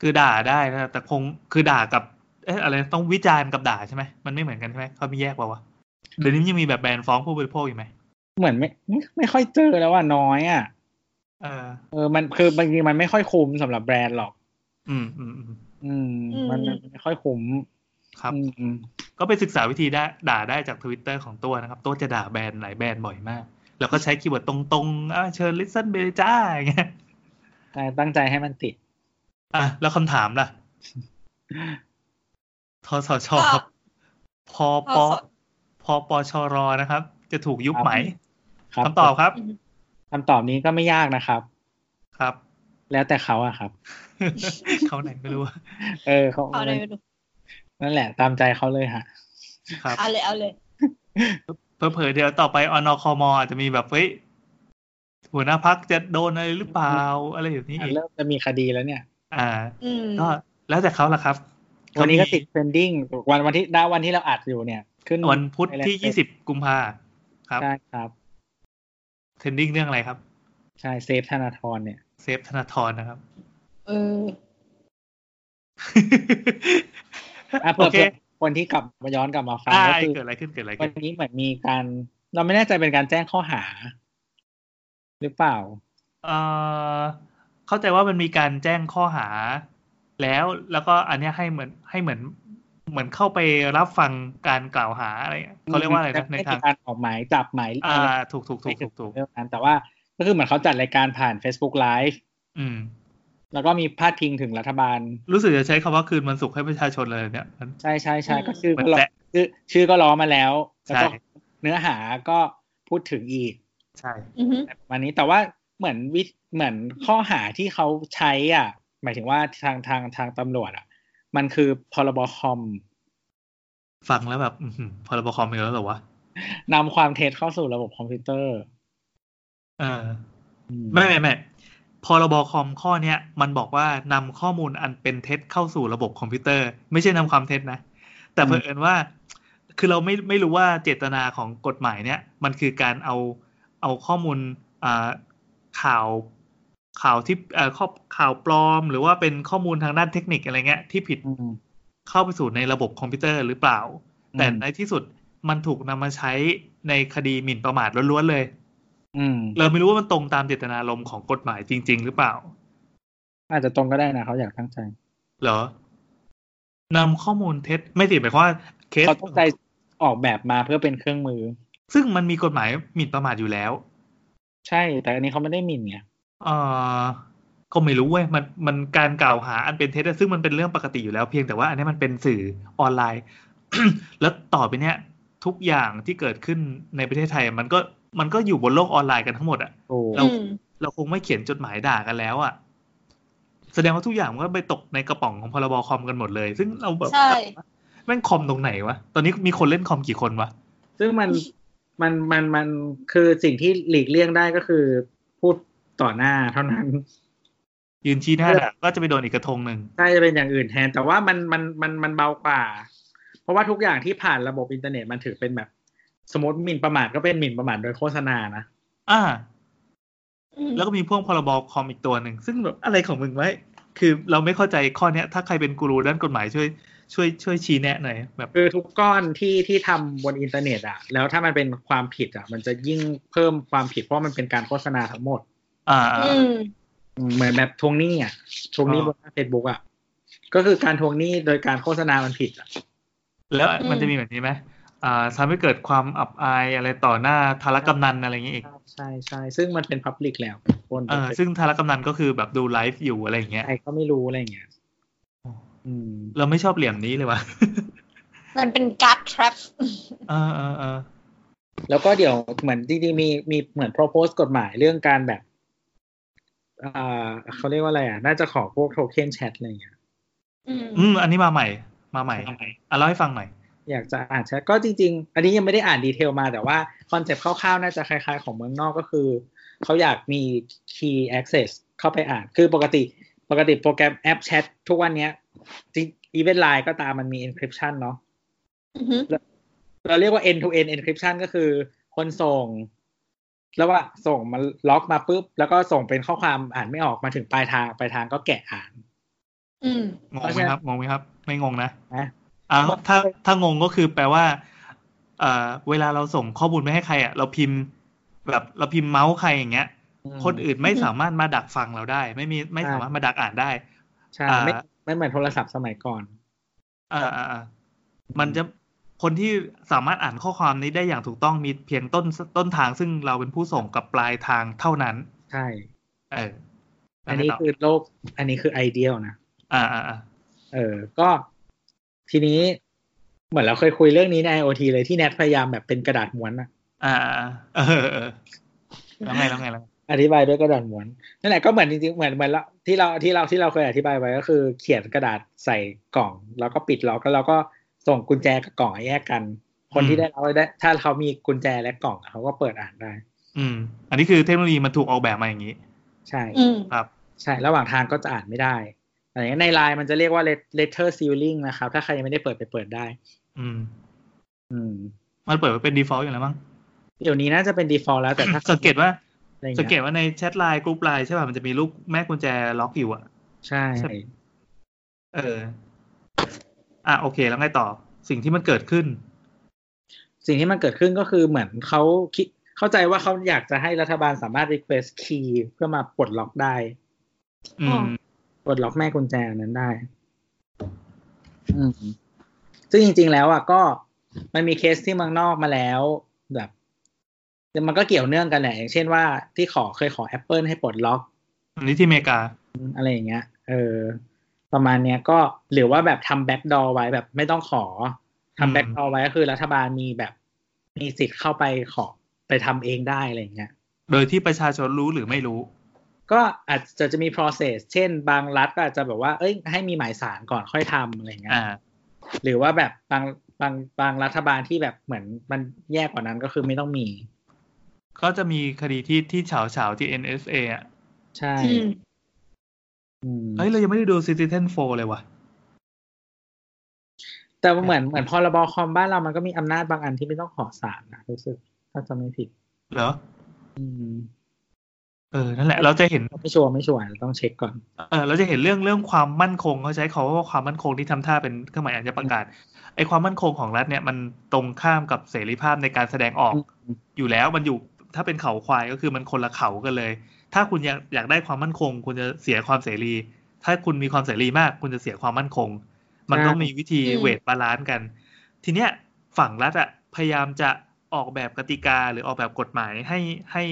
Speaker 3: คือด่าได้นะแต่คงคือด่ากับ เอ๊ะอะไรต้องวิจารณ์กับด่าใช่ไหมมันไม่เหมือนกันใช่ไหมเขามีแยกเปล่าวะเดี๋ยวนี้ยังมีแบบแบรนด์ฟ้องผู้บริโภคอยู่ไหม
Speaker 4: เหมือนไม่ไม่ไม่ค่อยเจอแล้วว่าน้อยอ่ะ
Speaker 3: เออ
Speaker 4: เออมันคือบางทีมันไม่ค่อยคุ้มสำหรับแบรนด์หรอก
Speaker 3: อืมอืมอืม
Speaker 4: อืม
Speaker 5: อืม
Speaker 4: มันมันไม่ค่อยคุ้ม
Speaker 3: ครับ
Speaker 4: อืม
Speaker 3: ก็ไปศึกษาวิธีได้ด่าได้จากทวิตเตอร์ของตัวนะครับ ตัวจะด่าแบรนด์หลายแบรนด์บ่อยมาก แล้วก็ใช้คีย์เวิร์ดตรงๆอ่ะเชิญลิสเซนเบจ้าอย่างเงี้ย
Speaker 4: ใช่ตั้งใจให้มันติด
Speaker 3: อ่ะแล้วคำถามล่ะทศชครับพอปอพอปชรนะครับ จะถูกยุบไหม
Speaker 4: ครับ
Speaker 3: คำตอบครับ
Speaker 4: คำตอบนี้ก็ไม่ยากนะครับ
Speaker 3: ครับ
Speaker 4: แล้วแต่เขาอะครับ
Speaker 3: เขาไหนไม่รู้อะ
Speaker 4: เออเขา
Speaker 5: เอาเลยดู
Speaker 4: นั่นแหละ ตามใจเขาเลยฮะ
Speaker 3: ครับ
Speaker 5: เอาเลยเอาเลย
Speaker 3: เผลอๆเดี๋ยวต่อไปอนคมอาจจะมีแบบเฮ้ยหัวหน้าพักจะโดนอะไรหรือเปล่าอะไรอย่างนี้อีก
Speaker 4: เริ่มจะมีคดีแล้วเนี่ย
Speaker 3: อ่า
Speaker 5: อืม
Speaker 3: ก็แล้วแต่เขาละครับ
Speaker 4: วันนี้ก็
Speaker 3: เขามี
Speaker 4: ติด trending วันวันที่ด้าวันที่เราอัดอยู่เนี่ย ขึ้น
Speaker 3: วันพุธที่ยี่สิบกุมภาครับ
Speaker 4: ใช่ครับ
Speaker 3: เทรนดิ้งเรื่องอะไรครับ
Speaker 4: ใช่เซฟธนาธรเนี่ย
Speaker 3: เซฟธนาธรนะครับ
Speaker 5: เออ
Speaker 4: อ่ะ
Speaker 3: โอ
Speaker 4: เผื่อ
Speaker 3: เค
Speaker 4: เผื่อคนที่กลับมาย้อนกลับมาฟัง
Speaker 3: อ่า
Speaker 4: ก็คือ
Speaker 3: เกิดอะไรขึ้นเกิดอะไร
Speaker 4: วัน
Speaker 3: ขึ้น
Speaker 4: นี้เหมือนมีการ เราไม่แน่ใจเป็นการแจ้งข้อหา หรือเปล่า
Speaker 3: เอ่อเข้าใจว่ามันมีการแจ้งข้อหา แล้วแล้วก็อันเนี้ยให้เหมือนให้เหมือน เหมือนเข้าไปรับฟังการกล่าวหาอะไรเขาเรียกว่าอะไรนะใน
Speaker 4: ไม่
Speaker 3: ทา
Speaker 4: มี
Speaker 3: ง
Speaker 4: การออกหมายจับหมาย
Speaker 3: อ่า
Speaker 4: อะไร
Speaker 3: ถูกถูกถูกถูกถูก
Speaker 4: เรื่องนั้นแต่ว่าก็คือเหมือนเขาจัดรายการผ่าน Facebook Live
Speaker 3: อืม
Speaker 4: แล้วก็มีพาดพิงถึงรัฐบาล
Speaker 3: รู้สึกจะใช้คำว่าคืนวันศุกร์ให้ประชาชนเลยเนี่ยมัน
Speaker 4: ใช่ใช่ใช่
Speaker 5: อืม
Speaker 4: ก็ชื่อ
Speaker 3: เหมือน
Speaker 4: ก็ล้อ
Speaker 3: แซะ
Speaker 4: ชื่อชื่อก็ล้อมาแล้วแล้วก็
Speaker 3: ใช่
Speaker 4: เนื้อหาก็พูดถึงอีก
Speaker 3: ใช่
Speaker 5: อือฮึ
Speaker 4: แบบประมาณนี้แต่ว่าเหมือนวิเหมือนข้อหาที่เขาใช้อ่ะ หมายถึงว่าทางทางทางตำรวจอ่ะ มันคือพรบคอม
Speaker 3: ฟังแล้วแบบอื้อหือพรบคอมมีกแล้วเหรอวะ
Speaker 4: นำความเท็จเข้าสู่ระบบคอมพิวเตอร์
Speaker 3: เออ
Speaker 4: อืม
Speaker 3: ไม่ไม่ไม่พรบคอมข้อเนี้ยมันบอกว่านำข้อมูลอันเป็นเท็จเข้าสู่ระบบคอมพิวเตอร์ ไม่ใช่นำความเท็จนะ แต่เผอิญว่า คือเราไม่ไม่รู้ว่าเจตนาของกฎหมายเนี้ยมันคือการเอาเอาข้อมูลอ่าข่าวข่าวที่เอ่อข้อข่าวปลอม หรือว่าเป็นข้อมูลทางด้านเทคนิคอะไรเงี้ยที่ผิด
Speaker 4: อืม
Speaker 3: เข้าไปสู่ในระบบคอมพิวเตอร์หรือเปล่า
Speaker 4: อืม
Speaker 3: แต่ในที่สุดมันถูกนำมาใช้ในคดีหมิ่นประมาทล้วนๆเลย
Speaker 4: อืม
Speaker 3: เราไม่รู้ว่ามันตรงตามเจตนารมณ์ของกฎหมายจริง ๆ หรือเปล่า
Speaker 4: อาจจะตรงก็ได้นะเขาอยากตั้งใจ
Speaker 3: เหรอนำข้อมูลเท็จไม่ติดหมายความว่าเคส
Speaker 4: เขาตั้งใจออกแบบมาเพื่อเป็นเครื่องมือ
Speaker 3: ซึ่งมันมีกฎหมายหมิ่นประมาทอยู่แล้ว
Speaker 4: ใช่ แต่อันนี้เขาไม่ได้หมิ่นไง
Speaker 3: เออก็ไม่รู้เว้ยมันมันการกล่าวหาอันเป็นเท็จอะซึ่งมันเป็นเรื่องปกติอยู่แล้วเพียงแต่ว่าอันนี้มันเป็นสื่อออนไลน์ แล้วต่อไปเนี้ยทุกอย่างที่เกิดขึ้นในประเทศไทย มันก็มันก็อยู่บนโลกออนไลน์กันทั้งหมดอะ
Speaker 4: โอ้
Speaker 3: เรา
Speaker 5: อืม
Speaker 3: เราคงไม่เขียนจดหมายด่ากันแล้วอะ่ะ แสดงว่าทุกอย่างมันก็ไปตกในกระป๋องของพรบคอมกันหมดเลย ซึ่งเราแบบ
Speaker 5: ใช่
Speaker 3: แม่งคอมตรงไหนวะ ตอนนี้มีคนเล่นคอมกี่คนวะ
Speaker 4: ซึ่งมันมันมันมันคือสิ่งที่หลีกเลี่ยงได้ก็คือพูดต่อหน้าเท่านั้น
Speaker 3: ยืนชี้หน้าด่าก็จะไปโดนอีกกระทงหนึ่ง
Speaker 4: ใช่จะเป็นอย่างอื่นแทน แต่ว่ามันมันมันมันเบากว่า เพราะว่าทุกอย่างที่ผ่านระบบอินเทอร์เน็ตมันถือเป็นแบบ สมมติหมิ่นประมาทก็เป็นหมิ่นประมาทโดยโฆษณานะ
Speaker 3: อ่า
Speaker 5: อืม
Speaker 3: แล้วก็มีพ่วงพรบคอมอีกตัวหนึ่ง ซึ่งแบบอะไรของมึงไว้ คือเราไม่เข้าใจข้อเนี้ย ถ้าใครเป็นกูรูด้านกฎหมายช่วย ช่วยช่วยชี้แนะหน่อยแบบ
Speaker 4: คือทุกก้อนที่ที่ทำบนอินเทอร์เน็ตอะแล้วถ้ามันเป็นความผิดอะมันจะยิ่งเพิ่มความผิดเพราะมันเป็นการโฆษณาทั้งหมด
Speaker 3: อ่าอ่า
Speaker 5: อืม
Speaker 4: อืมเหมือนแบบทวงหนี้อะทวงหนี้
Speaker 3: อ๋
Speaker 4: บ
Speaker 3: อ
Speaker 4: นเฟซบุ๊กอะก็คือการทวงหนี้โดยการโฆษณามันผิดอะ
Speaker 3: แล้วมันจะมีแบบนี้ไหม อ่าทำให้เกิดความอับอายอะไรต่อหน้าทารกกำนันอะไรอย่างเงี้ยอีก
Speaker 4: ครับใช่ใช่ซึ่งมันเป็นพับลิกแล้วคน
Speaker 3: เออซึ่งทารกกำนันก็คือแบบดูไลฟ์อยู่อะไรอย่างเงี้ย
Speaker 4: ใครก็ไม่รู้อะไรอย่างเงี้ยอืม
Speaker 3: เราไม่ชอบเหลี่ยมนี้เลยว่ะ
Speaker 5: มันเป็นการ์ดทรัพ
Speaker 3: เออเออเออ
Speaker 4: แล้วก็เดี๋ยวเหมือนจริงๆมีมีเหมือน propose กฎหมายเรื่องการแบบอ่าเขาเรียกว่าอะไรอ่ะ น่าจะขอพวกโทเค็นแชทอะไรอย่างเงี้ย
Speaker 3: อืมอันนี้มาใหม่ มาใหม่อ่ะเล่าให้ฟังหน่อย
Speaker 4: อยากจะอ่านแชทก็จริง ๆ อันนี้ยังไม่ได้อ่านดีเทลมาแต่ว่าคอนเซปต์คร่าวๆ น่าจะคล้ายๆ ของเมืองนอกก็คือ เขาอยากมี key access เข้าไปอ่าน คือปกติปกติโปรแกรมแอปแชททุกวันเนี้ยจริงอีเวนต์ไลน์ก็ตามมันมี encryption เนาะ เราเรียกว่า end to end encryption ก็คือคนส่ง แล้วว่าส่งมันล็อกมาปุ๊บ แล้วก็ส่งเป็นข้อความอ่านไม่ออกมาถึงปลายทางปลายทางก็แกะอ่าน
Speaker 5: อืม
Speaker 3: งงไหมครับ งงไหมครับ ไม่งงนะ
Speaker 4: นะ
Speaker 3: อ่าถ้าถ้างงก็คือแปลว่าเอ่อเวลาเราส่งข้อมูลไปให้ใครอ่ะ เราพิมพ์ แบบเราพิมพ์เมาส์ใครอย่างเงี้ย คนอื่นไม่สามารถมาดักฟังเราได้ ไม่มีไม่สามารถมาดักอ่านได้
Speaker 4: ใช่
Speaker 3: อ่า
Speaker 4: ไม่ไม่เหมือนโทรศัพท์สมัยก่อน
Speaker 3: เอ่าอ่ามันจะคนที่สามารถอ่านข้อความนี้ได้อย่างถูกต้องมีเพียงต้นต้นทางซึ่งเราเป็นผู้ส่งกับปลายทางเท่านั้น
Speaker 4: ใช่
Speaker 3: เออ
Speaker 4: อันนี้คือโลก อันนี้คือไอเดียลนะ
Speaker 3: อ่าอ่าอ่า
Speaker 4: เออ ก็ทีนี้เหมือนเราเคยคุยเรื่องนี้ใน IoT เลยที่แนทพยายามแบบเป็นกระดาษม้วนอะ
Speaker 3: อ่าอ่าเออเออแล้วไงแล้วไงแล้วไง
Speaker 4: อธิบายด้วยกระดาษม้วนนั่นแหละก็เหมือนจริงๆเหมือนเหมือนละที่เราที่เราที่เราเคยอธิบายไว้ก็คือ เขียนกระดาษใส่กล่อง แล้วก็ปิดล็อกแล้วเราก็ส่งกุญแจกับกล่องให้แยกกัน คนที่ได้รับได้ ถ้าเขามีกุญแจและกล่องเขาก็เปิดอ่านได้
Speaker 3: อืม อันนี้คือเทคโนโลยีมันถูกออกแบบมาอย่างนี้
Speaker 4: ใช่
Speaker 5: อืม
Speaker 3: ครับ
Speaker 4: ใช่ ระหว่างทางก็จะอ่านไม่ได้อะไรอย่างเงี้ยในไลน์มันจะเรียกว่า let- letter sealing นะครับ ถ้าใครยังไม่ได้เปิดไปเปิดได้
Speaker 3: อืม
Speaker 4: อืม
Speaker 3: มันเปิดไว้เป็น default อยู่แล้วมั้ง
Speaker 4: เดี๋ยวนี้น่าจะเป็น default แล้วแต่ถ้า
Speaker 3: สังเกตว่า
Speaker 4: อะไรอย่า
Speaker 3: สัง
Speaker 4: ย
Speaker 3: เกตว่าในแชทไลน์กรุ๊ปไลน์ใช่ป่ะ มันจะมีลูกแม่กุญแจล็อกอยู่อ่ะ
Speaker 4: ใช่
Speaker 3: เออ อ่ะโอเค แล้วไงต่อ สิ่งที่มันเกิดขึ้น
Speaker 4: สิ่งที่มันเกิดขึ้นก็คือเหมือนเขาคิดเข้าใจว่าเขาอยากจะให้รัฐบาลสามารถ request key เพื่อมาปลดล็อกได้
Speaker 3: อื
Speaker 5: อ๋
Speaker 3: ม
Speaker 5: อ
Speaker 4: ปลดล็อกแม่กุญแจอันนั้นได้ อืม ซึ่งจริง ๆ แล้วอ่ะก็มันมีเคสที่เมืองนอกมาแล้วแบบแต่มันก็เกี่ยวเนื่องกันแหละ อย่างเช่นว่าที่ขอเคยขอ Apple ให้ปลดล็อก
Speaker 3: อันนี้ที่อเมริกา
Speaker 4: อะไรอย่างเงี้ย เออ ประมาณเนี้ยก็หรือว่าแบบทำแบ็กดอไว้แบบไม่ต้องขอ
Speaker 3: อืม
Speaker 4: ทำแบ็กดอไว้ก็คือรัฐบาลมีแบบมีสิทธิ์เข้าไปขอไปทำเองได้อะไรอย่างเงี้ย
Speaker 3: โดยที่ประชาชนรู้หรือไม่รู้
Speaker 4: ก็อาจจะจะมี process เช่น บางรัฐก็อาจจะแบบว่า เอ้ย ให้มีหมายสารก่อนค่อยทำอะไรอย่างเงี้ย
Speaker 3: อ่า
Speaker 4: หรือว่าแบบบางบางบางรัฐบาลที่แบบเหมือนมันแย่กว่านั้นก็คือไม่ต้องมี
Speaker 3: ก็จะมีคดีที่ที่เฉาเฉาๆที่ NSA อ่ะ
Speaker 4: ใช่
Speaker 5: อืม
Speaker 4: อืม
Speaker 3: เฮ้ย เรายังไม่ได้ดู Citizen 4 เลยว่ะ
Speaker 4: แต่ว่าเหมือนเหมือนพรบคอมบ้านเรามันก็มีอำนาจบางอันที่ไม่ต้องขอศาลนะรู้สึกถ้าจะไม่ผิด
Speaker 3: เหรอ
Speaker 4: อืม
Speaker 3: เออ นั่นแหละ เราจะเห็น
Speaker 4: ไม่ชัวร์ไม่ชัวร์ต้องเช็คก่อน
Speaker 3: เออเราจะเห็นเรื่องเรื่องความมั่นคงเขาใช้คำว่าความมั่นคงที่ทำท่าเป็นเครื่องหมายอาจจะประกาศไอ้ความมั่นคงของรัฐเนี่ยมันตรงข้ามกับเสรีภาพในการแสดงออก
Speaker 4: อืม
Speaker 3: อยู่แล้วมันอยู่ถ้าเป็นเขาควายก็คือมันคนละเขากันเลย ถ้าคุณอยากอยากได้ความมั่นคง คุณจะเสียความเสรี ถ้าคุณมีความเสรีมาก คุณจะเสียความมั่นคง มันต้องมีวิธี
Speaker 5: อืม
Speaker 3: เวทบาลานซ์กัน ทีเนี้ยฝั่งรัฐอะพยายามจะออกแบบกติกาหรือออกแบบกฎหมายให้ให้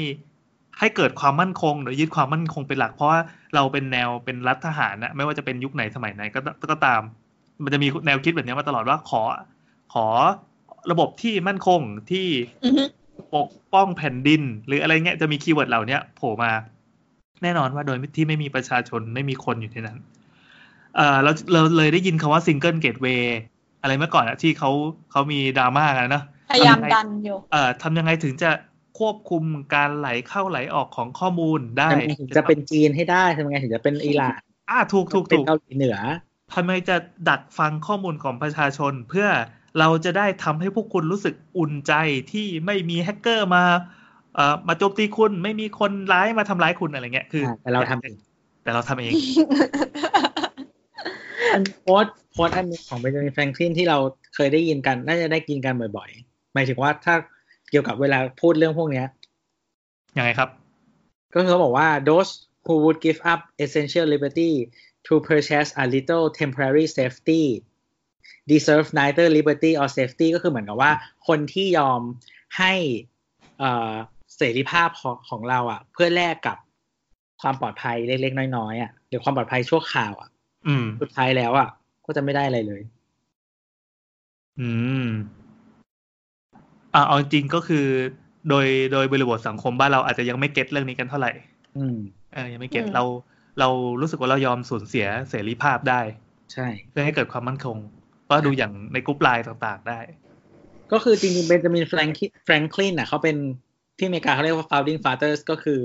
Speaker 3: ให้เกิดความมั่นคง หรือยึดความมั่นคงเป็นหลัก เพราะว่าเราเป็นแนวเป็นรัฐทหารนะไม่ว่าจะเป็นยุคไหนสมัยไหนก็ตก็ตาม มันจะมีแนวคิดแบบเนี้ยมาตลอดว่าขอขอระบบที่มั่นคงที่
Speaker 5: อืม
Speaker 3: ปกป้องแผ่นดิน หรืออะไรเงี้ยจะมีคีย์เวิร์ดเหล่าเนี้ยโผล่มา แน่นอนว่าโดยที่ไม่มีประชาชนไม่มีคนอยู่ในนั้นเอ่อเราเราเลยได้ยินคำว่าซิงเกิลเกตเวย์อะไรเมื่อก่อนอะที่เขาเขามีดราม่ากันนะ
Speaker 5: พยายามดันอยู่
Speaker 3: เอ่อทำยังไงถึงจะควบคุมการไหลเข้าไหลออกของข้อมูลได้
Speaker 4: ทำไงถึงจะเป็นจีนให้ได้ทำไงถึงจะเป็นอิหร่าน
Speaker 3: อ่าถูกถูก
Speaker 4: เป็
Speaker 3: ถู
Speaker 4: น
Speaker 3: ก
Speaker 4: เกาหลีเหนือ
Speaker 3: ทำไมจะดักฟังข้อมูลของประชาชน เพื่อเราจะได้ทำให้พวกคุณรู้สึกอุ่นใจที่ไม่มีแฮกเกอร์มาเอ่อมาโจมตีคุณไม่มีคนร้ายมาทำร้ายคุณอะไรเงี้ยคือ
Speaker 4: แต่เราทำเอง
Speaker 3: แต่เราทำเอง
Speaker 4: โพสต์โพสต์อันหนึงของเบนจามินแฟรงคลินที่เราเคยได้ยินกัน น่าจะได้กินกันบ่อยๆหมายถึงว่าถ้าเกี่ยวกับเวลาพูดเรื่องพวกเนี้ย
Speaker 3: ยังไงครับ
Speaker 4: ก็คือเขาบอกว่า those who would give up essential liberty to purchase a little temporary safety deserve neither liberty or safety ก็คือเหมือนกับว่า คนที่ยอมให้เอ่อเสรีภาพของของเราอะ่ะ เพื่อแลกกับความปลอดภัยเล็กๆน้อยๆอะ่ะหรือความปลอดภัยชั่วคราวอะ่ะ
Speaker 3: อืม
Speaker 4: สุดท้ายแล้วอะ่ะ ก็จะไม่ได้อะไรเลย
Speaker 3: อืม อ่าเอาจริงก็คือ โดยโดยบริบทสังคมบ้านเราอาจจะยังไม่เก็ตเรื่องนี้กันเท่าไหร่
Speaker 4: อืม
Speaker 3: เออยังไม่เก็ต
Speaker 2: อืม
Speaker 3: เรา เรารู้สึกว่าเรายอมสูญเสียเสรีภาพได้
Speaker 4: ใช่
Speaker 3: เพื่อให้เกิดความมั่นคง ก็ดูอย่างในกรุ๊ปไลน์ต่างๆ ได้
Speaker 4: ก็คือจริงๆเบนจามินแฟรงคิแฟรงคลินอ่ะเขาเป็นที่อเมริกาเขาเรียกว่า founding fathers ก็คือ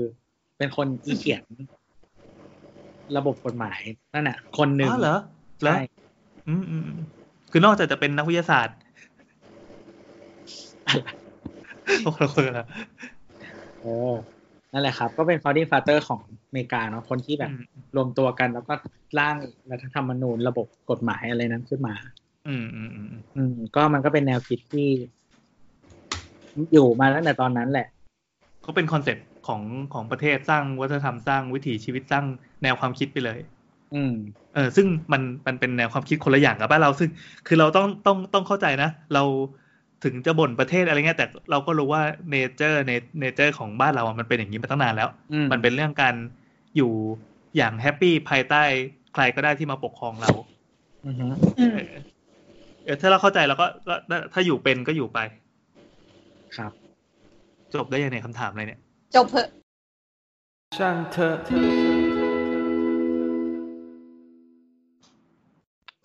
Speaker 4: เป็นคนที่เขียนระบบกฎหมายนั่นแหละคนหนึ่ง
Speaker 3: อ๋อเหรอเหรอ
Speaker 4: ใช่
Speaker 3: อืมอืมอืมคือนอกจากจะเป็นนักวิทยาศาสตร์ โอ้โหคนละ
Speaker 4: เออนั่นแหละครับ ก็เป็น founding father ของอเมริกาเนาะคนที่แบบ
Speaker 3: อืม
Speaker 4: รวมตัวกันแล้วก็ร่างรัฐธรรมนูญระบบกฎหมายอะไรนั้นขึ้นมา
Speaker 3: อืมอืมอืมอืม
Speaker 4: อืม ก็มันก็เป็นแนวคิดที่ อยู่มาตั้งแต่ตอนนั้นแหละ
Speaker 3: ก็เป็นคอนเซ็ปต์ของของประเทศสร้างวัฒนธรรมสร้างวิถีชีวิตสร้างแนวความคิดไปเลย
Speaker 4: อืม
Speaker 3: เออซึ่งมันมันเป็นแนวความคิดคนละอย่างกับบ้านเราซึ่ง คือเราต้องต้องต้องเข้าใจนะ เราถึงจะบ่นประเทศอะไรเงี้ยแต่เราก็รู้ว่าเนเจอร์เนเนเจอร์ของบ้านเราอะมันเป็นอย่างนี้มาตั้งนานแล้ว
Speaker 4: อืม
Speaker 3: มันเป็นเรื่องการอยู่อย่างแฮปปี้ภายใต้ใครก็ได้ที่มาปกครองเรา
Speaker 4: อือฮึ
Speaker 5: อืม
Speaker 3: เออเออถ้าเราเข้าใจเราก็ก็ถ้าอยู่เป็นก็อยู่ไป
Speaker 4: ครับ
Speaker 3: จบได้ยังไงคำถามอะไรเนี่ย
Speaker 5: จบเพอะ
Speaker 1: ช่างเธอ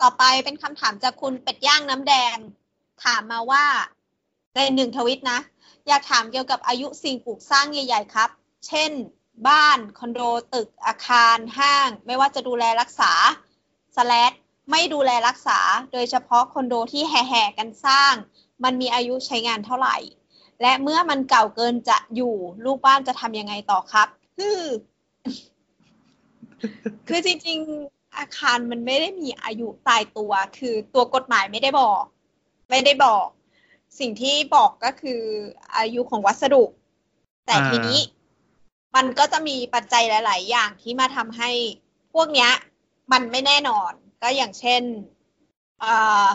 Speaker 5: ต่อไปเป็นคำถามจากคุณเป็ดย่างน้ำแดง ถามมาว่าในหนึ่งทวิตนะ อยากถามเกี่ยวกับอายุสิ่งปลูกสร้างใหญ่ๆครับ เช่น บ้านคอนโดตึกอาคารห้าง ไม่ว่าจะดูแลรักษาสแลดไม่ดูแลรักษา โดยเฉพาะคอนโดที่แห่ๆกันสร้าง มันมีอายุใช้งานเท่าไหร่ และเมื่อมันเก่าเกินจะอยู่ลูกบ้านจะทำยังไงต่อครับ คือ คือจริงๆ อาคารมันไม่ได้มีอายุตายตัว คือตัวกฎหมายไม่ได้บอก ไม่ได้บอก สิ่งที่บอกก็คืออายุของวัสดุ แต่
Speaker 3: อ่า
Speaker 5: ทีนี้ มันก็จะมีปัจจัยหลาย ๆ อย่างที่มาทำให้พวกเนี้ย มันไม่แน่นอน ก็อย่างเช่นเอ่อ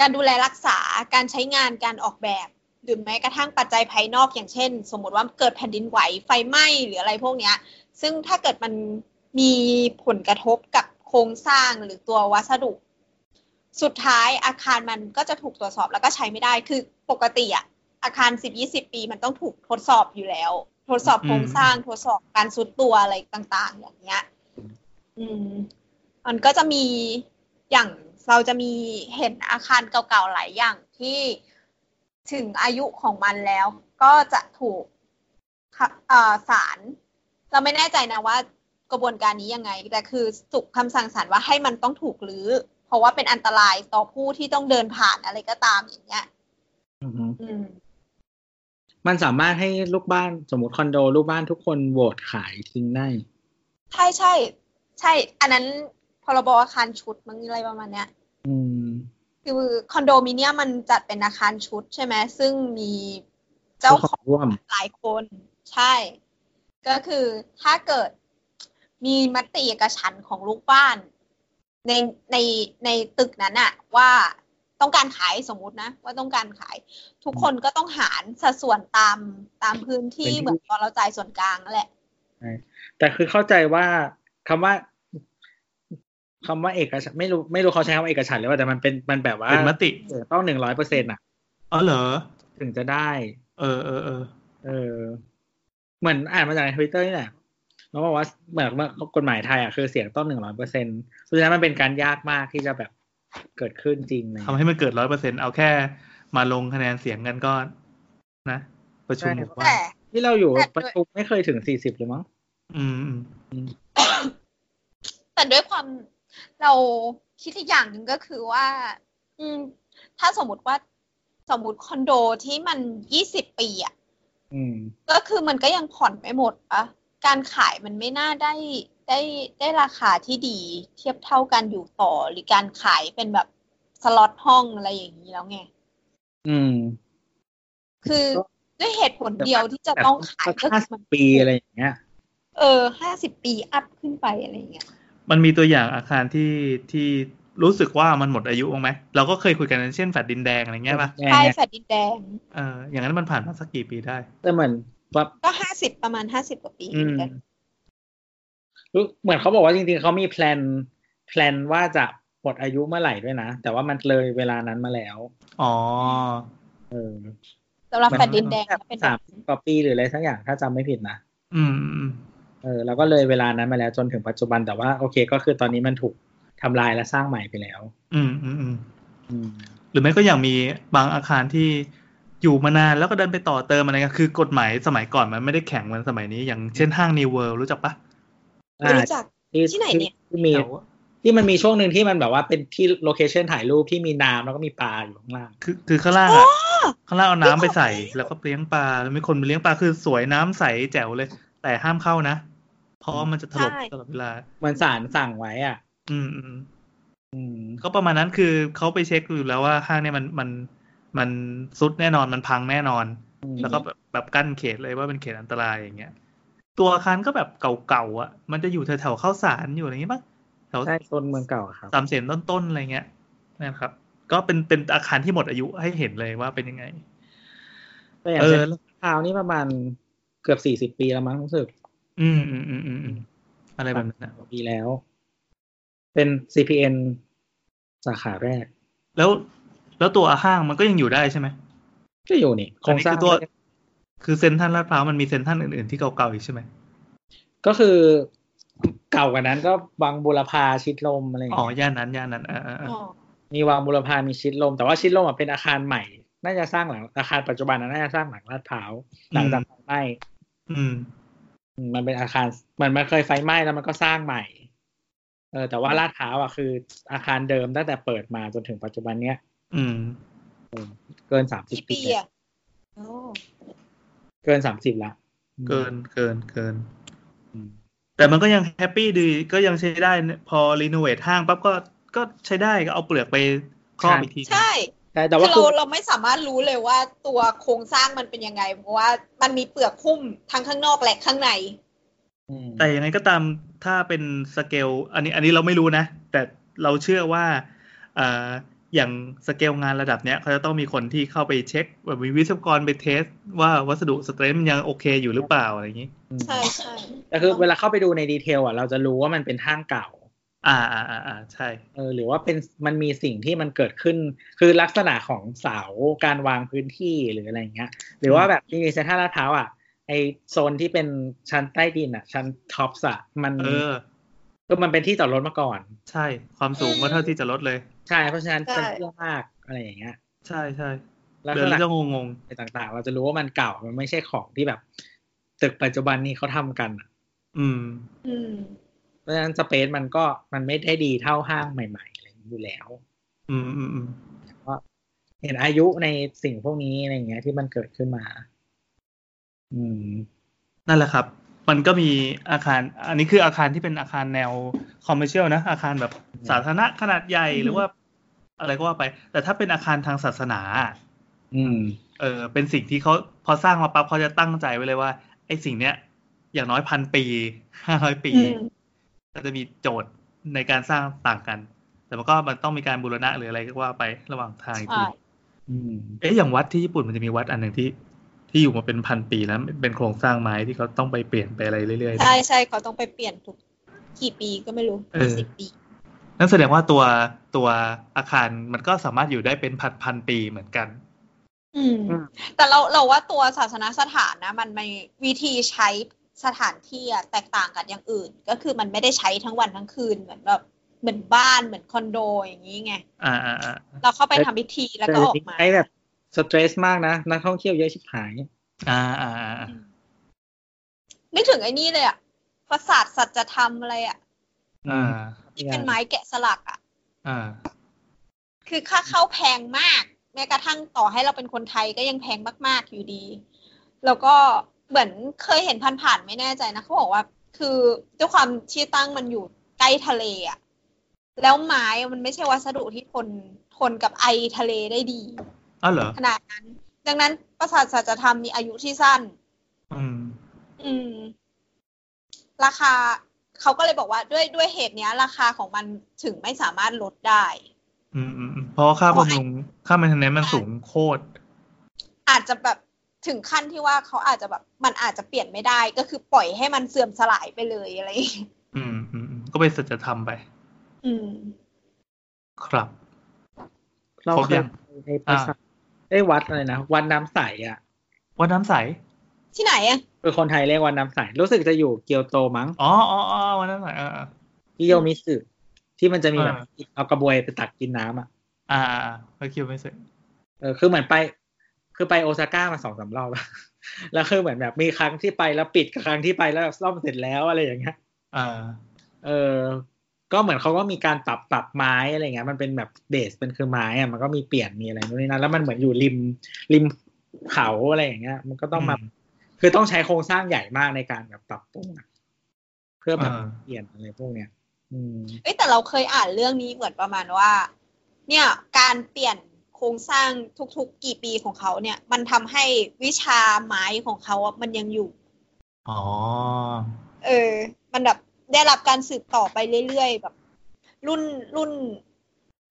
Speaker 5: การดูแลรักษาการใช้งานการออกแบบ หรือแม้กระทั่งปัจจัยภายนอกอย่างเช่น สมมติว่าเกิดแผ่นดินไหวไฟไหม้หรืออะไรพวกเนี้ย ซึ่งถ้าเกิดมันมีผลกระทบกับโครงสร้างหรือตัววัสดุ สุดท้ายอาคารมันก็จะถูกตรวจสอบแล้วก็ใช้ไม่ได้คือปกติอะอาคารสิบยี่สิบปีมันต้องถูกทดสอบอยู่แล้ว ทดสอบโครงสร้างทดสอบการซุดตัวอะไรต่าง ๆ อย่างเงี้ย อืม มันก็จะมีอย่างเราจะมีเห็นอาคารเก่าๆหลายอย่างที่ถึงอายุของมันแล้ว ก็จะถูกค่ะเอ่อศาลเราไม่แน่ใจนะว่ากระบวนการนี้ยังไง แต่คือสุกคำสั่งศาลว่าให้มันต้องถูกรื้อ เพราะว่าเป็นอันตรายต่อผู้ที่ต้องเดินผ่านอะไรก็ตามอย่างเงี้ย
Speaker 4: อือฮึ
Speaker 5: อืม
Speaker 4: มันสามารถให้ลูกบ้านสมมติคอนโด ลูกบ้านทุกคนโหวตขายทิ้งได้
Speaker 5: ใช่ใช่ใช่ อันนั้นพรบอาคารชุดมั้งอะไรประมาณเนี้ย
Speaker 4: อืม
Speaker 5: คือคอนโดมิเนียมมันจัดเป็นอาคารชุดใช่ไหมซึ่งมีเจ้าของ
Speaker 4: ผู้เข้าร่วม
Speaker 5: หลายคน ใช่ ก็คือถ้าเกิดมีมติเอกฉันท์ของลูกบ้าน ในในในตึกนั้นอะว่าต้องการขายสมมุตินะ ว่าต้องการขาย ทุกคนก็ต้องหารสัดส่วนตามตามพื้นที่
Speaker 4: เป็นที่
Speaker 5: เหมือนตอนเราจ่ายส่วนกลางนั่นแหละ
Speaker 4: แต่คือเข้าใจว่าคำว่าคำว่าเอกฉันท์ไม่รู้ไม่รู้เขาใช้คำว่าเอกฉันท์หรือเปล่าแต่มันเป็นมันแบบว่า
Speaker 3: เป็นมติ
Speaker 4: เออต้องหนึ่งร้อยเปอร์เซ็นต์อ่ะ
Speaker 3: อ๋อเหรอ
Speaker 4: ถึงจะได้
Speaker 3: เออเออเออ
Speaker 4: เออ เหมือนอ่านมาจากในทวิตเตอร์นี่แหละเขาบอกว่าเหมือนว่ากฎหมายไทยอ่ะคือเสียงต้องหนึ่งร้อยเปอร์เซ็นต์เพราะฉะนั้นมันเป็นการยากมากที่จะแบบเกิดขึ้นจริงเลย
Speaker 3: ทำให้มันเกิดร้อยเปอร์เซ็นเอาแค่ มาลงคะแนนเสียงกันก็ นะ ประชุม
Speaker 4: ใช่
Speaker 3: หมู่บ้าน
Speaker 5: แต่
Speaker 4: ที่เราอยู่
Speaker 5: แต่ด้วย
Speaker 4: ประชุมไม่เคยถึงสี่สิบเลยมั้ง
Speaker 3: อืมอืม
Speaker 5: แต่ด้วยความเราคิดอีกอย่างหนึ่งก็คือว่า อืม ถ้าสมมติว่าสมมติคอนโดที่มันยี่สิบปีอ่ะ
Speaker 4: อืม
Speaker 5: ก็คือมันก็ยังผ่อนไม่หมดปะการขายมันไม่น่าได้ได้ได้ราคาที่ดี เทียบเท่ากันอยู่ต่อหรือการขายเป็นแบบสล็อตห้องอะไรอย่างนี้แล้วไง
Speaker 4: อืม
Speaker 5: คือด้วยเหตุผลเดียวที่จะต้องขายก็คื
Speaker 4: ห้า
Speaker 5: อ
Speaker 4: สิ
Speaker 5: มั
Speaker 4: บ
Speaker 5: น
Speaker 4: ปีอะไรอย่างเงี้ย
Speaker 5: เออห้าสิบปีอัพขึ้นไปอะไรอย่างเงี้ย
Speaker 3: มันมีตัวอย่างอาคารที่ที่ รู้สึกว่ามันหมดอายุบ้างไหมเราก็เคยคุยกันเช่นแฟดดินแดงอะไรเงี้ยป่ะ
Speaker 5: ใช่แฟดดินแดง
Speaker 3: เอออย่างนั้นมันผ่านมาสักกี่ปีได้
Speaker 4: แต่เหมือนว่า
Speaker 5: ก็ห้าสิบประมาณห้าสิบกว่าปี
Speaker 4: อื
Speaker 5: เหมือน
Speaker 4: ม
Speaker 5: กัน
Speaker 4: รู้เหมือนเขาบอกว่าจริงๆเขามีแพลนแพลนว่าจะหมดอายุเมื่อไหร่ด้วยนะ แต่ว่ามันเลยเวลานั้นมาแล้ว
Speaker 3: อ๋อ
Speaker 5: สำหรับแฟดดินแดง
Speaker 4: แบบ
Speaker 5: ก็เป็น
Speaker 4: สามสิบกว่าปีหรืออะไรสักอย่างถ้าจำไม่ผิดนะ
Speaker 3: อืมอืม
Speaker 4: เออแล้วก็เลยเวลานั้นมาแล้วจนถึงปัจจุบันแต่ว่าโอเคก็คือตอนนี้มันถูกทำลายและสร้างใหม่ไปแล้ว
Speaker 3: อืมอืมอืม
Speaker 4: อืม
Speaker 3: หรือไม่ก็อย่างมีบางอาคารที่อยู่มานานแล้วก็เดินไปต่อเติมอะไรกันคือกฎหมายสมัยก่อนมันไม่ได้แข็งเหมือนสมัยนี้ อย่างเช่นห้างนิวเวิลรู้จักปะ
Speaker 5: ไม่รู้จัก
Speaker 4: ที่
Speaker 5: ที่ไหนเนี่ย
Speaker 4: ที่มี
Speaker 3: แถว
Speaker 4: ที่มันมีช่วงหนึ่งที่มันแบบว่าเป็นที่โลเคชันถ่ายรูปที่มีน้ำแล้วก็มีปลาอยู่ข้างล่าง
Speaker 3: คือคือข้างล่างอะ
Speaker 5: อ๋อ
Speaker 3: ข้างล่างเอาน้ำไปใส่
Speaker 5: นึกออกแล้ว
Speaker 3: แล้วก็เลี้ยงปลาแล้วมีคนไปเลี้ยงปลาคือสวยน้ำใสแจ๋วเลย แต่ห้ามเข้านะเพราะมันจะถล่ม
Speaker 5: ใช่
Speaker 3: ตลอดเวลา
Speaker 4: มันสารสั่งไว้อ่ะ
Speaker 3: อืมอืม
Speaker 4: อืม
Speaker 3: ก็ประมาณนั้นคือเขาไปเช็คอยู่แล้วว่าห้างเนี่ยมันมันมันซุดแน่นอนมันพังแน่นอน แล้วก็แบบแบบกั้นเขตเลยว่าเป็นเขตอันตรายอย่างเงี้ย ตัวอาคารก็แบบเก่าๆอ่ะ มันจะอยู่แถวๆข้าวสารอยู่อะไรเงี้ยปะแถว
Speaker 4: ใช่โซนเมืองเก่าอะครับ
Speaker 3: สามเสนต้นๆอะไรเงี้ยนะครับ ก็เป็นเป็นอาคารที่หมดอายุให้เห็นเลยว่าเป็นยังไง
Speaker 4: แต่อย่าง
Speaker 3: เออ
Speaker 4: เช่นทาวน์นี่ประมาณเกือบสี่สิบปีแล้วมั้งรู้สึก
Speaker 3: อืมอืมอืมอืมอืมอะไรแบบนั้นอะ
Speaker 4: กว่าปีแล้ว เป็น CPN สาขาแรก
Speaker 3: แล้วแล้วตัวอาห้างมันก็ยังอยู่ได้ใช่ไหม
Speaker 4: ก็อยู่นี่โครงสร้าง
Speaker 3: อันนี้อตัว คือเซ็นทรัลลาดพร้าวมันมีเซ็นทรัลอื่นๆที่เก่าๆอีกใช่ไหม
Speaker 4: ก็คือเก่ากว่านั้นก็วังบุรพาชิดลมอะไรอย่าง
Speaker 3: อ๋อ
Speaker 4: เงี้ย
Speaker 3: ย่านนั้นย่านนั้นอ่าอ่าอ่า
Speaker 5: อ๋อ
Speaker 4: มีวังบุรพามีชิดลม แต่ว่าชิดลมอ่ะเป็นอาคารใหม่ น่าจะสร้างหลังอาคารปัจจุบันนะน่าจะสร้างหลังลาดพร้าวหลังจากไฟไหม้
Speaker 3: อืม
Speaker 4: อืมมันเป็นอาคารมันมันเคยไฟไหม้แล้วมันก็สร้างใหม่ เออแต่ว่าลาดพร้าวอ่ะคือ อาคารเดิมตั้งแต่เปิดมาจนถึงปัจจุบันเนี้ย
Speaker 3: อืม
Speaker 4: เกินสามสิบ
Speaker 5: กี่ปี
Speaker 4: แล้ว
Speaker 5: อ่ะโอ้
Speaker 4: เกินสามสิบละ
Speaker 3: เกินเกินเกิน
Speaker 4: อืม
Speaker 3: แต่มันก็ยังแฮปปี้ดีก็ยังใช้ได้เนี่ยพอรีโนเวทห้างปั๊บก็ก็ใช้ได้ก็เอาเปลือกไปครอบอีกที
Speaker 5: ใช่
Speaker 4: ใช่แต่
Speaker 5: คือ
Speaker 4: ว่าคื
Speaker 5: เรา
Speaker 4: อ
Speaker 5: เราไม่สามารถรู้เลยว่าตัวโครงสร้างมันเป็นยังไง เพราะว่ามันมีเปลือกหุ้มทั้งข้างนอกและข้างใน
Speaker 4: อืม
Speaker 3: แต่ยังไงก็ตามถ้าเป็นสเกลอันนี้อันนี้เราไม่รู้นะ แต่เราเชื่อว่าเอ่ออย่างสเกลงานระดับเนี้ยเขาจะต้องมีคนที่เข้าไปเช็คแบบมีวิศวกรไปเทส ว่าวัสดุสเตรนท์มันยังโอเคอยู่หรือเปล่าอะไรอย่างนี้
Speaker 4: อืม
Speaker 5: ใช่ใช่
Speaker 4: แต่คือเวลาเข้าไปดูในดีเทลอ่ะเราจะรู้ว่ามันเป็นห้างเก่า
Speaker 3: อ่าอ่าอ่าอ่าใช่
Speaker 4: เออหรือว่าเป็นมันมีสิ่งที่มันเกิดขึ้น คือลักษณะของเสาการวางพื้นที่หรืออะไรอย่างเงี้ย หรือว่าแบบที่เซ็นทรัลลาดพร้าวอ่ะไอโซนที่เป็นชั้นใต้ดินอ่ะ ชั้นท็อปส์อ่ะมัน
Speaker 3: เออ
Speaker 4: ก็มันเป็นที่จอดรถมาก่อน
Speaker 3: ใช่ความสูงก็เท่าที่จะลดเลย
Speaker 4: ใช่เพราะฉะนั้นเป็นเยอะมากอะไรอย่างเงี้ย
Speaker 3: ใช่ใช่
Speaker 4: ลัก
Speaker 3: เดิ
Speaker 4: ษ
Speaker 3: น
Speaker 4: ณะ
Speaker 3: แล้วจะงงง
Speaker 4: ต่างๆ เราจะรู้ว่ามันเก่ามันไม่ใช่ของที่แบบ ตึกปัจจุบันนี้เขาทำกันอะ
Speaker 3: ๆอืม
Speaker 5: อืม
Speaker 4: เพราะฉะนั้นสเปซมันก็มันไม่ได้ดีเท่าห้างใหม่ๆอะไรอย่างนี้อยู่แล้ว
Speaker 3: อืมอืมอืม
Speaker 4: เห็นอายุในสิ่งพวกนี้อะไรอย่างเงี้ยที่มันเกิดขึ้นมา อืม
Speaker 3: นั่นแหละครับ มันก็มีอาคาร อันนี้คืออาคารที่เป็นอาคารแนวคอมเมอร์เชียลนะ อาคารแบบสาธารณะขนาดใหญ่
Speaker 5: อืม
Speaker 3: หรือว่า อะไรก็ว่าไป แต่ถ้าเป็นอาคารทางศาสนา
Speaker 4: อืม
Speaker 3: เออ เป็นสิ่งที่เขาพอสร้างมาปั๊บเขาจะตั้งใจไว้เลยว่าไอ้สิ่งเนี้ย อย่างน้อยพันปีห้าร้อยปี
Speaker 5: อืม
Speaker 3: ก็จะมีโจทย์ในการสร้างต่างกัน แต่มันก็มันต้องมีการบูรณะหรืออะไรก็ว่าไประหว่างทางอีก
Speaker 5: ใช่
Speaker 3: ที
Speaker 4: อืม
Speaker 3: เอ๊ะอย่างวัดที่ญี่ปุ่นมันจะมีวัดอันหนึ่งที่ ที่อยู่มาเป็นพันปีแล้วเป็นโครงสร้างไม้ที่เขาต้องไปเปลี่ยนไปอะไรเรื่อยๆ
Speaker 5: ใช่ใช่เขาต้องไปเปลี่ยนทุกกี่ปีก็ไม่รู้
Speaker 3: เออ
Speaker 5: สิบปี
Speaker 3: นั่นแสดงว่าตัวตัวอาคารมันก็สามารถอยู่ได้เป็นพันพันปีเหมือนกัน
Speaker 5: อืม
Speaker 4: อืม
Speaker 5: แต่เราเราว่าตัวศาสนสถานนะ มันมีวิธีใช้สถานที่อะแตกต่างกับอย่างอื่น ก็คือมันไม่ได้ใช้ทั้งวันทั้งคืนเหมือนแบบเหมือนบ้านเหมือนคอนโดอย่างนี้ไง
Speaker 3: อ่าอ่าอ่า
Speaker 5: เราเข้าไปทำพิธีแล้วก็ออกมา
Speaker 4: ใช้แบบสเตรสมากนะ นักท่องเที่ยวเยอะชิบหาย
Speaker 3: อ่าอ่าอ่า
Speaker 5: นึกถึงไอ้นี่เลยอะปราสาทสัจธรรมอะไรอะ
Speaker 3: อ่า
Speaker 5: ที่เป็นไม้แกะสลักอะ
Speaker 3: อ่า
Speaker 5: คือค่าเข้าแพงมาก แม้กระทั่งต่อให้เราเป็นคนไทยก็ยังแพงมาก ๆอยู่ดี แล้วก็เหมือนเคยเห็นผ่านๆไม่แน่ใจนะเขาบอกว่า คือด้วยความที่ตั้งมันอยู่ใกล้ทะเลอะแล้วไม้มันไม่ใช่วัสดุที่ทนทนกับไอทะเลได้ดี
Speaker 3: อ้าวเหรอ
Speaker 5: ขนาดนั้น ดังนั้นปราสาทสัจธรรมมีอายุที่สั้น
Speaker 3: อืม
Speaker 5: อืม ราคา เขาก็เลยบอกว่าด้วยด้วยเหตุเนี้ย ราคาของมันถึงไม่สามารถลดได้
Speaker 3: อืมอืมอืมเพราะว่าค่าบำรุงค่า maintenance มันสูงโคตร
Speaker 5: อาจจะแบบถึงขั้นที่ว่าเขาอาจจะแบบมันอาจจะเปลี่ยนไม่ได้ก็คือปล่อยให้มันเสื่อมสลายไปเลยอะไรอย่างเงี้ย
Speaker 3: อืมอืมอืมก็เป็นสัจธรรมไป
Speaker 5: อืม
Speaker 3: ครับ
Speaker 4: เรา
Speaker 3: ครบ
Speaker 4: เค
Speaker 3: ยั
Speaker 4: ย
Speaker 3: ง
Speaker 4: ไปไอ้ไอ้วัดอะไรนะวัดน้ำใสอ่ะ
Speaker 3: วัดน้ำใส
Speaker 5: ที่ไหนอะ
Speaker 4: คือคนไทยเรียกวัดน้ำใส รู้สึกจะอยู่เกียวโตมั้ง
Speaker 3: อ๋ออ๋ออ๋อวัดน้ำใสเออเออ
Speaker 4: กิโยมิสึที่มันจะมีแบบ
Speaker 3: อ่า
Speaker 4: เอากระบวยไปตักกินน้ำอ่ะ
Speaker 3: อ่าอ่าอ่าไปคิวไม่เสร็จ
Speaker 4: เออคือเหมือนไป คือไปโอซาก้ามาสองสามรอบแล้ว แล้วคือเหมือนแบบมีครั้งที่ไปแล้วปิดกับครั้งที่ไปแล้วแบบซ่อมเสร็จแล้วอะไรอย่างเงี้ย
Speaker 3: อ่า
Speaker 4: เออ ก็เหมือนเขาก็มีการปรับปรับไม้อะไรเงี้ย มันเป็นแบบเบสเป็นคือไม้อะมันก็มีเปลี่ยนมีอะไรนู่นนี่นั่นแล้วมันเหมือนอยู่ริมริมเขาอะไรอย่างเงี้ย มันก็ต้องมา
Speaker 3: อืม
Speaker 4: คือต้องใช้โครงสร้างใหญ่มากในการแบบปรับปรุงอะเพื่อแบบ
Speaker 3: อ่า
Speaker 4: เปลี่ยนอะไรพวกเนี้ย อืม
Speaker 5: เอ้ยแต่เราเคยอ่านเรื่องนี้เหมือนประมาณว่า เนี่ย การเปลี่ยนโครงสร้างทุกๆ กี่ปีของเขาเนี่ย มันทำให้วิชาไม้ของเขาอะมันยังอยู่
Speaker 3: อ๋อ
Speaker 5: เออ มันแบบได้รับการสืบต่อไปเรื่อยๆ แบบ รุ่นรุ่น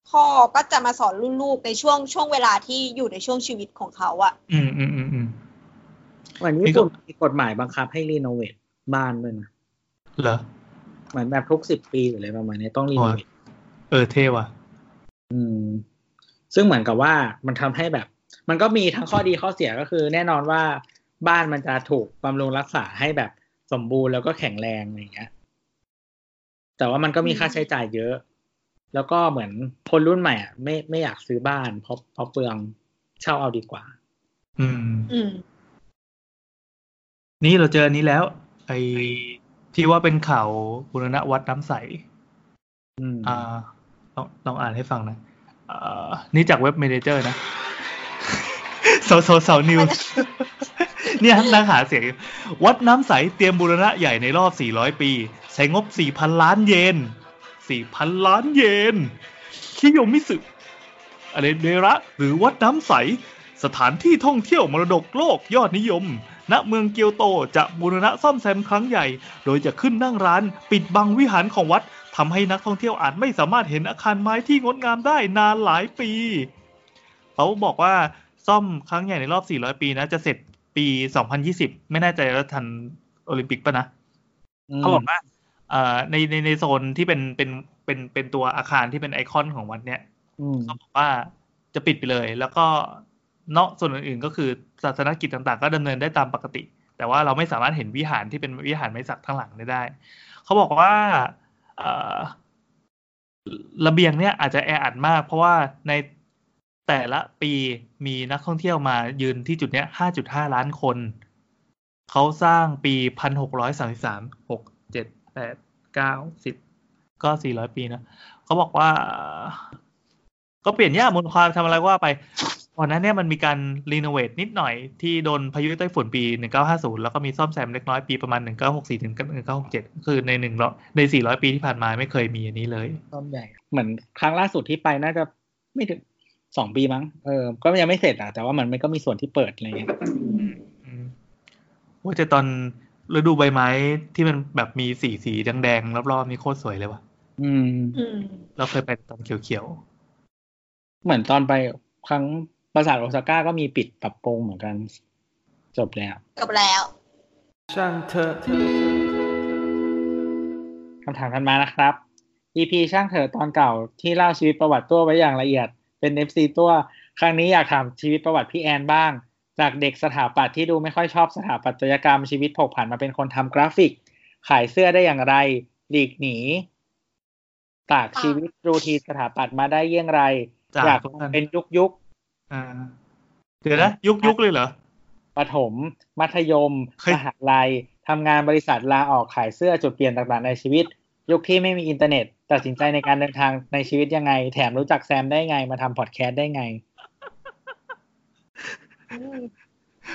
Speaker 5: พ่อก็จะมาสอนรุ่นลูกในช่วงช่วงเวลาที่อยู่ในช่วงชีวิตของเขาอะ
Speaker 3: อืมอืมอืมอืม
Speaker 4: วัน
Speaker 3: นี่
Speaker 4: ญี่
Speaker 3: ก็
Speaker 4: ปุ่นมีกฎหมายบังคับให้รีโนเวทบ้านด้วยนะ
Speaker 3: เหรอ
Speaker 4: เหมือนแบบทุกสิบปีหรืออะไรประมาณนี้ต้องรี
Speaker 3: อ๋
Speaker 4: โน
Speaker 3: อ
Speaker 4: เวท
Speaker 3: เออเท่ว่ะ
Speaker 4: อืมซึ่งเหมือนกับว่ามันทำให้แบบ มันก็มีทั้งข้อดีข้อเสียก็คือ แน่นอนว่าบ้านมันจะถูกบำรุงรักษาให้แบบสมบูรณ์แล้วก็แข็งแรงอะไรอย่างเงี้ย แต่ว่ามันก็มีค่าใช้จ่ายเยอะ แล้วก็เหมือนคนรุ่นใหม่อ่ะไม่ไม่อยากซื้อบ้านเพราะเพราะเปลืองเช่าเอาดีกว่า
Speaker 3: อืม
Speaker 5: อืม
Speaker 3: นี่เราเจออันนี้แล้ว ไอ้ที่ว่าเป็นข่าวบุรณะวัดน้ำใส
Speaker 4: อืม
Speaker 3: อ่าลองลองอ่านให้ฟังนะอ่านี่จากเว็บเมเนเจอร์นะ เสาเสาเสานิวส์ เนี่ยนั่งหาเสียงอยู่วัดน้ำใสเตรียมบูรณะใหญ่ในรอบ 400 ปี ใช้งบ 4,000 ล้านเยน 4,000 ล้านเยน คิโยมิสึอะไรเดระหรือวัดน้ำใส สถานที่ท่องเที่ยวมรดกโลกยอดนิยม ณ เมืองเกียวโตจะบูรณะซ่อมแซมครั้งใหญ่ โดยจะขึ้นนั่งร้าน ปิดบังวิหารของวัดทำให้นักท่องเที่ยวอาจไม่สามารถเห็นอาคารไม้ที่งดงามได้นานหลายปี เขาบอกว่าซ่อมครั้งใหญ่ในรอบ 400 ปีนะ จะเสร็จปี 2020 ไม่แน่ใจว่าทันโอลิมปิกปะนะ เขาบอกว่าเอ่อในในในโซนที่เป็นเป็นเป็นเป็นตัวอาคารที่เป็นไอคอนของวัดเนี่ย
Speaker 4: อืม
Speaker 3: เขาบอกว่าจะปิดไปเลย แล้วก็นอกส่วนอื่นๆก็คือศาสนกิจต่างๆ ก็ดำเนินได้ตามปกติ แต่ว่าเราไม่สามารถเห็นวิหารที่เป็นวิหารไม้สักทั้างหลังได้ เขาบอกว่าเอ่อระเบียงเนี่ยอาจจะแออัดมาก เพราะว่าในแต่ละปีมีนักท่องเที่ยวมายืนที่จุดเนี้ย 5.5 ล้านคน เขาสร้างปี 1633 6 7 8 9 10 ก็ 400 ปีนะ เขาบอกว่า ก็เปลี่ยนยากมูลความทำอะไรว่าไปก่อนหนั้นเนี่ยมันมีการรีโนเวทนิดหน่อยที่โดนพายุไต้ฝุ่นปี 1950 แล้วก็มีซ่อมแซมเล็กน้อยปีประมาณ 1964ถึง1967 คือในหนึ่งร้อยใน 400 ปีที่ผ่านมาไม่เคยมีอันนี้เลย
Speaker 4: ซ่อมใหญ่ เหมือนครั้งล่าสุดที่ไปน่าจะไม่ถึงสองปีมั้งเออก็ยังไม่เสร็จอ่ะแต่ว่ามันไม่ก็มีส่วนที่เปิดอะไรเงี้ย
Speaker 3: อืมว่าจะตอนฤดูใบไม้ที่มันแบบมีสีสีแดงๆรอบๆนี่โคตรสวยเลยว่ะ
Speaker 4: อืม
Speaker 5: อืม
Speaker 3: เราเคยไปตอนเขียว
Speaker 4: เหมือนตอนไปครั้งปราสาทโอซาก้าก็มีปิดปรับปรุงเหมือนกัน จบแล้ว
Speaker 5: กับแล้ว
Speaker 1: ช่างเธอะ
Speaker 4: คำถามทันมานะครับ EP ช่างเถอะตอนเก่าที่เล่าชีวิตประวัติตัวไว้อย่างละเอียด เป็น FC ตัว ครั้งนี้อยากถามชีวิตประวัติพี่แอนบ้าง จากเด็กสถาปัตย์ที่ดูไม่ค่อยชอบสถาปัตยกรรมชีวิตผกผันมาเป็นคนทำกราฟิก ขายเสื้อได้อย่างไรหลีกหนีตากชีวิตรูทีนสถาปัตย์มาได้เยี่ยงไร
Speaker 3: ๆจาก
Speaker 4: อยาก
Speaker 3: พวกนั้น
Speaker 4: เป็นยุคยุคๆ
Speaker 3: อ่าเดี๋ยวนะยุคยุคๆเลยเหรอ
Speaker 4: ประถม มัธยม
Speaker 3: เฮ้ย
Speaker 4: มหาลัย ทำงานบริษัทลาออกขายเสื้อจุดเปลี่ยนต่างๆในชีวิต ยุคที่ไม่มีอินเทอร์เน็ต ตัดสินใจในการเดินทางในชีวิตยังไง แถมรู้จักแซมได้ไง มาทำพอดแคสต์ได้ไง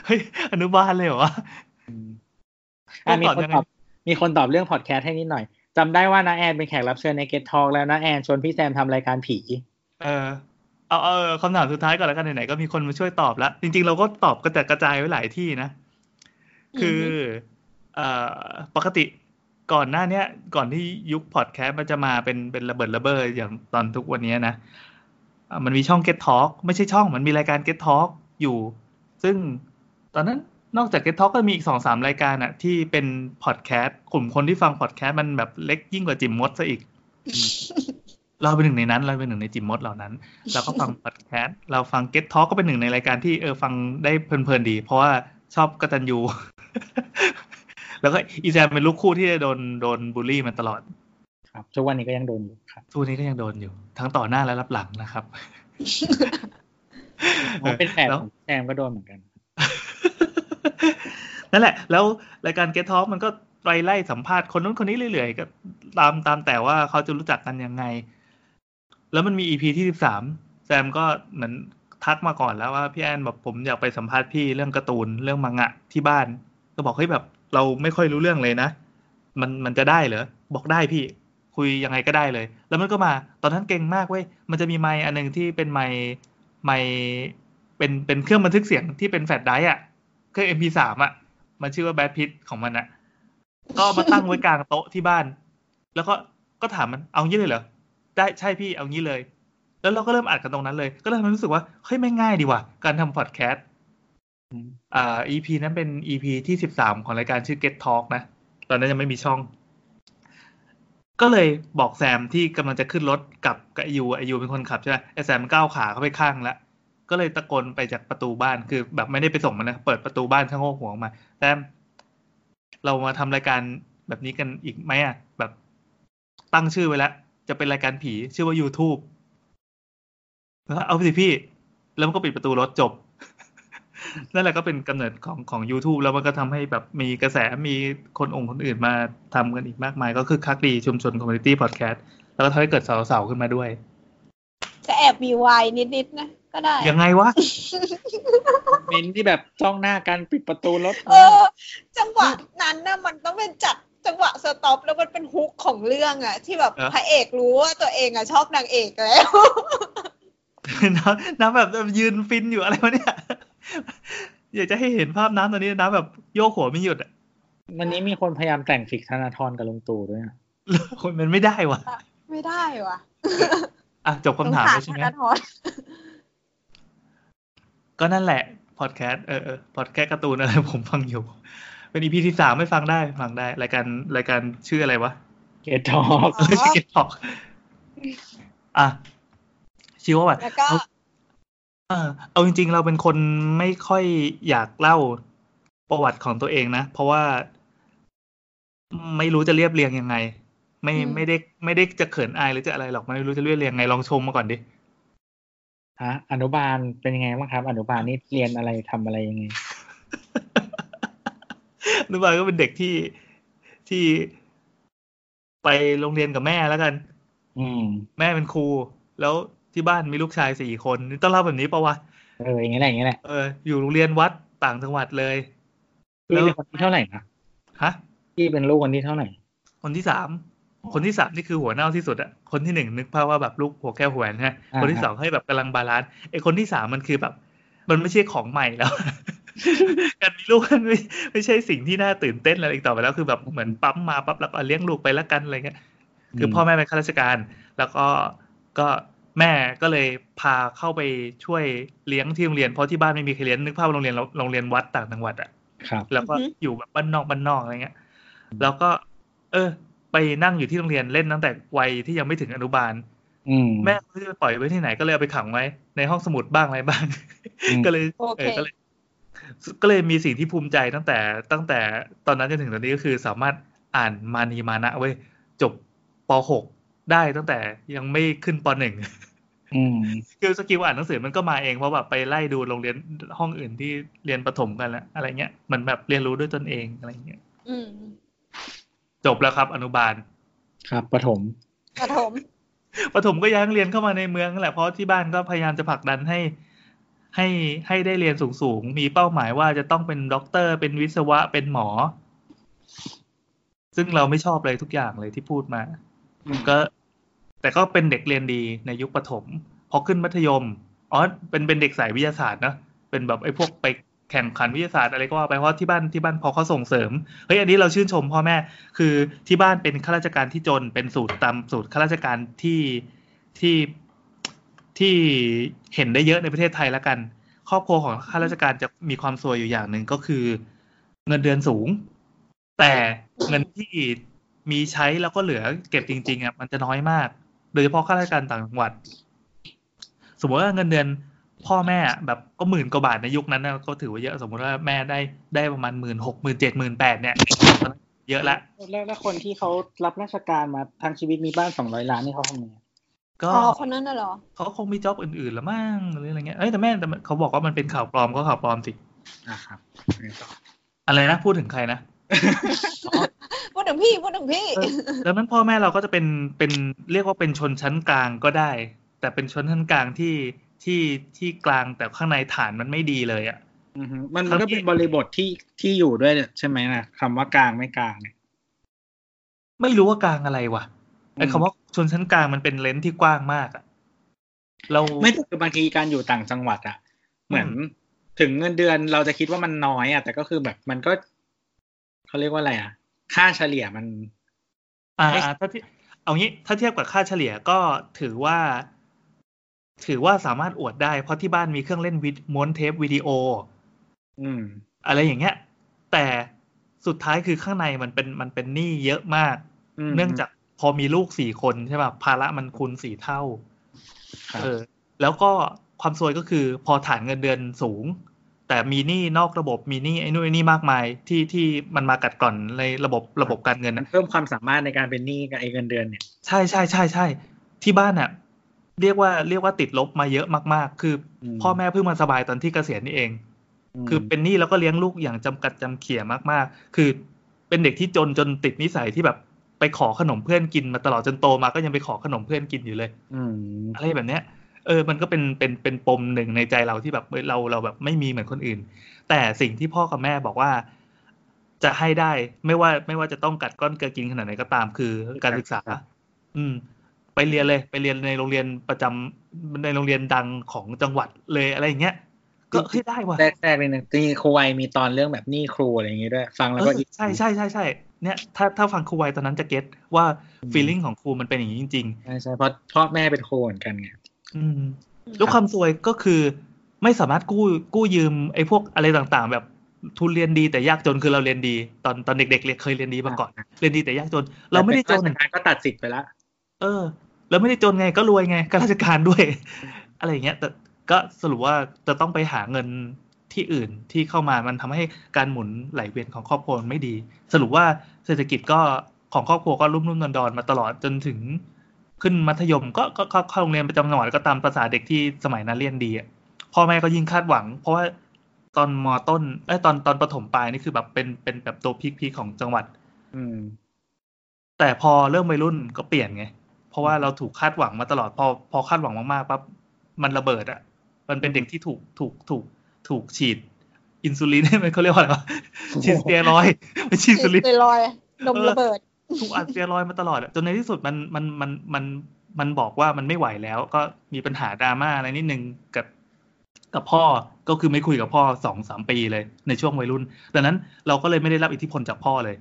Speaker 3: เฮ้ยอนุบาลเลยเหรอวะ
Speaker 4: อืมอ่ะมีคน
Speaker 3: ต้องตอบยังไง
Speaker 4: ตอบมีคนตอบเรื่องพอดแคสต์ให้นิดหน่อยจำได้ว่าน้าแอนเป็นแขกรับเชิญในเกตทอ k แล้วน้าแอนชวนพี่แซมทำรายการผี
Speaker 3: เออเอาเอาเอาคำถามสุดท้ายก่อนแล้วกันไหนๆก็มีคนมาช่วยตอบแล้วจริง ๆ เราก็ตอบกระจัดกระจายไว้หลายที่นะ คืออเอ่อปกติ ก่อนหน้าเนี้ย ก่อนที่ยุคพอดแคสต์มันจะมาเป็นเป็นระเบิดระเบ้ออย่างตอนทุกวันเนี้ยนะอ่ะมันมีช่อง Get Talk ไม่ใช่ช่องมันมีรายการ Get Talk อยู่ ซึ่งตอนนั้นนอกจาก Get Talk ก็มีอีกสองสามรายการอะที่เป็นพอดแคสต์กลุ่มคนที่ฟังพอดแคสต์มันแบบเล็กยิ่งกว่าจิมมดซะอีก เราเป็นหนึ่งในนั้น เราเป็นหนึ่งในจิมมดเหล่า นั้น เราก็ฟังพอดแคสต์เราฟัง Get Talk ก็เป็นหนึ่งในรายการที่เออฟังได้เพลินๆดี เพราะว่าชอบกตันยู แล้วก็อีแซมเป็นลูกคู่ที่โดนโดนบูลลี่มาตลอด
Speaker 4: ครับทุกวันนี้ก็ยังโดนอยู่ครับ
Speaker 3: ทุกวันนี้ก็ยังโดนอยู่ ทั้งต่อหน้าและรับหลังนะครับ
Speaker 4: อ๋อเป็นแผล
Speaker 3: แล้ว
Speaker 4: ของแซมก็โดนเหมือนกัน
Speaker 3: นั่นแหละ แล้วรายการ Get Talk มันก็ไปไล่สัมภาษณ์คนนู้นคนนี้เรื่อยๆ ก็ตามตามแต่ว่าเขาจะรู้จักกันยังไง แล้วมันมี EP ที่สิบสามแซมก็เหมือนทักมาก่อนแล้วว่าพี่แอนแบบผมอยากไปสัมภาษณ์พี่เรื่องการ์ตูนเรื่องมังงะที่บ้าน ก็บอกเฮ้ยแบบเราไม่ค่อยรู้เรื่องเลยนะ มันมันจะได้เหรอ บอกได้พี่ คุยยังไงก็ได้เลย แล้วมันก็มาตอนนั้นเก่งมากเว้ย มันจะมีไมค์อันหนึงที่เป็นไมค์ไมค์เป็นเป็นเครื่องบันทึกเสียงที่เป็นแฟลชไดรฟ์อะเครื่อง MP3 อะมันชื่อว่าแบทพิทของมันอะก็เอามาตั้งไว้กลางโต๊ะที่บ้าน แล้วก็ก็ถามมันเอางี้เลยเหรอ ได้ใช่พี่เอางี้เลย แล้วเราก็เริ่มอัดกันตรงนั้นเลย ก็เลยทำให้รู้สึกว่าเฮ้ยไม่งง่ายดีว่ะการทำพอดแคสต์
Speaker 4: อืม
Speaker 3: อ่า EP นั้นเป็น EP ที่สิบสามของรายการชื่อ Get Talk นะ ตอนนั้นยังไม่มีช่อง ก็เลยบอกแซมที่กำลังจะขึ้นรถกับกับไอยูไอยูเป็นคนขับใช่ไหมไอแซมมันก้าวขาเข้าไปข้างแล้ว ก็เลยตะโกนไปจากประตูบ้านคือแบบไม่ได้ไปส่งมันนะ เปิดประตูบ้านข้างโงกหัวออกมาแซมเรามาทำรายการแบบนี้กันอีกไหมอ่ะ แบบตั้งชื่อไว้แล้ว จะเป็นรายการผีชื่อว่า YouTube แล้วเอาไปสิพี่ แล้วมันก็ปิดประตูรถจบ นั่นแหละก็เป็นกำเนิดของของ YouTube แล้วมันก็ทำให้แบบมีกระแสมีคนองค์คนอื่นมาทำกันอีกมากมาย ก็คือคักดีชุมชนคอมมูนิตี้พอดแคสต์แล้วก็ทำให้เกิดเสาๆขึ้นมาด้วย
Speaker 5: จะแอบมีวายนิดๆนะ ก็ได้
Speaker 3: ยังไงวะ
Speaker 4: เมนที่แบบจ้องหน้ากันปิดประตูรถ
Speaker 5: เออ จังหวะนั้นนะมันต้องเป็นจัดจังหวะสต็อปแล้วมันเป็นฮุกของเรื่องอะที่แบบ
Speaker 3: เออ
Speaker 5: พระเอกรู้ว่าตัวเองอะชอบนางเอกแล้ว
Speaker 3: น้ำน้ำแบบยืนฟินอยู่อะไรวะเนี่ย อยากจะให้เห็นภาพน้ำตอนนี้น้ำแบบโยกหัวไม่หยุดอะ
Speaker 4: วันนี้มีคนพยายามแต่งฟิกธนาธรกับลุงตู่ด้วยนะ
Speaker 3: คนมันไม่ได้วะ
Speaker 5: ไม่ได้วะ
Speaker 3: อ่ะจบคำถามแล้วใช่ไหม
Speaker 5: สงสรธนทร
Speaker 3: ก็นั่นแหละ พอดแคสต์เออเออพอดแคสต์การ์ตูนอะไร ผมฟังอยู่ เป็นอีพีที่สามไม่ฟังได้ฟังได้ รายการรายการชื่ออะไรวะ
Speaker 4: เกตทอก
Speaker 3: เออชื่อเก็ตท็อกอ่ะชีวประวัติ
Speaker 5: แล้วก็
Speaker 3: เอาเออเอาจริง ๆ เราเป็นคนไม่ค่อยอยากเล่าประวัติของตัวเองนะ เพราะว่า ไม่รู้จะเรียบเรียงยังไง ไม่ไม่ได้ไม่ได้จะเขินอายหรือจะอะไรหรอก ไม่รู้จะเรียบเรียงไงลองชมมาก่อนดิ
Speaker 4: ฮะอนุบาลเป็นยังไงบ้างครับ อนุบาลนี่เรียนอะไรทำอะไรยังไง
Speaker 3: อนุบาลก็เป็นเด็กที่ที่ไปโรงเรียนกับแม่แล้วกัน
Speaker 4: อืม
Speaker 3: แม่เป็นครู แล้วที่บ้านมีลูกชายสี่คนนี่ต้องเล่าแบบนี้ปะวะ
Speaker 4: เอออย่างเงี้ยแหละอย่างเงี้ยแหละ
Speaker 3: เอออยู่โรงเรียนวัดต่างจังหวัดเลย
Speaker 4: พี่เป็นคนที่เท่าไหร่นะ
Speaker 3: ฮะ
Speaker 4: พี่เป็นลูกคนที่เท่าไหร่
Speaker 3: คนที่สามคนที่สามนี่คือหัวเน่าที่สุดอะคนที่หนึ่งนึกภาพว่าแบบลูกหัวแก้วหัวแหวนฮะ
Speaker 4: อ่า
Speaker 3: คนที่สองให้แบบกำลังบาลานซ์ไอคนที่สามมันคือแบบ มันไม่ใช่ของใหม่แล้ว การมีลูกมันไม่ไม่ใช่สิ่งที่น่าตื่นเต้นอะไรอีกต่อไปแล้วคือแบบเหมือนปั๊มมาปั๊บแล้วก็เลี้ยงลูกไปละกันอะไรเงี้ย คือพ่อแม่เป็นข้าราชการ แล้วก็ก็แม่ก็เลยพาเข้าไปช่วยเลี้ยงที่โรงเรียนเพราะที่บ้านไม่มีใครเลี้ยงนึกภาพโรงเรียนเราโรงเรียนวัดต่างจังหวัดอะ
Speaker 4: ครับ
Speaker 3: แล้วก็อยู่แบบบ้านนอกบ้านนอกอะไรเงี้ย แล้วก็ เออ ไปนั่งอยู่ที่โรงเรียนเล่นตั้งแต่วัยที่ยังไม่ถึงอนุบาล
Speaker 4: อืม
Speaker 3: แม่ไม่รู้จะไปปล่อยไว้ที่ไหนก็เลยเอาไปขังไว้ ในห้องสมุดบ้างอะไรบ้าง
Speaker 4: อืม
Speaker 3: ก็เลย
Speaker 5: โอ
Speaker 3: เอ
Speaker 5: เค
Speaker 3: อก็เลย ก็เลยมีสิ่งที่ภูมิใจตั้งแต่ตั้งแต่ตอนนั้นจนถึงตอนนี้ก็คือสามารถอ่านมานีมานะเว้ยจบป .6 ได้ตั้งแต่ยัง ไม่ขึ้นป .1
Speaker 4: อืม
Speaker 3: คือสกิลอ่านหนังสือมันก็มาเองเพราะแบบไปไล่ดูโรงเรียนห้องอื่นที่เรียนประถมกันแล้วอะไรเงี้ยมันแบบเรียนรู้ด้วยตนเองอะไรเงี้ย
Speaker 5: อืม
Speaker 3: จบแล้วครับ อนุบาล
Speaker 4: ครับประถม
Speaker 5: กระถม
Speaker 3: ประถมก็ย้ายโรงเรียนเข้ามาในเมืองนั่นแหละเพราะที่บ้านก็พยายามจะผลักดันให้ ให้ให้ได้เรียนสูงๆ มีเป้าหมายว่าจะต้องเป็นด็อกเตอร์เป็นวิศวะเป็นหมอ ซึ่งเราไม่ชอบเลยทุกอย่างเลยที่พูดมา ก็ แต่ก็เป็นเด็กเรียนดีในยุคประถม พอขึ้นมัธยมอ๋อเป็นเป็นเด็กสายวิทยาศาสตร์เนอะเป็นแบบไอ้พวกไป แข่งขันวิทยาศาสตร์อะไรก็ว่าไปเพราะที่บ้านที่บ้านพอเขาส่งเสริมเฮ้ยอันนี้เราชื่นชมพ่อแม่คือที่บ้านเป็นข้าราชการที่จนเป็นสูตรตามสูตรข้าราชการที่ที่ที่เห็นได้เยอะในประเทศไทยแล้วกัน ครอบครัวของข้าราชการจะมีความซวยอยู่อย่างหนึ่งก็คือ เงินเดือนสูง แต่เงินที่มีใช้แล้วก็เหลือเก็บจริงๆอ่ะมันจะน้อยมาก โดยเฉพาะข้าราชการต่างจังหวัด สมมติว่าเงินเดือนพ่อแม่แบบก็หมื่นกว่าบาทในยุคนั้นนะก็ถือว่าเยอะสมมติว่าแม่ได้ได้ประมาณหมื่นหกหมื่นเจ็ดหมื่นแปดเนี่ยตอนนั้นเยอะละ
Speaker 4: แล้วแล้วคนที่เขารับราชการมาทั้งชีวิตมีบ้านสองร้อยล้านนี่เขาทำไง
Speaker 3: ก็
Speaker 5: อ๋อคนนั้นน่ะเหรอ
Speaker 3: เขาคงมีจ็อบอื่นๆละมั้งหรืออะไรเงี้ย เอ้ยแต่แม่แต่มันเขาบอกว่ามันเป็นข่าวปลอมก็ข่าวปลอมสิ
Speaker 4: อ่ะครับไปต่อ
Speaker 3: อะไรนะพูดถึงใครนะ
Speaker 5: พูดถึงพี่ พูดถึงพี่
Speaker 3: เออ ดังนั้นพ่อแม่เราก็จะเป็นเป็นเรียกว่าเป็นชนชั้นกลางก็ได้ แต่เป็นชนชั้นกลางที่ที่ที่กลางแต่ข้างในฐานมันไม่ดีเลยอะ่ะ
Speaker 4: อือฮึมัน
Speaker 3: ครั
Speaker 4: มั
Speaker 3: บ
Speaker 4: นก็เป็
Speaker 3: พี่
Speaker 4: นบริบทที่ที่อยู่ด้วยใช่ไหมนะคำว่ากลางไม่กลางเนี่ย
Speaker 3: ไม่รู้ว่ากลางอะไรวะไอ้
Speaker 4: อืม
Speaker 3: คำว่าชนชั้นกลางมันเป็นเลนส์ที่กว้างมากอะเรา
Speaker 4: ไม่แต่คือบางทีการอยู่ต่างจังหวัดอะเหมือน
Speaker 3: อืม
Speaker 4: ถึงเงินเดือนเราจะคิดว่ามันน้อยอะแต่ก็คือแบบมันก็เขาเรียกว่าอะไรอะค่าเฉลี่ยมัน
Speaker 3: อ่าอ่าถ้าเทียบเอางี้ถ้าเทียบกับค่าเฉลี่ยก็ถือว่า ถือว่าสามารถอวดได้เพราะที่บ้านมีเครื่องเล่นวิดม้วนเทปวิดีโอ
Speaker 4: อืม
Speaker 3: อะไรอย่างเงี้ย แต่สุดท้ายคือข้างในมันเป็นมันเป็นหนี้เยอะมาก
Speaker 4: อืม
Speaker 3: เนื่องจากพอมีลูกสี่คนใช่ป่ะภาระมันคูณสี่เท่า
Speaker 4: ครับ
Speaker 3: เออ แล้วก็ความซวยก็คือพอฐานเงินเดือนสูง แต่มีหนี้นอกระบบมีหนี้ไอ้นู่นไอ้นี่มากมายที่ที่มันมากัดกร่อนในระบบระบบการเงิน
Speaker 4: มั
Speaker 3: นะ
Speaker 4: นเพิ่มความสามารถในการเป็นหนี้กับไอ้เงินเดือนเนี่ย
Speaker 3: ใช่ใช่ใช่ใช่ที่บ้านน่ะ เรียกว่าเรียกว่าติดลบมาเยอะมากๆ คืออ
Speaker 4: ม
Speaker 3: พ่อแม่เพิ่งมาสบายตอนที่เกษียณนี่เอง คือเป็นหนี้แล้วก็เลี้ยงลูกอย่างจำกัดจำเขี่ยมากๆ คือเป็นเด็กที่จนจนติดนิสัยที่แบบไปขอขนมเพื่อนกินมาตลอดจนโตมาก็ยังไปขอขนมเพื่อนกินอยู่เลย
Speaker 4: อืม
Speaker 3: อะไรแบบเนี้ย เออ มันก็เป็น เป็น เป็นปมหนึ่งในใจเราที่แบบเอ้ยเรา เราแบบไม่มีเหมือนคนอื่น แต่สิ่งที่พ่อกับแม่บอกว่า จะให้ได้ ไม่ว่า ไม่ว่าจะต้องกัดก้อนเกลือกินขนาดไหนก็ตาม คือการศึกษา อืม ไปเรียนเลย ไปเรียนในโรงเรียนประจำในโรงเรียนดังของจังหวัดเลยอะไรอย่างเงี้ย ก็เฮ้ยได้ว่ะ
Speaker 4: แรกแรกๆเลยนะจริงๆครูไวยมีตอนเรื่องแบบหนี้ครูอะไรอย่างงี้ด้วย ฟังแล้วก็
Speaker 3: เออ
Speaker 4: อิน
Speaker 3: ใช่ใช่ใช่ใช่เนี่ย ถ้า ถ้าฟังครูไวตอนนั้นจะเก็ตว่า
Speaker 4: อืม
Speaker 3: ฟีลลิ่งของครูมันเป็นอย่างนี้จริง
Speaker 4: ใช่ใช่เพราะพ่อแม่เป็นครูเหมือนกันไง
Speaker 3: ๆ อืม แล้วความซวยก็คือไม่สามารถกู้กู้ยืมไอ้พวกอะไรต่างๆ แบบทุนเรียนดีแต่ยากจนคือเราเรียนดี ตอนตอนเด็กๆเรียนเคยเรียนดีมาก่อน
Speaker 4: อ่า
Speaker 3: เรียนดีแต่ยากจน เราไม่ได้จน
Speaker 4: แต่ข้าราชการก็ตัดสิทธิ์ไปละ
Speaker 3: เออ เราไม่ได้จนไงก็รวยไงข้าราชการด้วย อะไรอย่างเงี้ยแต่ก็สรุปว่าจะต้องไปหาเงินที่อื่นที่เข้ามามันทำให้การหมุนไหลเวียนของครอบครัวมันไม่ดี สรุปว่าเศรษฐกิจก็ของครอบครัวก็รุ่มรุ่มดอนดอนๆมาตลอดจนถึงขึ้นมัธยมก็ก็เข้าเข้าโรงเรียนประจำจังหวัดก็ตามภาษาเด็กที่สมัยนั้นเรียนดีอะพ่อแม่ก็ยิ่งคาดหวัง เพราะว่าตอนมต้นไอ้ยตอนตอนประถมปลายนี่คือแบบเป็นเป็นแบบตัวพีคๆของจังหวัด
Speaker 4: อืม
Speaker 3: แต่พอเริ่มวัยรุ่นก็เปลี่ยนไง เพราะว่าเราถูกคาดหวังมาตลอด พอพอคาดหวังมากๆปั๊บมันระเบิดอะมันเป็นเด็กที่ถูกถูกถูกถูกฉีด อินซูลิน มันเขาเรียกว่าอะไรวะฉีดสเตียรอยด์ ไม่ใช่อินซูลิน
Speaker 5: เตยรอยด์ดม
Speaker 3: เออ
Speaker 5: ระเบิด
Speaker 3: ถูกอัดสเตียรอยด์มาตลอดอะจนในที่สุดมันมันมันมันมันบอกว่ามันไม่ไหวแล้ว ก็มีปัญหาดราม่าอะไรนิดนึงกับกับพ่อก็คือไม่คุยกับพ่อสองสามปีเลยในช่วงวัยรุ่นดังนั้นเราก็เลยไม่ได้รับอิทธิพลจากพ่อเลย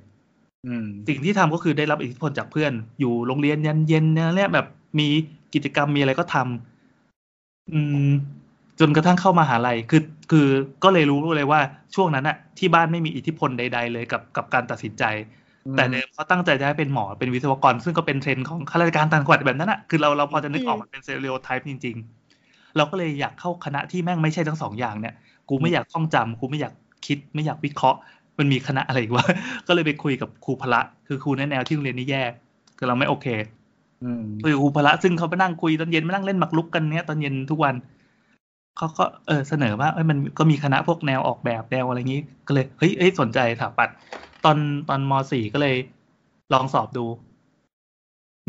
Speaker 4: อืม
Speaker 3: สิ่งที่ทำก็คือได้รับอิทธิพลจากเพื่อน อยู่โรงเรียนยันเย็นเนี่ยแบบมีกิจกรรมมีอะไรก็ทำอืม จนกระทั่งเข้ามาหาลัยคือ คือก็เลยรู้เลยว่าช่วงนั้นอะที่บ้านไม่มีอิทธิพลใด ๆ เลยกับกับการตัดสินใจ แต่เดิมเขาตั้งใจจะให้เป็นหมอเป็นวิศวกร ซึ่งก็เป็นเทรนด์ของข้าราชการต่างจังหวัดแบบนั้นอะคือเราเราพอจะนึกออก
Speaker 5: อืม
Speaker 3: มันเป็นเซเรียลไทป์จริง ๆ เราก็เลยอยากเข้าคณะที่แม่งไม่ใช่ทั้งสองอย่างเนี่ย กูไม่อยากท่องจำกูไม่อยากคิดไม่อยากวิเคราะห์ มันมีคณะอะไรอีกวะ ก็เลยไปคุยกับครูพละคือครูแนะแนวที่โรงเรียนนี่แย่คือเราไม่โอเค
Speaker 4: อืม
Speaker 3: คุยกับครูพละซึ่งเขาไปนั่งคุยตอนเย็นมานั่งเล่นหมากรุกกันเนี้ยตอนเย็นทุกวันเขาก็เออเสนอว่าเอ้ยมันก็มีคณะพวกแนวออกแบบแนวอะไรอย่างงี้ ก็เลยเฮ้ยเอ้ยสนใจสถาปัตย์ตอนตอนมสี่ก็เลยลองสอบดู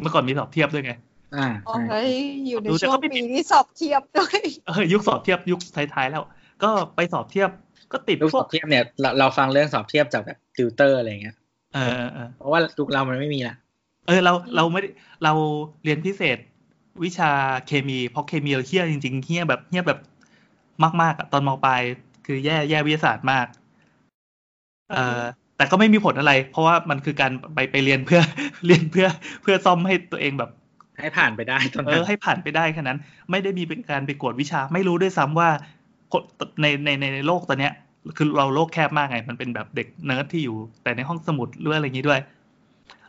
Speaker 3: เมื่อก่อนมีสอบเทียบด้วยไง
Speaker 4: อ่า
Speaker 5: โอ้
Speaker 4: ใช่
Speaker 5: ยอยู่ใน
Speaker 3: ดูแต่
Speaker 5: ช่ว
Speaker 3: ก็
Speaker 5: ง
Speaker 3: ไม่ผิ
Speaker 5: ปี
Speaker 3: ด
Speaker 5: ที่สอบเทียบด้วย
Speaker 3: เออยุคสอบเทียบยุคท้ายๆแล้ว ก็ไปสอบเทียบก็ติด
Speaker 4: ลูก
Speaker 3: พ
Speaker 4: ส
Speaker 3: ว
Speaker 4: อก บเทียบเนี่ยเราเราฟังเรื่องสอบเทียบจากแบบติวเตอร์อะไรเงี้ย
Speaker 3: เออเออเออ
Speaker 4: เพราะว่าลูกเรามันไม่มีละ
Speaker 3: เออเรา
Speaker 5: อืม
Speaker 3: เราไม่ได้เราเรียนพิเศษวิชาเคมี เพราะเคมีเราเฮี้ยจริงๆเฮี้ยแบบเฮี้ยแบบมากๆอะตอนมปลาย คือแย่แย่วิทยาศาสตร์มาก เอ่อแต่ก็ไม่มีผลอะไร เพราะว่ามันคือการไปไปเรียนเพื่อ เรียนเพื่อเพื่อซ่อมให้ตัวเองแบบ
Speaker 4: ให้ผ่านไปได้ตอน
Speaker 3: เอ
Speaker 4: นั้
Speaker 3: อนให้ผ่านไปได้แค่นั้น ไม่ได้มีเป็นการไปกวดวิชา ไม่รู้ด้วยซ้ำว่าคนในในในในโลกตอนเนี้ย คือเราโลกแคบมากไง มันเป็นแบบเด็กเนิร์ดที่อยู่ แต่ในห้องสมุดหรืออะไรอย่างนี้ด้วย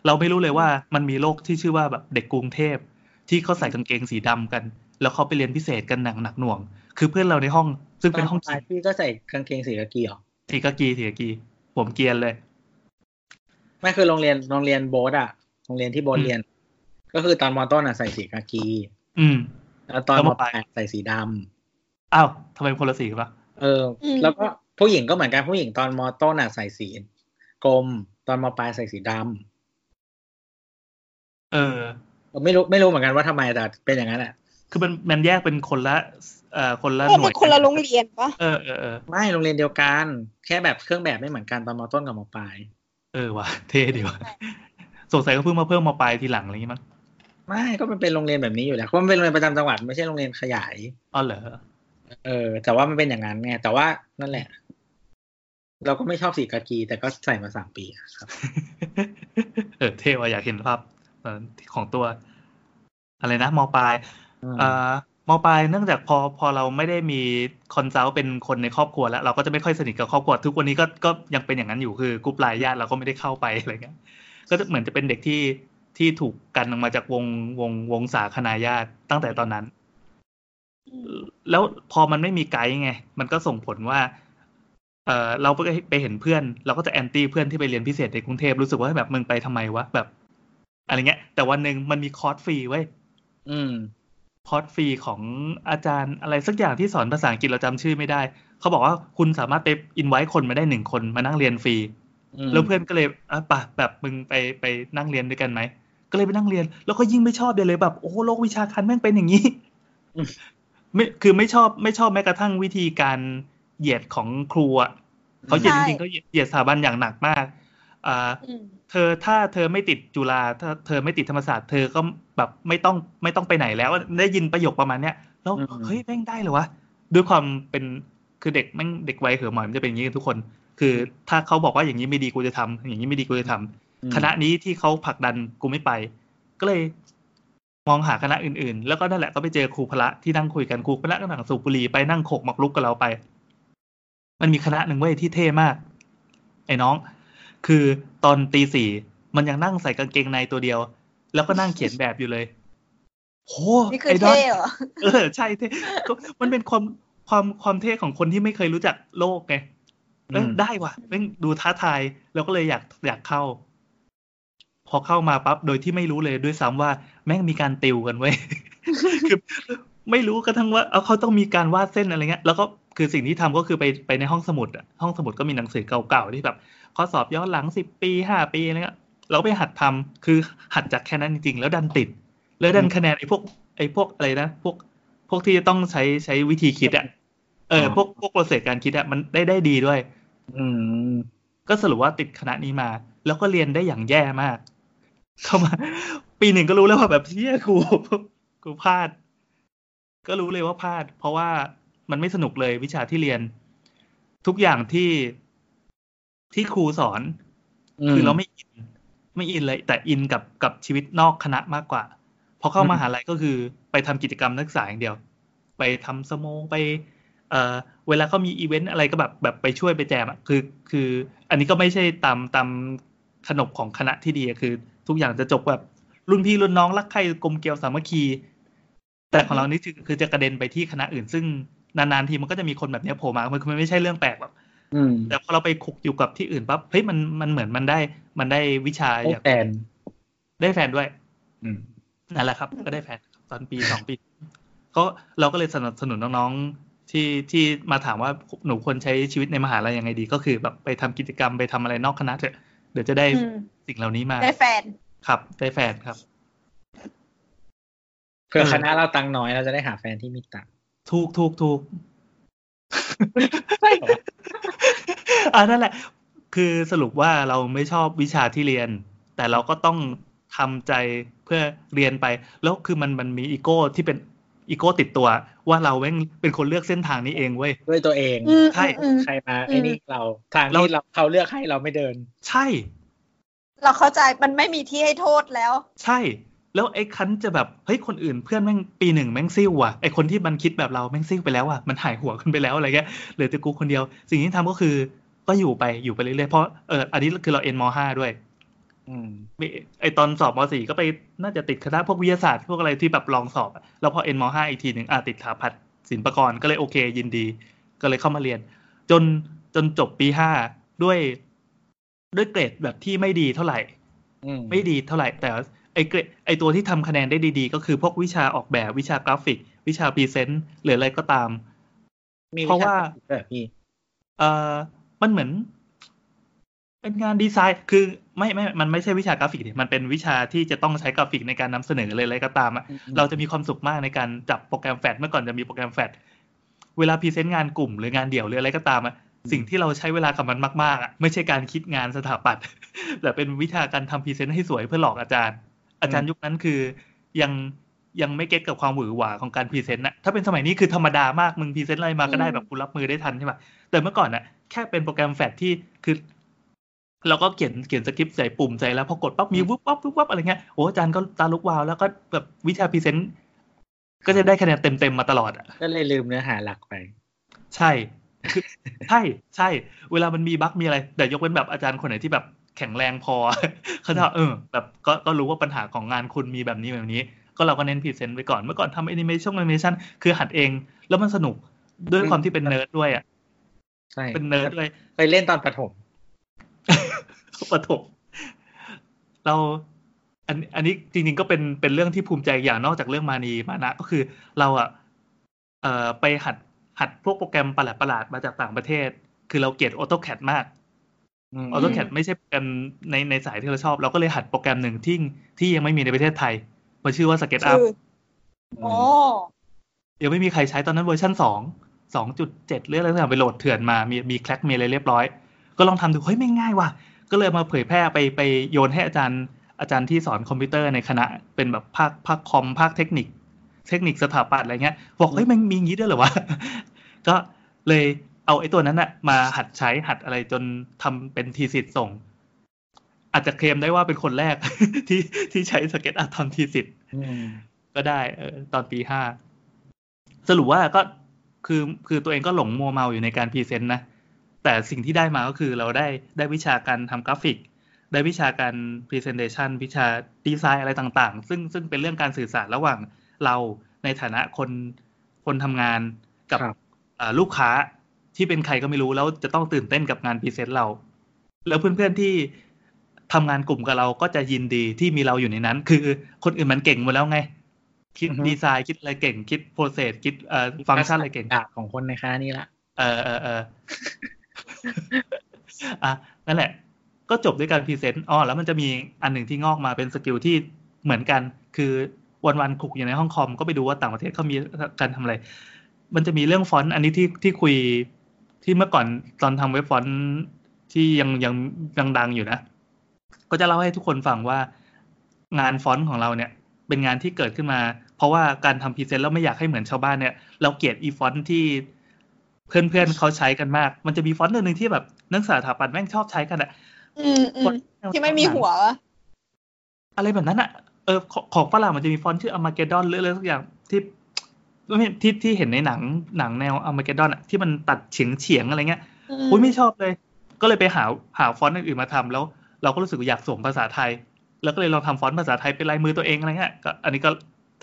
Speaker 3: เราไม่รู้เลยว่ามันมีโลกที่ชื่อว่าแบบเด็กกรุงเทพ ที่เขาใส่กางเกงสีดำกัน แล้วเขาไปเรียนพิเศษกันหนักหนักหน่วง คือเพื่อนเราในห้องซึ่งเป็นห้อง
Speaker 4: ตปลา
Speaker 3: กิ
Speaker 4: ย
Speaker 3: น
Speaker 4: พี่ก็ใส่กางเกงสีกากีเหรอ
Speaker 3: ทีกากีทีกากี ผมเกรียนเลย
Speaker 4: ไม่คือโรงเรียนโรงเรียนโบสอะโรงเรียนที่โบส
Speaker 3: อืม
Speaker 4: เรียน ก็คือตอนมอต้นอะใส่สีกากี
Speaker 3: อืม
Speaker 4: แล้วตอน
Speaker 3: แล้ว
Speaker 4: ม
Speaker 3: ม
Speaker 4: อปลาย
Speaker 3: ปลาย
Speaker 4: ใส่สีดำ
Speaker 3: อ้าวทำไมคนละสีวะ
Speaker 4: เอออ
Speaker 5: ม
Speaker 4: แล้วก็ผู้หญิงก็เหมือนกันผู้หญิงตอนมอต้นอะใส่สีกลม ตอนมอปลายใส่สีดำ
Speaker 3: เออ
Speaker 4: ไม่รู้ไม่รู้เหมือนกันว่าทำไมแต่เป็นอย่างนั้นแหละ
Speaker 3: คือมันมันแยกเป็นคนละเอ่อคนละ
Speaker 5: เอ
Speaker 3: ห
Speaker 5: อ
Speaker 3: น่
Speaker 5: มั
Speaker 3: วน ย
Speaker 5: คนละโรงเรียนปะ
Speaker 3: เออเออเออ
Speaker 4: ไม่โรงเรียนเดียวกัน แค่แบบเครื่องแบบไม่เหมือนกันตอนมอต้นกับมอปลาย
Speaker 3: เออว่ะเท่ดีว่ะสงสัยก็เพิ่งมาเพิ่มมาปลายทีหลังอะไรอย่างงี้มั้ง
Speaker 4: ไม่ก็มันเป็นโรงเรียนแบบนี้อยู่แล้วเพราะมันเป็นโรงเรียนประจำจังหวัดไม่ใช่โรงเรียนขยาย
Speaker 3: อ๋อเหรอ
Speaker 4: เออ แต่ว่ามันเป็นอย่างนั้นไงแต่ว่านั่นแหละ เราก็ไม่ชอบสีกากี แต่ก็ใส่มาสามปีอะครับ
Speaker 3: เออเท่ว่ะอยากเห็นภาพเอ่อของตัว อะไรนะมปลายเอ่อมปลายเนื่องจากพอพอเราไม่ได้มีคอนซัลท์เป็นคนในครอบครัวแล้ว เราก็จะไม่ค่อยสนิทกับครอบครัวทุกวันนี้ก็ก็ยังเป็นอย่างนั้นอยู่คือกรุ๊ปไลน์ญาติเราก็ไม่ได้เข้าไปอะไรเงี้ย ก็จะเหมือนจะเป็นเด็กที่ที่ถูกกันออกมาจากวงวงวงสาคณาญาติตั้งแต่ตอนนั้น แล้วพอมันไม่มีไกด์ไง มันก็ส่งผลว่า เออเราไปไปเห็นเพื่อน เราก็จะแอนตี้เพื่อนที่ไปเรียนพิเศษในกรุงเทพรู้สึกว่าแบบมึงไปทำไมวะแบบ อะไรเงี้ย แต่วันหนึ่งมันมีคอร์สฟรีเว้ย
Speaker 4: อืม
Speaker 3: คอร์สฟรีของอาจารย์อะไรสักอย่างที่สอนภาษาอังกฤษเราจำชื่อไม่ได้ เขาบอกว่าคุณสามารถไปอินไว้คนมาได้หนึ่งคนมานั่งเรียนฟรี
Speaker 4: อืม
Speaker 3: แล้วเพื่อนก็เลยอ่ะป่ะแบบมึงไปไปนั่งเรียนด้วยกันไหม ก็เลยไปนั่งเรียน แล้วก็ยิ่งไม่ชอบเลยเลยแบบ โอ้โหโลกวิชาการแม่งเป็นอย่างนี้
Speaker 4: อืม
Speaker 3: ไม่คือไม่ชอบไม่ชอบแม้กระทั่งวิธีการเหยียดของครูอะเขาเหยียดจริงๆเขาเหยียดเหยียดสถาบันอย่างหนักมากอ่า
Speaker 5: อืม
Speaker 3: เธอถ้าเธอไม่ติดจุฬาถ้าเธอไม่ติดธรรมศาสตร์เธอก็แบบไม่ต้องไม่ต้องไปไหนแล้วได้ยินประโยคประมาณเนี้ยแล้ว
Speaker 4: อืม
Speaker 3: เฮ้ยแม่งได้เหรอวะด้วยความเป็นคือเด็กแม่งเด็กวัยเหือะหมอยมันจะเป็นอย่างนี้กันทุกคน คือถ้าเขาบอกว่าอย่างนี้ไม่ดีกูจะทำอย่างนี้ไม่ดีกูจะทำ
Speaker 4: อืม
Speaker 3: คณะนี้ที่เขาผลักดันกูไม่ไป ก็เลยมองหาคณะอื่นๆ แล้วก็นั่นแหละก็ไปเจอครูพละที่นั่งคุยกันครูพละก็นั่งสูบบุหรี่ไปนั่งโขกหมักลุกกับเราไป มันมีคณะหนึ่งเว้ยที่เท่มาก ไอ้น้อง คือตอนตีสี่มันยังนั่งใส่กางเกงในตัวเดียว แล้วก็นั่งเขียนแบบอยู่เลยโห
Speaker 5: นี่คือ
Speaker 3: ไอ้ดอน
Speaker 5: เท่เหรอ
Speaker 3: เออใช่เท่ก็มันเป็นความความความเท่ของคนที่ไม่เคยรู้จักโลกไงเออ
Speaker 4: อืม
Speaker 3: ได้ว่ะเม่งดูท้าทายแล้วก็เลยอยากอยากเข้า พอเข้ามาปั๊บโดยที่ไม่รู้เลยด้วยซ้ำว่า แม่งมีการติวกันเว้ย คือไม่รู้กระทั่งว่าเอาเขาต้องมีการวาดเส้นอะไรเงี้ย แล้วก็คือสิ่งที่ทำก็คือไปไปในห้องสมุดอะห้องสมุดก็มีหนังสือเก่าๆที่แบบข้อสอบย้อนหลังสิบปีห้าปีอะไรเงี้ยเราก็ไปหัดทำคือหัดจากแค่นั้นจริงๆ แล้วดันติด แล้วดันคะแนนไอ้พวกไอ้พวกอะไรนะพวกพวกที่จะต้องใช้ใช้วิธีคิดอะเออพวกพวกโปรเซสการคิดอะมันได้ได้ดีด้วย
Speaker 4: อืม
Speaker 3: ก็สรุปว่าติดคณะนี้มา แล้วก็เรียนได้อย่างแย่มาก เข้ามา ปีหนึ่งก็รู้แล้วว่าแบบเชี่ยกู กูพลาด ก็รู้เลยว่าพลาด เพราะว่ามันไม่สนุกเลยวิชาที่เรียน ทุกอย่างที่ที่ครูสอน
Speaker 4: ม
Speaker 3: คือเราไม่อิน ไม่อินเลย แต่อินกับกับชีวิตนอกคณะมากกว่า พอเข้ามาหาลัยก็คือไปทำกิจกรรมนักศึกษาอย่างเดียว ไปทำสโมงไป เอ่อเวลาเขามีอีเวนต์อะไรก็แบบแบบไปช่วยไปแจมอะคือคือ อันนี้ก็ไม่ใช่ตามตามขนบของคณะที่ดีอะคือ ทุกอย่างจะจบแบบรุ่นพี่รุ่นน้องรักใครกลมเกลียวสามัคคี แต่ของเรานี่คือคือจะกระเด็นไปที่คณะอื่น ซึ่งนานๆทีมันก็จะมีคนแบบเนี้ยโผล่มามันคือมันไม่ใช่เรื่องแปลกหรอก
Speaker 4: อืม
Speaker 3: แต่พอเราไปคลุกอยู่กับที่อื่นปั๊บเฮ้ยมันมันเหมือนมันได้ มันได้วิชา
Speaker 4: ได้
Speaker 3: อยาก
Speaker 4: แฟน
Speaker 3: ได้แฟนด้วย
Speaker 4: อืม
Speaker 3: นั่นแหละครับ ก็ได้แฟนตอนปี สองปีก็เราก็เลยสนับสนุนน้องๆที่ที่มาถามว่าหนูควรใช้ชีวิตในมหาลัยยังไงดี ก็คือแบบไปทำกิจกรรมไปทำอะไรนอกคณะเถอะเดี๋ยวจะได้
Speaker 5: อืม
Speaker 3: สิ่งเหล่านี้มา
Speaker 5: ได้แฟน
Speaker 3: ครับ ได้แฟนครับ
Speaker 4: เพื่อคณะเราตังค์น้อยเราจะได้หาแฟนที่มีตังค์
Speaker 3: ถูกถูกถูก อันนั่นแหละ คือสรุปว่าเราไม่ชอบวิชาที่เรียน แต่เราก็ต้องทำใจเพื่อเรียนไป แล้วคือมันมันมีอีโก้ที่เป็น อีโก้ติดตัว ว่าเราแม่งเป็นคนเลือกเส้นทางนี้เองเว้ย
Speaker 4: ด้วยตัวเอง
Speaker 5: อืม
Speaker 3: ใช่
Speaker 5: อืม
Speaker 4: ใครมา
Speaker 5: อื
Speaker 4: ไอ้
Speaker 5: ม
Speaker 4: นี่เราทางที่เราเขาเลือกให้เราไม่เดิน
Speaker 3: ใช่
Speaker 5: เราเข้าใจมันไม่มีที่ให้โทษแล้ว
Speaker 3: ใช่ แล้วไอ้คันจะแบบเฮ้ยคนอื่นเพื่อนแม่งปีหนึ่งแม่งซิ่วว่ะไอ้คนที่มันคิดแบบเราแม่งซิ่วไปแล้วอ่ะมันหายหัวกันไปแล้วอะไรเงี้ยเหลือแต่กูคนเดียว สิ่งที่ทำก็คือก็อยู่ไปอยู่ไปเรื่อยๆเพราะเอออันนี้คือเราเอ็นมห้าด้วย
Speaker 4: อืม
Speaker 3: มีไอตอนสอบม .4 ก็ไปน่าจะติดคณะพวกวิทยาศาสตร์พวกอะไรที่แบบลองสอบอะแล้วพอเอ็นม .5 อีกทีหนึ่งอ่ะติดสถาพัฒน์ศิลปากรก็เลยโอเค ยินดี ก็เลยเข้ามาเรียน จนจนจบปี 5 ด้วย ด้วยเกรดแบบที่ไม่ดีเท่าไหร่
Speaker 4: อืม
Speaker 3: ไม่ดีเท่าไหร่ แต่ไอเกรดไอตัวที่ทำคะแนนได้ดีๆ ก็คือพวกวิชาออกแบบวิชากราฟิก วิชาพรีเซนต์หรืออะไรก็ตาม
Speaker 4: มี
Speaker 3: เพราะว่า
Speaker 4: เออพี่
Speaker 3: เออมันเหมือน เป็นงานดีไซน์ คือไม่ไม่ มันไม่ใช่วิชากราฟิกเนี่ยมันเป็นวิชาที่จะต้องใช้กราฟิกในการนำเสนอเลยอะไรก็ตามอะ
Speaker 4: อืม
Speaker 3: เราจะมีความสุขมากในการจับโปรแกรมแฟดเมื่อก่อนจะมีโปรแกรมแฟดเวลาพรีเซนต์งานกลุ่มหรืองานเดี่ยวหรืออะไรก็ตามอะสิ่งที่เราใช้เวลากับมันมากๆอะไม่ใช่การคิดงานสถาปัตย์ แต่เป็นวิชาการทำพรีเซนต์ให้สวยเพื่อหลอกอาจารย์ อาจารย์ยุคนั้นคือยังยังไม่เก็ตกับความหวือหวาของการพรีเซนต์นะถ้าเป็นสมัยนี้คือธรรมดามากมึงพรีเซนต์อะไรมาก็ได้
Speaker 5: อืม
Speaker 3: แบบกูรับมือได้ทันใช่ปะ แต่เมื่อก่อนน่ะแค่เป็นโปรแกรมแฟลชที่คือ เราก็เขียนเขียนสคริปต์ใส่ปุ่มใส่แล้วพอกดปั๊บมีวุบวับวุบวับอะไรเงี้ยโอ้อาจารย์ก็ตาลุกวาวแล้วก็แบบวิชาพรีเซนต์ก็จะได้คะแนนเต็มๆมาตลอดอ่ะ
Speaker 4: ก็เลยลืมเนื้อหาหลักไป
Speaker 3: ใช่ คือ ใช่ ใช่ เวลามันมีบั๊กมีอะไร แต่ยกเว้นแบบอาจารย์คนไหนที่แบบแข็งแรงพอ เขาจะเออ แบบก็ก็รู้ว่าปัญหาของงานคุณมีแบบนี้แบบนี้ ก็เราก็เน้นพรีเซนต์ไปก่อน เมื่อก่อนทำแอนิเมชั่นแอนิเมชันคือหัดเอง แล้วมันสนุกด้วยความที่เป็นเนิร์ดด้วยอ่ะ
Speaker 4: ใช่
Speaker 3: เป็นเนิร์ดด้วย
Speaker 4: ไปเล่นตอนประถม
Speaker 3: ปฐม เราอันอันนี้จริง ๆ ก็เป็นเป็นเรื่องที่ภูมิใจอย่างนอกจากเรื่องมานีมานะก็คือเราอะเอ่อไปหัดหัดพวกโปรแกรมประหลาดๆมาจากต่างประเทศ คือเราเกลียด AutoCAD มาก
Speaker 4: อืม
Speaker 3: AutoCAD ไม่ใช่โปรแกรมในในสายที่เราชอบ เราก็เลยหัดโปรแกรมหนึ่งที่ที่ยังไม่มีในประเทศไทยมันชื่อว่า SketchUp
Speaker 5: คือโอ้
Speaker 3: ยังไม่มีใครใช้ตอนนั้นเวอร์ชันสองสองจุดเจ็ดเรื่องอะไรต่างๆไปโหลดเถื่อนมา มีมีแคลกมีอะไรเรียบร้อย ก็ลองทำดู เฮ้ยไม่ง่ายว่ะ ก็เลยมาเผยแพร่ไปไปโยนให้อาจารย์อาจารย์ที่สอนคอมพิวเตอร์ในคณะเป็นแบบภาคภาคคอมภาคเทคนิค เทคนิคสถาปัตย์อะไรเงี้ย บอกเฮ้ยมันมีอย่างงี้ด้วยเหรอวะ ก็เลยเอาไอ้ตัวนั้นอะมาหัดใช้หัดอะไรจนทำเป็นทีสิทธ์ส่ง อาจจะเคลมได้ว่าเป็นคนแรก ที่ที่ใช้สเก็ตอัพทำทีสิทธ์
Speaker 4: อืม
Speaker 3: ก็ได้เออตอนปีห้าสรุปว่าก็คือคือตัวเองก็หลงมัวเมาอยู่ในการพรีเซนต์นะ แต่สิ่งที่ได้มาก็คือเราได้ได้วิชาการทำกราฟิก ได้วิชาการพรีเซนเ t ชันวิชาดีไซน์อะไรต่าง ๆ ซึ่งซึ่งเป็นเรื่องการสื่อสารระหว่างเราในฐานะคนคนทำงานกับ
Speaker 4: ครับ
Speaker 3: เอ่อลูกค้าที่เป็นใครก็ไม่รู้แล้วจะต้องตื่นเต้นกับงานพรีเซนต์เรา แล้วเพื่อนๆที่ทำงานกลุ่มกับเราก็จะยินดีที่มีเราอยู่ในนั้น คือคนอื่นมันเก่งหมดแล้วไง คิด
Speaker 4: อือฮึ
Speaker 3: ดีไซน์คิดอะไรเก่ง คิดโปรเซสคิดเอ่อฟังก์ชันอะไรเก่ง
Speaker 4: ดาบของคนในคณะนี้ละ
Speaker 3: เออเออเออ อ่ะ นั่นแหละ ก็จบด้วยการพรีเซนต์อ๋อแล้วมันจะมีอันหนึ่งที่งอกมาเป็นสกิลที่เหมือนกัน คือวันวันๆคุกอยู่ในห้องคอม ก็ไปดูว่าต่างประเทศเขามีการทำอะไร มันจะมีเรื่องฟอนต์อันนี้ที่ที่คุยที่เมื่อก่อนตอนทำเว็บฟอนต์ที่ยังยังยังดังอยู่นะ ก็จะเล่าให้ทุกคนฟังว่างานฟอนต์ของเราเนี่ย เป็นงานที่เกิดขึ้นมา เพราะว่าการทำพรีเซนต์แล้วไม่อยากให้เหมือนชาวบ้านเนี่ย เราเกลียดอีฟอนต์ที่เพื่อนๆเขาใช้กันมาก มันจะมีฟอนต์ตัวหนึ่งที่แบบนักศึกษาสถาปัตย์แม่งชอบใช้กันอะ
Speaker 5: อืมอืมที่ไม่มีหัว
Speaker 3: อะไรแบบนั้นอะเออของของฝรั่งมันจะมีฟอนต์ชื่ออ m มาเกดอนหรืออะไรสักอย่างที่ไม่ที่ที่เห็นในหนังหนังแนวอ m มาเกดอนอะที่มันตัดเฉียงเฉียงๆอะไรเงี้ย อุ้ยไม่ชอบเลย ก็เลยไปหาหาฟอนต์อื่นๆมาทำแล้ว เราก็รู้สึกว่าอยากสวมภาษาไทย แล้วก็เลยลองทำฟอนต์ภาษาไทยเป็นลายมือตัวเองอะไรเงี้ยก็อันนี้ก็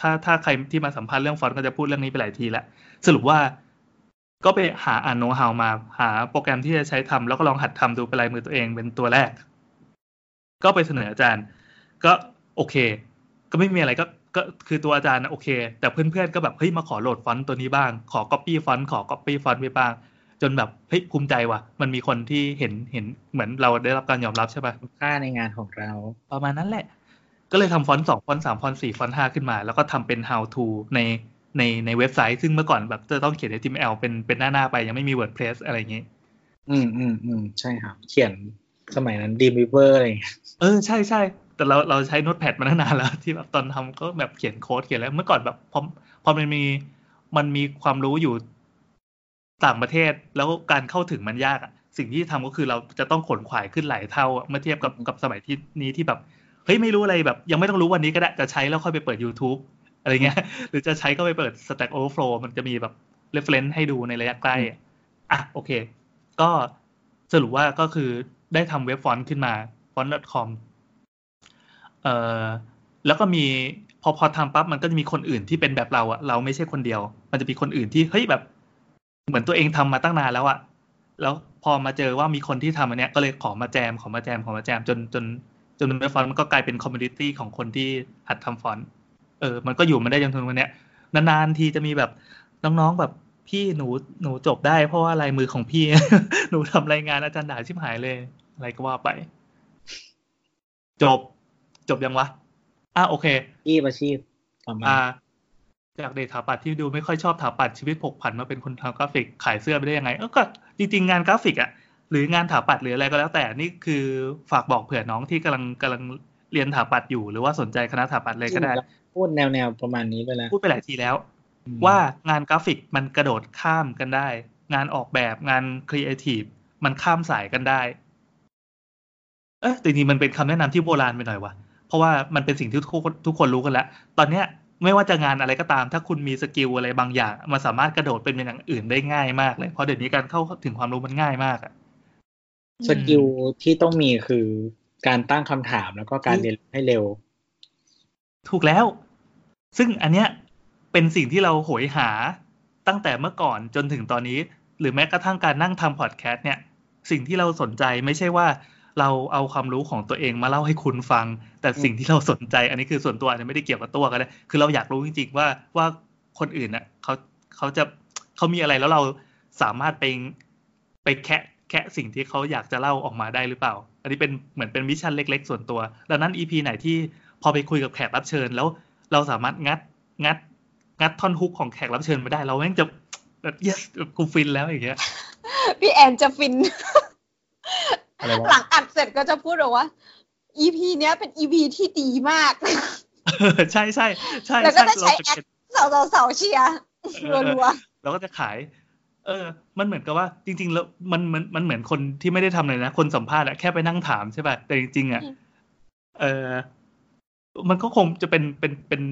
Speaker 3: ถ้าถ้าใครที่มาสัมภาษณ์เรื่องฟอนต์ก็จะพูดเรื่องนี้ไปหลายทีแล้วสรุปว่า ก็ไปหาอ่านโน้ตฮาวมาหาโปรแกรมที่จะใช้ทำแล้วก็ลองหัดทำดูเป็นลายมือตัวเองเป็นตัวแรก ก็ไปเสนออาจารย์ ก็โอเค ก็ไม่มีอะไรก็ก็คือตัวอาจารย์นะโอเค แต่เพื่อนๆก็แบบเฮ้ยมาขอโหลดฟอนต์ตัวนี้บ้าง ขอ Copy ฟอนต์ขอ Copy ฟอนต์ไปบ้าง จนแบบเฮ้ยภูมิใจว่ะ มันมีคนที่เห็นเห็นเหมือนเราได้รับการยอมรับใช่ปะ
Speaker 4: คุณค่าในงานของเรา
Speaker 3: ประมาณนั้นแหละ ก็เลยทำฟอนต์สองฟอนต์สามฟอนต์สี่ฟอนต์ห้าขึ้นมา แล้วก็ทำเป็น how to ในในในเว็บไซต์ ซึ่งเมื่อก่อนแบบจะต้องเขียน HTML เป็นเป็นหน้าหน้าๆไปยังไม่มี WordPress อะไรอย่างงี้
Speaker 4: อืมอืมอืมใช่ครับ เขียนสมัยนั้นดีมิเวอร์อะไรอย่างเงี้ย
Speaker 3: เออใช่ ใช่แต่เราเราใช้โน้ตแพดมาตั้งนานแล้ว ที่แบบตอนทำก็แบบเขียนโค้ดเขียนอะไรเมื่อก่อนแบบพอพ พอมันมีมันมีความรู้อยู่ต่างประเทศ แล้วการเข้าถึงมันยากอะสิ่งที่ทำก็คือเราจะต้องขนขวายขึ้นหลายเท่าอะเมื่อเทียบกับกับสมัยที่นี้ที่แบบเฮ้ยไม่รู้อะไรแบบ ยังไม่ต้องรู้วันนี้ก็ได้จะใช้แล้วค่อยไปเปิด YouTube อะไรเงี้ย หรือจะใช้ก็ไปเปิด Stack Overflow มันจะมีแบบ reference ให้ดูในระยะใกล้อะอ่ะโอเค ก็สรุปว่าก็คือได้ทำเว็บฟอนต์ขึ้นมา font.com เอ่อแล้วก็มีพอพอทำปั๊บมันก็จะมีคนอื่นที่เป็นแบบเราอะเราไม่ใช่คนเดียว มันจะมีคนอื่นที่เฮ้ยแบบ เหมือนตัวเองทำมาตั้งนานแล้วอะแล้วพอมาเจอว่ามีคนที่ทำอันเนี้ยก็เลยขอมาแจมขอมาแจมขอมาแจมจนจนจนเว็บฟอนต์มันก็กลายเป็นคอมมูนิตี้ของคนที่หัดทำฟอนต์เออ มันก็อยู่มาได้จนถึงวันเนี้ยนานๆทีจะมีแบบน้องๆแบบพี่หนูหนูจบได้เพราะว่าลายมือของพี่ หนูทำรายงานอาจารย์ด่าชิบหายเลย อะไรก็ว่าไป จบ จบยังวะ อ่ะโอเค
Speaker 4: อีพอาชีพประมาณ
Speaker 3: อ่า จากเด็กสถาปัตย์ที่ดูไม่ค่อยชอบสถาปัตย์ชีวิตผกผันมาเป็นคนทำกราฟิกขายเสื้อไปได้ยังไง เออก็จริงๆงานกราฟิกอะหรืองานสถาปัตย์หรืออะไรก็แล้วแต่นี่คือฝากบอกเผื่อน้องที่กำลังกำลังเรียนสถาปัตย์อยู่ หรือว่าสนใจคณะสถาปัตย์เลยก็ได้
Speaker 4: พูดแนวๆประมาณนี้ไปแล้ว
Speaker 3: พูดไปหลายทีแล้ว ว่างานกราฟิกมันกระโดดข้ามกันได้ งานออกแบบงานครีเอทีฟมันข้ามสายกันได้ เออจริงๆมันเป็นคำแนะนำที่โบราณไปหน่อยวะเพราะว่ามันเป็นสิ่งที่ทุกคนทุกคนรู้กันแล้ว ตอนเนี้ยไม่ว่าจะงานอะไรก็ตาม ถ้าคุณมีสกิลอะไรบางอย่าง มันสามารถกระโดดเป็นอย่างอื่นได้ง่ายมากเลยเพราะเดี๋ยวนี้การเข้าถึงความรู้มันง่ายมากอะ
Speaker 4: สกิลที่ต้องมีคือการตั้งคำถามแล้วก็การเรียนรู้ให้เร็ว
Speaker 3: ถูกแล้ว ซึ่งอันเนี้ยเป็นสิ่งที่เราโหยหาตั้งแต่เมื่อก่อนจนถึงตอนนี้ หรือแม้กระทั่งการนั่งทำพอดแคสต์เนี่ย สิ่งที่เราสนใจไม่ใช่ว่าเราเอาความรู้ของตัวเองมาเล่าให้คุณฟัง แต่สิ่งที่เราสนใจ อันนี้คือส่วนตัวอันนี้ไม่ได้เกี่ยวกับตัวกันเลยคือเราอยากรู้จริงๆว่าว่าคนอื่นน่ะเขาเขาจะเขามีอะไรแล้วเราสามารถไปไปแคะแคะสิ่งที่เขาอยากจะเล่าออกมาได้หรือเปล่า อันนี้เป็นเหมือนเป็นมิชชั่นเล็ก ๆ ส่วนตัว ดังนั้น EP ไหนที่พอไปคุยกับแขกรับเชิญแล้วเราสามารถงัดงัด งัดท่อนฮุกของแขกรับเชิญมาได้เราแม่งจะแบบ yes แบบกูฟินแล้วอย่างเงี้ ย
Speaker 5: พี่แอนจะฟิน
Speaker 3: อะไรวะ
Speaker 5: หลังอัดเสร็จก็จะพูดแบบว่า EP เนี้ยเป็น EP ที่ดีมาก
Speaker 3: ใช่ใช่ใช่
Speaker 5: แล้วก็
Speaker 3: ใช่
Speaker 5: จะใช้แอ
Speaker 3: เราจะ
Speaker 5: คเสาวสาวสาวเชียร์รัว
Speaker 3: เราก็จะขาย เออ มันเหมือนกับว่า จริง ๆ แล้วมันมันมันเหมือนคนที่ไม่ได้ทำเลยนะ คนสัมภาษณ์อะแค่ไปนั่งถามใช่ป่ะแต่จริงๆอะเออมันก็คงจะเป็นเป็นเป็น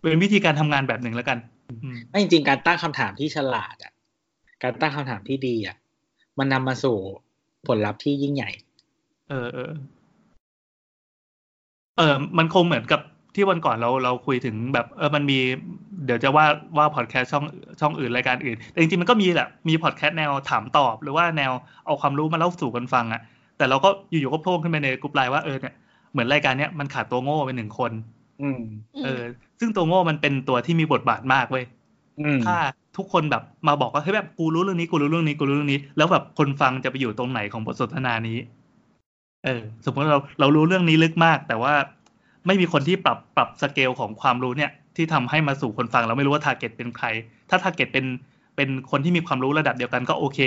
Speaker 3: เป็นวิธีการทำงานแบบหนึ่งแล้วกัน อืม
Speaker 4: ไม่จริงๆการตั้งคำถามที่ฉลาดอ่ะ การตั้งคำถามที่ดีอ่ะ มันนำมาสู่ผลลัพธ์ที่ยิ่งใหญ่
Speaker 3: เออเออ เออ มันคงเหมือนกับที่วันก่อนเราเราคุยถึงแบบ เออ มันมี เดี๋ยวจะว่าว่าพอดแคสต์ช่องช่องอื่นรายการอื่น แต่จริงๆมันก็มีแหละ มีพอดแคสต์แนวถามตอบ หรือว่าแนวเอาความรู้มาเล่าสู่กันฟังอะ่ะ แต่เราก็อยู่ๆก็โพล่งขึ้นไปในกลุ่มไลน์ว่าเออเนี่ยเหมือนรายการเนี้ยมันขาดตัวโง่ไปหนึ่งคน
Speaker 4: อืม
Speaker 5: ๆ
Speaker 3: เออ ซึ่งตัวโง่มันเป็นตัวที่มีบทบาทมากเว้ย
Speaker 4: อืม
Speaker 3: ถ้าทุกคนแบบมาบอกว่าเฮ้ยแบบกูรู้เรื่องนี้กูรู้เรื่องนี้กูรู้เรื่องนี้ แล้วแบบคนฟังจะไปอยู่ตรงไหนของบทสนทนานี้ เออ สมมติเราเรารู้เรื่องนี้ลึกมาก แต่ว่าไม่มีคนที่ปรับปรับสเกลของความรู้เนี่ย ที่ทำให้มาสู่คนฟังเราไม่รู้ว่าทาร์เก็ตเป็นใคร ถ้าทาร์เก็ตเป็นเป็นคนที่มีความรู้ระดับเดียวกันก็โอเค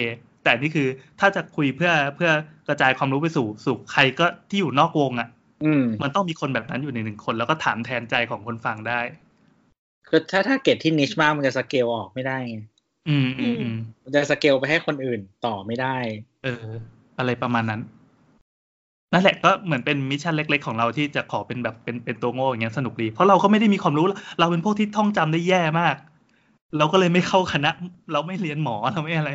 Speaker 3: แต่นี่คือถ้าจะคุยเพื่อเพื่อกระจายความรู้ไปสู่สู่ใครก็ที่อยู่นอกวงอะ่ะ
Speaker 4: อืม
Speaker 3: มันต้องมีคนแบบนั้นอยู่ในหนึ่งคน แล้วก็ถามแทนใจของคนฟังได้
Speaker 4: คือถ้าถ้าเกตที่นิชมากมันจะสเกลออกไม่ได้ไง
Speaker 3: อืมอืมอืม
Speaker 4: มันจะสเกลไปให้คนอื่นต่อไม่ได้
Speaker 3: เออ อะไรประมาณนั้น นั่นแหละก็เหมือนเป็นมิชชั่นเล็ก ๆ ของเราที่จะขอเป็นแบบเป็นเป็นตัวโง่อย่างเงี้ยสนุกดี เพราะเราก็ไม่ได้มีความรู้ เราเป็นพวกที่ท่องจำได้แย่มาก เราก็เลยไม่เข้าคณะ เราไม่เรียนหมอเราไม่อะไร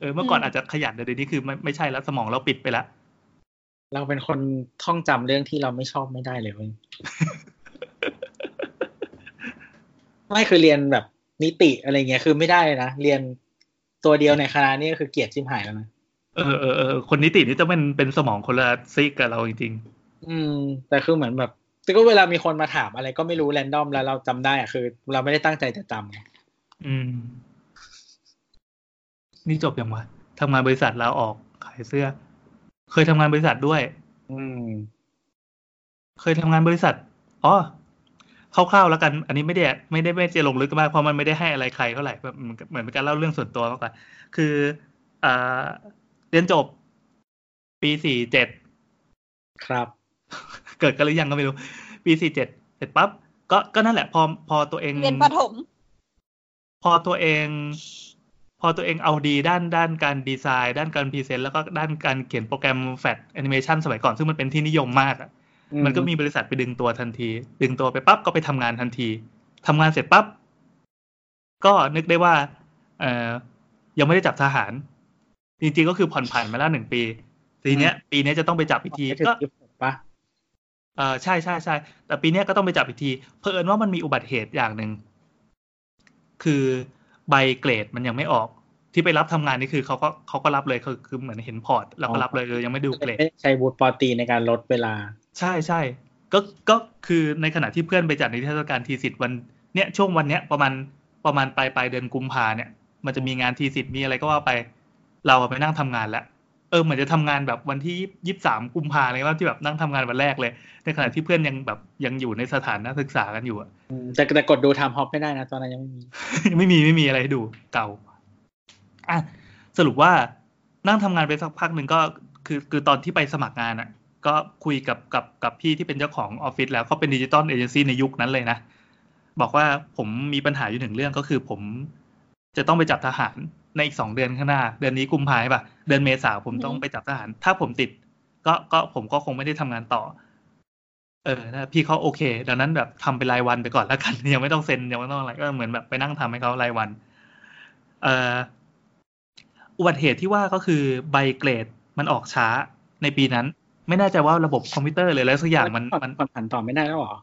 Speaker 3: เออเมื่อก่อนอาจจะขยันแต่เดี๋ยวนี้คือไม่ไม่ใช่แล้วสมองเราปิดไปละ
Speaker 4: เราเป็นคนท่องจำเรื่องที่เราไม่ชอบไม่ได้ เลยเว้ย ไม่คือเรียนแบบนิติอะไรเงี้ยคือไม่ได้เลยนะ เรียนตัวเดียวในคณะนี่ก็คือเกลียดชิมหายแล้วนะ
Speaker 3: เออเออเออคนนิตินี่จะเป็นเป็นสมองคนละซีกกับเราจริง
Speaker 4: อืม แต่คือเหมือนแบบแต่ก็เวลามีคนมาถามอะไรก็ไม่รู้แรนดอมแล้วเราจำได้อะคือ เราไม่ได้ตั้งใจจะจำไง
Speaker 3: ๆอืม นี่จบยังวะทำงานบริษัทลาออกขายเสื้อ เคยทำงานบริษัทด้วย
Speaker 4: อืม
Speaker 3: เคยทำงานบริษัท อ๋อ คร่าวๆแล้วกัน อันนี้ไม่ได้ไม่ได้ไม่ได้ลงลึกมากเพราะมันไม่ได้ให้อะไรใครเท่าไหร่แบบเหมือนเหมือนเป็นการเล่าเรื่องส่วนตัวมากกว่า คืออ่าเรียนจบ ปีสี่เจ็ด
Speaker 4: ครับ
Speaker 3: เกิดกันหรือยังก็ไม่รู้ ปีสี่เจ็ดเสร็จปั๊บ ก็ก็นั่นแหละพอพอตัวเอง
Speaker 5: เรียนประถม
Speaker 3: พอตัวเอง พอตัวเองเอาดีด้านด้านการดีไซน์ ด้านการพรีเซนต์แล้วก็ด้านการเขียนโปรแกรมแฟตแอนิเมชันสมัยก่อนซึ่งมันเป็นที่นิยมมากอะมันก็มีบริษัทไปดึงตัวทันที ดึงตัวไปปั๊บก็ไปทำงานทันทีทำงานเสร็จปั๊บก็นึกได้ว่า เออยังไม่ได้จับทหาร จริงๆก็คือผ่อนผันมาแล้วหนึ่งปีทีเนี้ย ปีเนี้ยจะต้องไปจับอีกที
Speaker 4: ก็
Speaker 3: ก็
Speaker 4: ปะ
Speaker 3: เออใช่ใช่ใช่แต่ปีเนี้ยก็ต้องไปจับอีกทีเพอเอิญว่ามันมีอุบัติเหตุอย่างหนึ่ง คือใบเกรดมันยังไม่ออก ที่ไปรับทำงานนี่คือเขาก็เขาก็รับเลยคือคือเหมือนเห็นพอร์ตแล้วก็รับเลยเลยยังไม่ดูเกรด
Speaker 4: ใช้บูทปอตีในการลดเวลา
Speaker 3: ใช่ใช่ก็ก็คือในขณะที่เพื่อนไปจัดนิทรรศการทีสิทธิ์วันเนี่ยช่วงวันเนี้ยประมาณประมาณปลายปลายเดือนกุมภาเนี่ย มันจะมีงานทีสิทธิ์มีอะไรก็ว่าไป เราอะไปนั่งทำงานแล้วเออเหมือนจะทำงานแบบวันที่ยี่สิบสามกุมภาเลยว่าที่แบบนั่งทำงานวันแรกเลย ในขณะที่เพื่อนยังแบบยังอยู่ในสถานะศึกษากันอยู่อะ
Speaker 4: แต่แต่กดดูไทม์ฮอปไม่ได้นะ ตอนนั้นยังไม่มี
Speaker 3: ไม่มีไม่มีอะไรให้ดูเก่าอ่ะสรุปว่านั่งทำงานไปสักพักหนึ่งก็คือคือตอนที่ไปสมัครงานอ่ะ ก็คุยกับกับกับพี่ที่เป็นเจ้าของออฟฟิศแล้วเขาเป็นดิจิตอลเอเจนซี่ในยุคนั้นเลยนะ บอกว่าผมมีปัญหาอยู่หนึ่งเรื่องก็คือผมจะต้องไปจับทหารในอีกสองเดือนข้างหน้า เดือนนี้กุมภาพันธ์ป่ะ เดือนเมษาผมต้องไปจับทหาร ถ้าผมติด ก็ก็ผมก็คงไม่ได้ทำงานต่อ เออนะพี่เขาโอเค ดังนั้นแบบทำเป็นรายวันไปก่อนแล้วกัน ยังไม่ต้องเซ็นยังไม่ต้องอะไรก็เหมือนแบบไปนั่งทำให้เขารายวัน เอ่ออุบัติเหตุที่ว่าก็คือใบเกรดมันออกช้าในปีนั้น ไม่แน่ใจว่าระบบคอมพิวเตอร์เลยอะไรสักอย่าง มัน
Speaker 4: ผ่อน
Speaker 3: มัน
Speaker 4: ผ่อนผันต่อไม่ได้แล้วเหรอ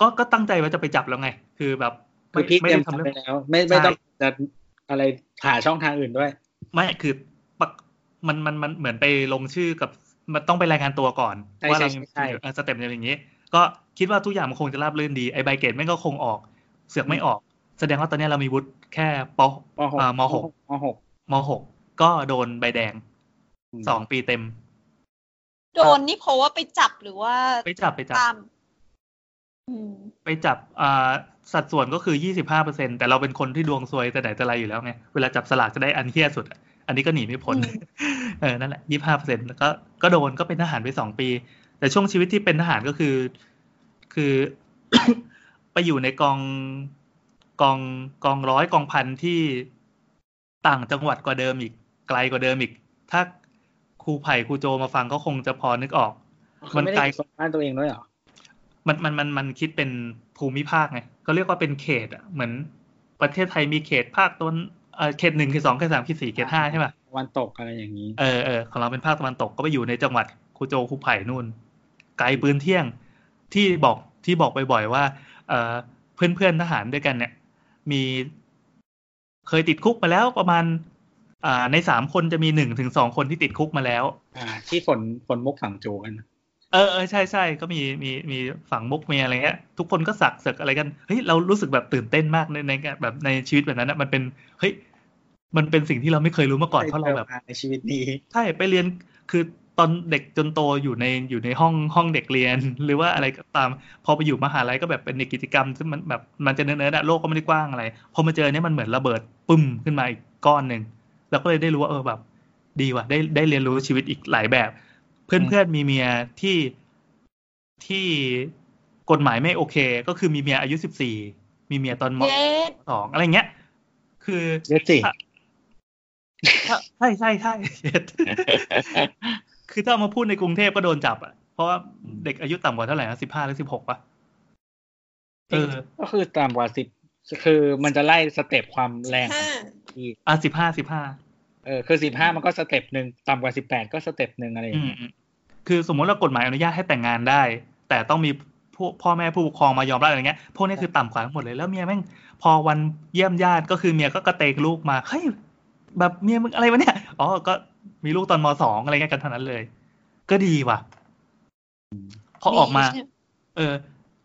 Speaker 3: ก็ก็ตั้งใจว่าจะไปจับแล้วไง คือแบบ
Speaker 4: คือพี่เตรียม
Speaker 3: ด้
Speaker 4: ทำ
Speaker 3: เรื่
Speaker 4: ไป
Speaker 3: อง
Speaker 4: แล้ว ไม่ไม่
Speaker 3: ใช่
Speaker 4: ต้องจะอะไรหาช่องทางอื่นด้วย
Speaker 3: ไม่คือปกมันมันมันเหมือนไปลงชื่อกับมันต้องไปรายงานตัวก่อน
Speaker 4: ใช่
Speaker 3: ว่า
Speaker 4: ใช่
Speaker 3: เรา
Speaker 4: ใช่ใช่
Speaker 3: เออสเต็ปอย่างนี้ ก็คิดว่าทุกอย่างมันคงจะราบรื่นดีไอใบเกรดแม่งก็คงออก เสือกไม่ออก แสดงว่าตอนนี้เรามีวุฒิแค่ป
Speaker 4: มหก
Speaker 3: อ่ามหก
Speaker 4: มหก
Speaker 3: มหกก็โดนใบแดง
Speaker 4: ม
Speaker 3: สองปีเต็ม
Speaker 5: โดนนี่เพราะว่าไปจับหรือว่า
Speaker 3: ไปจับไปจับ
Speaker 5: ตามอืม
Speaker 3: ไปจับอ่าสัดส่วนก็คือยี่สิบห้าเปอร์เซ็นแต่เราเป็นคนที่ดวงซวยแต่ไหนแต่ไรอยู่แล้วไง เวลาจับสลากจะได้อันเฮี้ยสุดอะอันนี้ก็หนีไม่พ้น เออ นั่นแหละยี่ห้าเปอร์เซ็นแล้วก็ก็โดนก็เป็นทหารไปสองปี แต่ช่วงชีวิตที่เป็นทหารก็คือ คือ ไปอยู่ในกองกองกองร้อยกองพันที่ต่างจังหวัดกว่าเดิมอีกไกลกว่าเดิมอีก ถ้าครูไผ่ครูโจมาฟังก็คงจะพอนึกออก
Speaker 4: เขาไม่ได้อยู่ส่วนบ้านตัวเองด้วยเหรอ
Speaker 3: มันมันมันมันคิดเป็นภูมิภาคไงก็เรียกว่าเป็นเขตอะเหมือนประเทศไทยมีเขตภาคตะวันเอ่อเขตหนึ่งเขตสองเขตสามเขตสี่เขตห้าใช่ป่ะ
Speaker 4: วันตกอะไรอย่างนี้
Speaker 3: เออเออของเราเป็นภาคตะวันตกก็ไปอยู่ในจังหวัดคูโจวคูไผ่นู่น ไกลปืนเที่ยงที่บอกที่บอกบ่อยๆว่า เออเพื่อนเพื่อนๆทหารด้วยกันเนี่ย มีเคยติดคุกมาแล้วประมาณ อ่าในสามคนจะมีหนึ่งถึงสองคนที่ติดคุกมาแล้ว
Speaker 4: อ่า ที่ฝนฝนมุกสั่งจูกัน
Speaker 3: เออเออใช่ใช่ก็มีมีมีฝังมุกมีอะไรเงี้ยทุกคนก็สักเสกอะไรกันเฮ้ยเรารู้สึกแบบตื่นเต้นมากในในแบบในชีวิตแบบนั้นนะมันเป็นเฮ้ยมันเป็นสิ่งที่เราไม่เคยรู้มาก่อนเพราะเราแบบ
Speaker 4: คยจอมในชีวิตนี้
Speaker 3: ใช่ไปเรียนคือตอนเด็กจนโตอยู่ในอยู่ในห้องห้องเด็กเรียน หรือว่าอะไรก็ตาม พอไปอยู่มหาลัยก็แบบเป็นในกิจกรรมซึ่งมันแบบมันจะเนื้อๆนะโลกก็ไม่ได้กว้างอะไรพอมาเจอเนี่ยมันเหมือนระเบิดปึ้มขึ้นมาอีกก้อนหนึ่งแล้วก็เลยได้รู้ว่าเออแบบ ดีว่ะได้ได้เรียนรู้ชีวิตอีกหลายแบบ เพื่อนเพื่อนมีเมียที่ที่กฎหมายไม่โอเค ก็คือมีเมียอายุสิบสี่มีเมียตอนม
Speaker 5: เย้
Speaker 3: สองอะไรเงี้ย คือ
Speaker 4: เยอะสิ
Speaker 3: ถ้าใช่ใช่ใช่ คือถ้าเอามาพูดในกรุงเทพก็โดนจับอ่ะ เพราะว่าเด็กอายุต่ำกว่าเท่าไหร่นะสิบห้าหรือสิบหกป่ะ เออ
Speaker 4: ก็คือต่ำกว่าสิบคือมันจะไล่สเต็ปความแรงของ
Speaker 5: ห้า
Speaker 4: ที่
Speaker 3: อ่ะสิบห้าสิบห้า
Speaker 4: เออคือสิบห้ามันก็สเต็ปหนึ่งต่ำกว่าสิบแปดก็สเต็ปหนึ่งอะไรอย่า
Speaker 3: อื
Speaker 4: ง
Speaker 3: ม
Speaker 4: เงี้ย
Speaker 3: คือสมมติว่ากฎหมายอนุญาตให้แต่งงานได้ แต่ต้องมีพวกพ่อแม่ผู้ปกครองมายอมรับอะไรเงี้ย พวกนี้คือต่ำกว่าทั้งหมดเลย แล้วเมียแม่งพอวันเยี่ยมญาติก็คือเมียก็กระเตงลูกมา เฮ้ย แบบเมียมึงอะไรวะเนี่ย อ๋อ ก็มีลูกตอนมสองอะไรเงี้ยกันเท่านั้นเลย ก็ดีว่ะ พอออกมา
Speaker 5: ใช่ไห
Speaker 3: เออ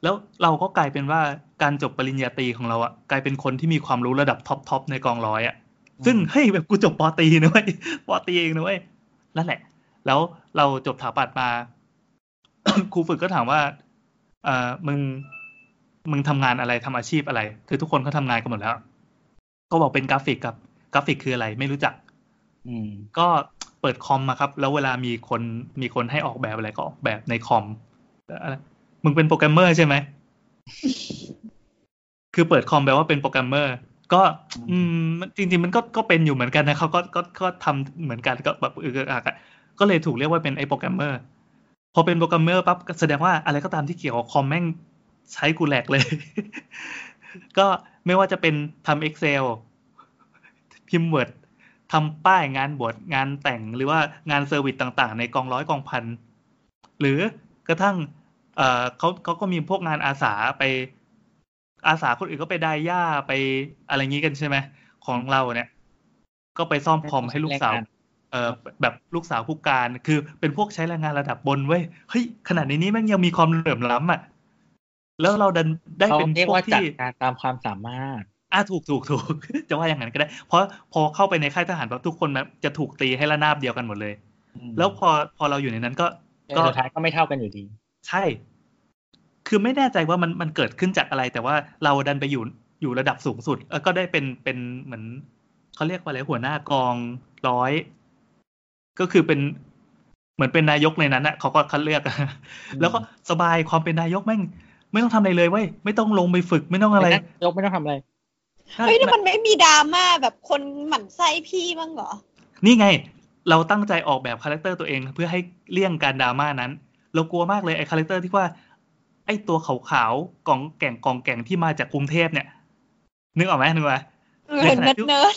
Speaker 3: แล้วเราก็กลายเป็นว่าการจบปริญญาตรีของเราอะกลายเป็นคนที่มีความรู้ระดับท็อปทอปในกองร้อยอะซึ่งเฮ้ยแบบกูจบปอตรีนะเว้ย ปอตรีเองนะเว้ยนั่นแหละ แล้วเราจบถาปัดมา ครูฝึกก็ถามว่า เออมึง มึงทำงานอะไรทำอาชีพอะไร คือทุกคนเขาทำงานกันหมดแล้ว ก็บอกเป็นกราฟิกกับกราฟิกคืออะไร ไม่รู้จัก
Speaker 4: อืม
Speaker 3: ก็เปิดคอมมาครับ แล้วเวลามีคนมีคนให้ออกแบบอะไรก็ออกแบบในคอมแล้วอะไรมึงเป็นโปรแกรมเมอร์ใช่ไหม คือเปิดคอมแปลว่าเป็นโปรแกรมเมอร์ ก็ อืมมันจริง ๆ มันก็ก็เป็นอยู่เหมือนกันนะเขาก็ก็ก็ทำเหมือนกันก็แบบเอออะก็เลยถูกเรียกว่าเป็นไอ้โปรแกรมเมอร์ พอเป็นโปรแกรมเมอร์ปั๊บก็แสดงว่าอะไรก็ตามที่เกี่ยวกับคอมแม่งใช้กูแหลกเลย ก็ไม่ว่าจะเป็นทำ Excel พิมพ์ Word ทำป้ายงานบวชงานแต่งหรือว่างานเซอร์วิสต่างๆ ในกองร้อยกองพัน หรือกระทั่ง เอ่อเขาเขาก็มีพวกงานอาสาไป อาสาคนอื่นก็ไปดายหญ้าไปอะไรงี้กันใช่ไหมของเราเนี่ย ก็ไปซ่อมคอมให้ลูกสาว เออแบบลูกสาวผู้การคือเป็นพวกใช้แรงงานระดับบนเว้ยเฮ้ยขนาดในนี้แม่งยังมีความเหลื่อมล้ำอ่ะแล้วเราดันได้
Speaker 4: เขา
Speaker 3: เป็น
Speaker 4: เรียก
Speaker 3: พวก
Speaker 4: ว่าจัด
Speaker 3: ที่
Speaker 4: การตามความสามารถ
Speaker 3: อ่ะถูกถูกถูก จะว่าอย่างนั้นก็ได้ เพราะพอเข้าไปในค่ายทหารปั๊บทุกคนแบบจะถูกตีให้ระนาบเดียวกันหมดเลย แล้วพอพอเราอยู่ในนั้นก็
Speaker 4: ก็สุดท้ายก็ไม่เท่ากันอยู่ดี
Speaker 3: ใช่ คือไม่แน่ใจว่ามันมันเกิดขึ้นจากอะไร แต่ว่าเราดันไปอยู่อยู่ระดับสูงสุด แล้วก็ได้เป็นเป็นเหมือนเขาเรียกว่าอะไรหัวหน้ากองร้อย ก็คือเป็นเหมือนเป็นนายกในนั้นนะเขาก็คัดเลือก
Speaker 4: ม
Speaker 3: แล้วก็สบายความเป็นนายกแม่ง ไม่ต้องทำอะไรเลยเว้ยไม่ต้องลงไปฝึกไม่ต้องอะไร
Speaker 4: ยกไม่ต้องทำอะไร
Speaker 5: เฮ้ยแล้วมันไม่มีดราม่าแบบคนหมั่นไส้พี่บ้างเหรอ
Speaker 3: นี่ไง เราตั้งใจออกแบบคาแรคเตอร์ตัวเองเพื่อให้เลี่ยงการดราม่านั้น เรากลัวมากเลยไอ้คาแรคเตอร์ที่ว่า ไอ้ตัวขาวๆกล่องแก่งกล่องแก่งที่มาจากกรุงเทพเนี่ย นึกออกไหมนึกออกไหม
Speaker 5: เออเนิร์ดเนิร์ด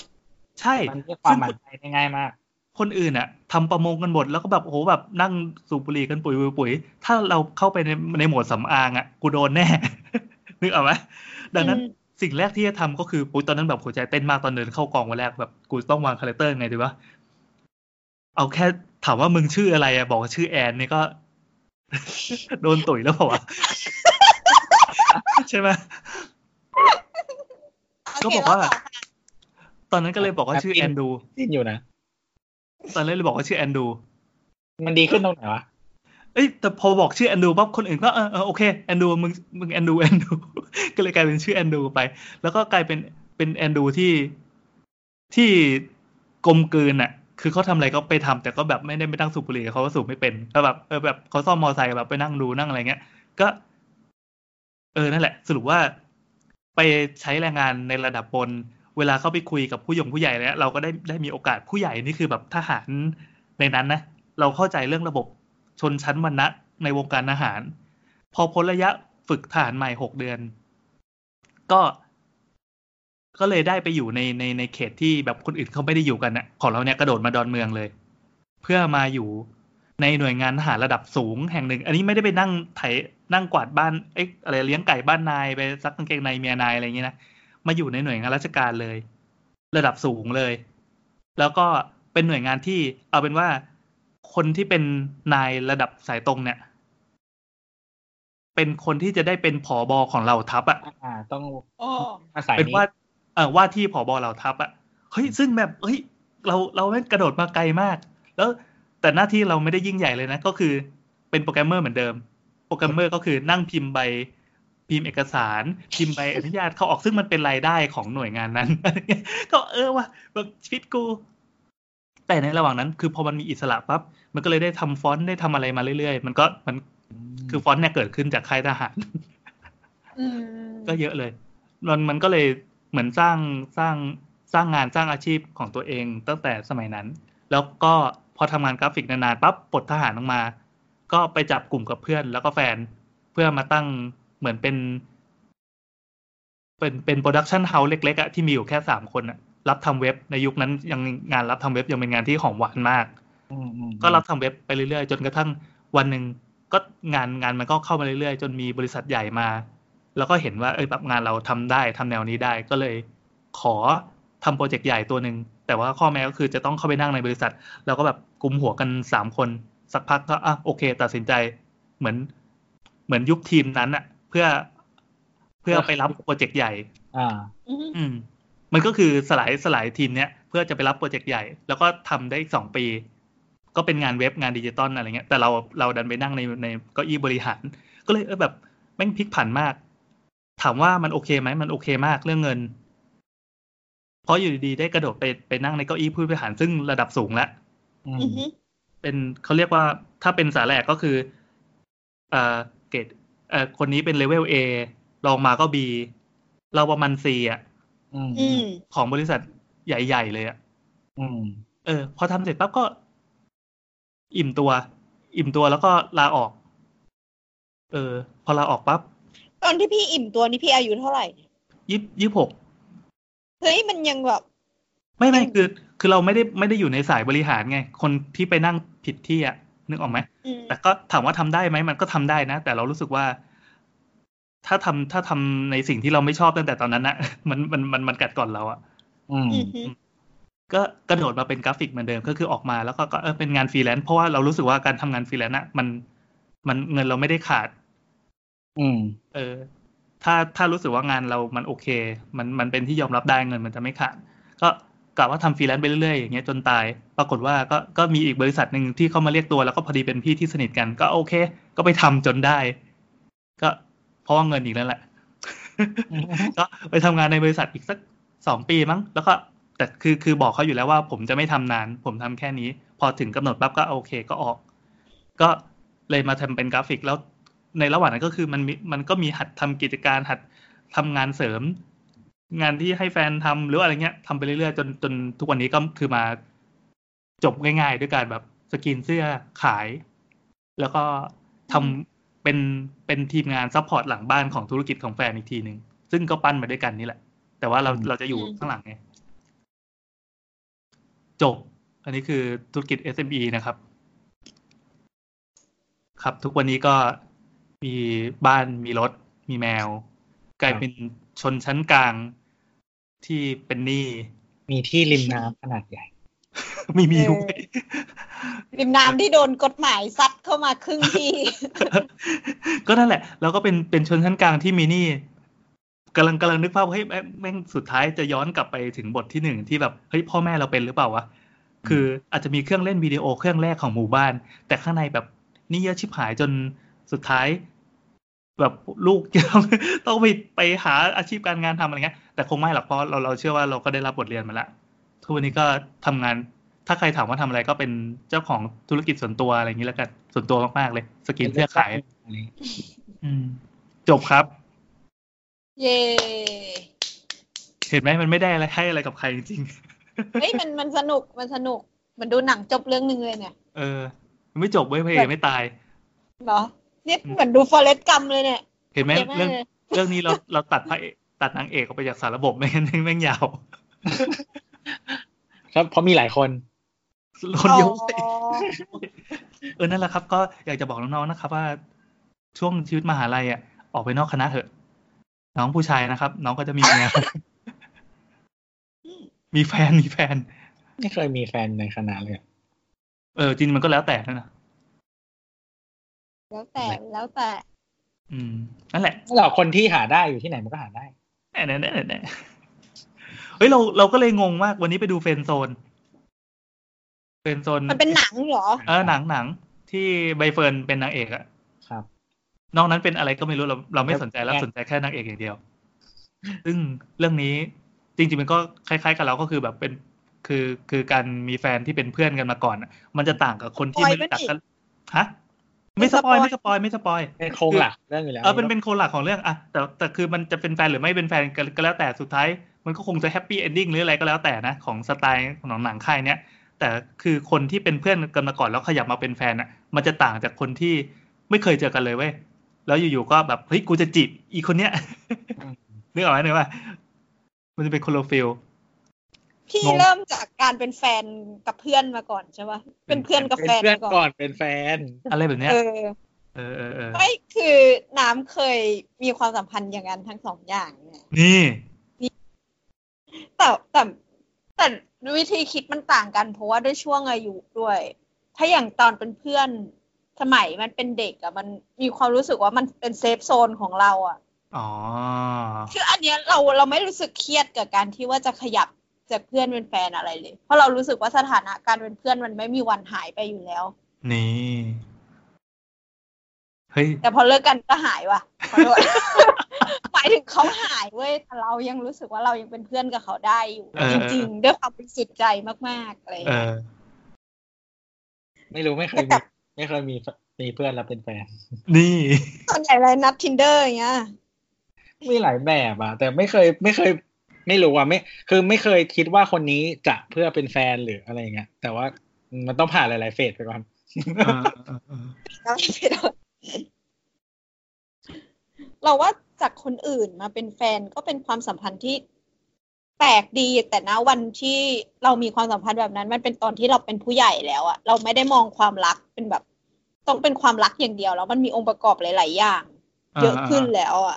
Speaker 3: ใช่
Speaker 4: มันเรียกควา
Speaker 3: ซึ่
Speaker 4: ม
Speaker 3: ง
Speaker 4: หมั่นใจได้ง่ายมาก
Speaker 3: คนอื่นอะทำประมงกันหมดแล้วก็แบบโอ้โหแบบนั่งสูบบุหรี่กันปุ๋ยปุ๋ยปุ๋ยถ้าเราเข้าไปในในโหมดสำอางอะกูโดนแน่ นึกออกไหมดังนั้น สิ่งแรกที่จะทำก็คือปุ๊ยตอนนั้นแบบหัวใจเต้นมากตอนเดินเข้ากองวันแรกแบบกูต้องวางคาแรคเตอร์ยังไงดีวะเอาแค่ถามว่ามึงชื่ออะไรอะบอกว่าชื่อแอนเนี่ยก็ โดนตุ๋ยแล้วเปล่าวะ ใช่ไหม
Speaker 5: โเค
Speaker 3: ก็บอกว่า
Speaker 5: แล้ต่ค่ะ
Speaker 3: ตอนนั้นก็เลยบอกว่าชื่อแอนดู
Speaker 4: สิ้นอยู่นะ
Speaker 3: ตอนนั้นเลยบอกว่าชื่อแอนดู
Speaker 4: มันดีขึ้นตรงไหนวะ
Speaker 3: เอ้ยแต่พอบอกชื่อแอนดูปั๊บคนอื่นก็เออเออโอเคแอนดูมึงมึงแอน ดูแอนดู ก็เลยกลายเป็นชื่อแอนดูไป แล้วก็กลายเป็นเป็นแอนดูที่ที่กลมกลืนอ่ะ คือเขาทำอะไรก็ไปทำแต่ก็แบบไม่ได้ไปนั่งสูบบุหรี่เขาก็สูบไม่เป็นก็แบบเออแบบเขาซ่อมมอไซค์แบบไปนั่งดูนั่งอะไรเงี้ย ก็ เออนั่นแหละ สรุปว่าไปใช้แรงงานในระดับบน เวลาเข้าไปคุยกับผู้ยงผู้ใหญ่แล้วเราก็ได้ได้มีโอกาสผู้ใหญ่นี่คือแบบทหารในนั้นนะเราเข้าใจเรื่องระบบชนชั้นวรรณะในวงการอาหาร พอพ้นระยะฝึกทหารใหม่หกเดือน ก็ ก็เลยได้ไปอยู่ในในในเขตที่แบบคนอื่นเขาไม่ได้อยู่กันนะของเราเนี่ยกระโดดมาดอนเมืองเลย เพื่อมาอยู่ในหน่วยงานทหารระดับสูงแห่งหนึ่ง อันนี้ไม่ได้ไปนั่งไถนั่งกวาดบ้านเอ๊ะอะไรเลี้ยงไก่บ้านนายไปซักกางเกงในเมียนายอะไรอย่างเงี้ยนะ มาอยู่ในหน่วยงานราชการเลย ระดับสูงเลย แล้วก็เป็นหน่วยงานที่เอาเป็นว่าคนที่เป็นนายระดับสายตรงเนี่ย เป็นคนที่จะได้เป็นผอบอของเราทัพอะ
Speaker 4: อ่า ต้อง
Speaker 5: โอ้
Speaker 4: อาศัย
Speaker 3: เป็น
Speaker 4: นี้
Speaker 3: ว่าเออว่าที่ผอบอเหล่าทัพอะเฮ้ยซึ่งแบบเฮ้ยเราเราแม่งกระโดดมาไกลมาก แล้วแต่หน้าที่เราไม่ได้ยิ่งใหญ่เลยนะ ก็คือเป็นโปรแกรมเมอร์เหมือนเดิม โปรแกรมเมอร์ก็คือนั่งพิมพ์ใบ พิมพ์เอกสาร พิมพ์ใบอนุญาตเขาออกซึ่งมันเป็นรายได้ของหน่วยงานนั้น ก็เออว่ะแบบชีวิตกู แต่ในระหว่างนั้น คือพอมันมีอิสระปั๊บมันก็เลยได้ทำฟอนต์ได้ทำอะไรมาเรื่อยๆ มันก็มันคือฟอนต์เนี่ยเกิดขึ้นจากค่ายทหาร
Speaker 5: อืม
Speaker 3: ก็เยอะเลย มันมันก็เลยเหมือนสร้างสร้างสร้างงานสร้างอาชีพของตัวเองตั้งแต่สมัยนั้น แล้วก็พอทำงานกราฟิกนานๆปั๊บปลดทหารออกมา ก็ไปจับกลุ่มกับเพื่อนแล้วก็แฟนเพื่อมาตั้งเหมือนเป็น เป็นเป็นโปรดักชันเฮาส์เล็กๆอะที่มีอยู่แค่สามคนอะรับทำเว็บในยุคนั้นยังงานรับทำเว็บยังเป็นงานที่หอมหวานมาก
Speaker 4: อืมอืม
Speaker 3: ก็รับทำเว็บไปเรื่อยๆ จนกระทั่งวันหนึ่งก็งานงานมันก็เข้ามาเรื่อยๆ จนมีบริษัทใหญ่มา แล้วก็เห็นว่าเอ้ยแบบงานเราทำได้ทำแนวนี้ได้ก็เลยขอทำโปรเจกต์ใหญ่ตัวหนึ่งแต่ว่าข้อแม้ก็คือจะต้องเข้าไปนั่งในบริษัท แล้วก็แบบกลุมหัวกันสามคน สักพักก็อ่ะโอเค ตัดสินใจเหมือน เหมือนยุบทีมนั้นอะเพื่อเพื่อไปรับโปรเจกต์ใหญ่
Speaker 4: อ่า
Speaker 5: อืม
Speaker 3: อืมมันก็คือสลายสลายทีมเนี้ยเพื่อจะไปรับโปรเจกต์ใหญ่ แล้วก็ทำได้อีกสองปี ก็เป็นงานเว็บงานดิจิตอลอะไรเงี้ยแต่เราเราดันไปนั่งในในเก้าอี้บริหาร ก็เลยเออแบบแม่งพลิกผันมาก ถามว่ามันโอเคไหมมันโอเคมากเรื่องเงิน เพราะอยู่ดีๆได้กระโดดไปไปนั่งในเก้าอี้ผู้บริหารซึ่งระดับสูงแล้ว
Speaker 4: อืม
Speaker 5: อืมอืม
Speaker 3: เป็นเขาเรียกว่าถ้าเป็นสาแหลกก็คือเอ่อเกรดเอ่อคนนี้เป็นเลเวล A ลองมาก็บีเราประมาณซีอ่ะ
Speaker 4: อืม
Speaker 5: อืม
Speaker 3: ของบริษัทใหญ่ๆเลยอ่ะ
Speaker 4: อืม
Speaker 3: เออ พอทำเสร็จปั๊บก็ อิ่มตัว อิ่มตัวแล้วก็ลาออก เออ พอลาออกปั๊บ
Speaker 5: ตอนที่พี่อิ่มตัวนี่พี่อายุเท่าไหร่เนี่ย
Speaker 3: ยี่ยี่หก
Speaker 5: เฮ้ยมันยังแบบ
Speaker 3: ไม่ไม่
Speaker 5: อืม
Speaker 3: คือ คือเราไม่ได้ไม่ได้อยู่ในสายบริหารไง คนที่ไปนั่งผิดที่อ่ะนึกออกไหม
Speaker 5: อืม
Speaker 3: แต่ก็ถามว่าทำได้ไหมมันก็ทำได้นะ แต่เรารู้สึกว่า ถ้าทำถ้าทำในสิ่งที่เราไม่ชอบตั้งแต่ตอนนั้นนะ มันมันมันมันกัดก่อนเราอะ
Speaker 4: อืม
Speaker 5: อืมฮึ
Speaker 3: ก็กระโดดมาเป็นกราฟิกเหมือนเดิมก็คือออกมาแล้วก็ก็เออเป็นงานฟรีแลนซ์เพราะว่าเรารู้สึกว่าการทำงานฟรีแลนซ์อะมันมันเงินเราไม่ได้ขาด
Speaker 4: อืม
Speaker 3: เออ ถ้าถ้ารู้สึกว่างานเรามันโอเค มันมันเป็นที่ยอมรับได้เงินมันจะไม่ขาด ก็กะว่าทำฟรีแลนซ์ไปเรื่อยๆอย่างเงี้ยจนตาย ปรากฏว่าก็ก็มีอีกบริษัทหนึ่งที่เข้ามาเรียกตัวแล้วก็พอดีเป็นพี่ที่สนิทกัน ก็โอเค ก็ไปทำจนได้ ก็เพราะว่าเงินอีกแล้วแหละ ก็ไปทำงานในบริษัทอีกสักสองปีมั้ง แล้วก็แต่คือคือบอกเขาอยู่แล้วว่าผมจะไม่ทำนาน ผมทำแค่นี้ พอถึงกำหนดปั๊บก็โอเคก็ออก ก็เลยมาทำเป็นกราฟิกแล้ว ในระหว่างนั้นก็คือมันมีมันก็มีหัดทำกิจการหัดทำงานเสริม งานที่ให้แฟนทำหรืออะไรเงี้ยทำไปเรื่อยๆจนจนทุกวันนี้ก็คือมาจบง่ายๆ ด้วยการแบบสกรีนเสื้อขาย แล้วก็ทำเป็นเป็นทีมงานซัพพอร์ตหลังบ้านของธุรกิจของแฟนอีกทีหนึ่งซึ่งก็ปั้นมาด้วยกันนี่แหละ แต่ว่าเราเราจะอยู่ข้างหลังไงจบ อันนี้คือธุรกิจ SME นะครับ ครับทุกวันนี้ก็มีบ้านมีรถ มีแมว กลายเป็นชนชั้นกลางที่เป็นหนี้
Speaker 4: มีที่ริมน้ำขนาดใหญ่
Speaker 3: ไม่มีด้วย
Speaker 5: ริมน้ำที่โดนกฎหมายซัดเข้ามาครึ่งที่
Speaker 3: ก็นั่นแหละ เราก็เป็นเป็นชนชั้นกลางที่มีหนี้กำลังกำลังนึกภาพว่าเฮ้ยแม่งแม่งสุดท้ายจะย้อนกลับไปถึงบทที่หนึ่งที่แบบเฮ้ยพ่อแม่เราเป็นหรือเปล่าวะคืออาจจะมีเครื่องเล่นวิดีโอเครื่องแรกของหมู่บ้าน แต่ข้างในแบบหนี่เยอะชิบหายจนสุดท้าย แบบลูก จะต้องต้องไปไปหาอาชีพการงานทำอะไรเงี้ยแต่คงไม่หรอกเพราะเราเราเชื่อว่าเราก็ได้รับบทเรียนมาละทุกวันนี้ก็ทำงาน ถ้าใครถามว่าทำอะไรก็เป็นเจ้าของธุรกิจส่วนตัวอะไรอย่างนี้แล้วกันส่วนตัวมากๆเลย สกินเสื้อขาย อืมจบครับ
Speaker 5: เย่
Speaker 3: เห็นไหมมันไม่ได้อะไรให้อะไรกับใครจริง
Speaker 5: เฮ้ยมันมันสนุกมันสนุก มันดูหนังจบเรื่องหนึ่งเลยเนี่ย
Speaker 3: ๆเออ มันไม่จบเว้ยพระเอกไม่ตาย
Speaker 5: เหรอเนี่ยเหมือนดูฟอเรสต์กัมเลยเนี่ย
Speaker 3: เห็นไหม
Speaker 5: เจ๋งมาก
Speaker 3: เรื่อง
Speaker 5: เลย
Speaker 3: เรื่องนี้เราเราตัดพระเอกตัดนางเอกออกไปจากสารระบบไม่งั้นแม่งยาว
Speaker 4: ครับเพราะมีหลายคน
Speaker 3: คนเดียว
Speaker 5: อ๋อ
Speaker 3: เออนั่นแหละครับ ก็อยากจะบอกน้องๆนะครับ ว่าช่วงชีวิตมหาลัยอ่ะออกไปนอกคณะเถอะ น้องผู้ชายนะครับ น้องก็จะมีเมีย มีแฟนมีแฟน
Speaker 4: ไม่เคยมีแฟนในคณะเลยอะ
Speaker 3: เออจริงมันก็แล้วแต่นะนะ
Speaker 5: แล้วแต่แล้วแต่
Speaker 3: อืมนั่นแหละ
Speaker 4: เราคนที่หาได้อยู่ที่ไหนมันก็หาได้
Speaker 3: แน่แน่แน่แน่เฮ้ยเราเราก็เลยงงมากวันนี้ไปดูเฟรนด์โซน เฟรนด์โซน
Speaker 5: มันเป็นหนังเหรอ
Speaker 3: เออหนังหนังที่ใบเฟิร์นเป็นนางเอกอะ
Speaker 4: ครับ
Speaker 3: นอกนั้นเป็นอะไรก็ไม่รู้เราเราไม่สนใจแล้วสนใจแค่นางเอกอย่างเดียว ซึ่งเรื่องนี้จริงๆมันก็คล้ายๆกับเราก็คือแบบเป็นคือคือการมีแฟนที่เป็นเพื่อนกันมาก่อนอะมันจะต่างกับคนที่ไม่รู้จักกันฮะไม่สปอยไม่สปอยไม่สปอย
Speaker 4: เป็นโครงหลักเรื่องอยู่แล้ว
Speaker 3: เออเป็นเป็นโคนหลักของเรื่องอะแต่แต่คือมันจะเป็นแฟนหรือไม่เป็นแฟนก็ก็แล้วแต่สุดท้าย มันก็คงจะแฮปปี้เอนดิ้งหรืออะไรก็แล้วแต่นะ ของสไตล์ของหนังค่ายเนี้ยแต่คือคนที่เป็นเพื่อนกันมาก่อนแล้วขยับมาเป็นแฟนอะมันจะต่างจากคนที่ไม่เคยเจอกันเลยเว้ยแล้วอยู่ๆก็แบบเฮ้ยกูจะจีบอีคนเนี้ย นึกออกไหมเนี่ยว่า มันจะเป็นคนละฟิล
Speaker 5: พี่
Speaker 3: งง
Speaker 5: เริ่มจากการเป็นแฟนกับเพื่อนมาก่อนใช่ปะเป็นเพื่อนกับ
Speaker 4: เป็น
Speaker 5: แฟน
Speaker 4: เพื่อน
Speaker 5: มาก่
Speaker 4: ก่
Speaker 5: อน
Speaker 4: อนเป็นแฟน
Speaker 3: อะไรแบบเนี้ย
Speaker 5: เออ
Speaker 3: เออเออเออ
Speaker 5: ไม่คือน้ำเคยมีความสัมพันธ์อย่างนั้นทั้งสองอย่างเนี่ย
Speaker 3: นี่
Speaker 5: แต่แต่แต่วิธีคิดมันต่างกัน เพราะว่าด้วยช่วงอายุด้วย ถ้าอย่างตอนเป็นเพื่อนสมัยมันเป็นเด็กอะมันมีความรู้สึกว่ามันเป็นเซฟโซนของเราอะ
Speaker 3: อ๋อ
Speaker 5: คืออันเนี้ยเราเราไม่รู้สึกเครียดกับการที่ว่าจะขยับจากเพื่อนเป็นแฟนอะไรเลย เพราะเรารู้สึกว่าสถานะการเป็นเพื่อนมันไม่มีวันหายไปอยู่แล้ว
Speaker 3: นี่เฮ้ย
Speaker 5: แต่พอเลิกกันก็หายว่ะขอโทษ หมายถึงเขาหายเว้ยแต่เรายังรู้สึกว่าเรายังเป็นเพื่อนกับเขาได้อยู่
Speaker 3: เออ
Speaker 5: จริงๆด้วยความบริสุทธิ์ใจมากๆอะไรอย่าง
Speaker 3: เอ
Speaker 5: เงี้ย
Speaker 3: อ
Speaker 4: ไม่รู้ไม่เคยมีไม่เคยมีมีเพื่อนแล้วเป็นแฟน
Speaker 3: นี่
Speaker 5: ส่วนใหญ่เลยนัดทินเดอร์อย่างเงี้ย
Speaker 4: มีหลายแบบอะแต่ไม่เคยไม่เคย ไม่รู้ว่าไม่ คือไม่เคยคิดว่าคนนี้จะเพื่อเป็นแฟนหรืออะไรอย่างเงี้ยแต่ว่ามันต้องผ่านหลาย ๆ เฟสไปก่อน
Speaker 3: อ่าอ่าอ่า
Speaker 5: แล้วไม่ผิดหรอกเราว่าจากคนอื่นมาเป็นแฟนก็เป็นความสัมพันธ์ที่แปลกดี แต่นะวันที่เรามีความสัมพันธ์แบบนั้น มันเป็นตอนที่เราเป็นผู้ใหญ่แล้วอะเราไม่ได้มองความรักเป็นแบบ ต้องเป็นความรักอย่างเดียวแล้วมันมีองค์ประกอบหลาย ๆ อย่าง เยอะขึ้นแล้วอ่ะ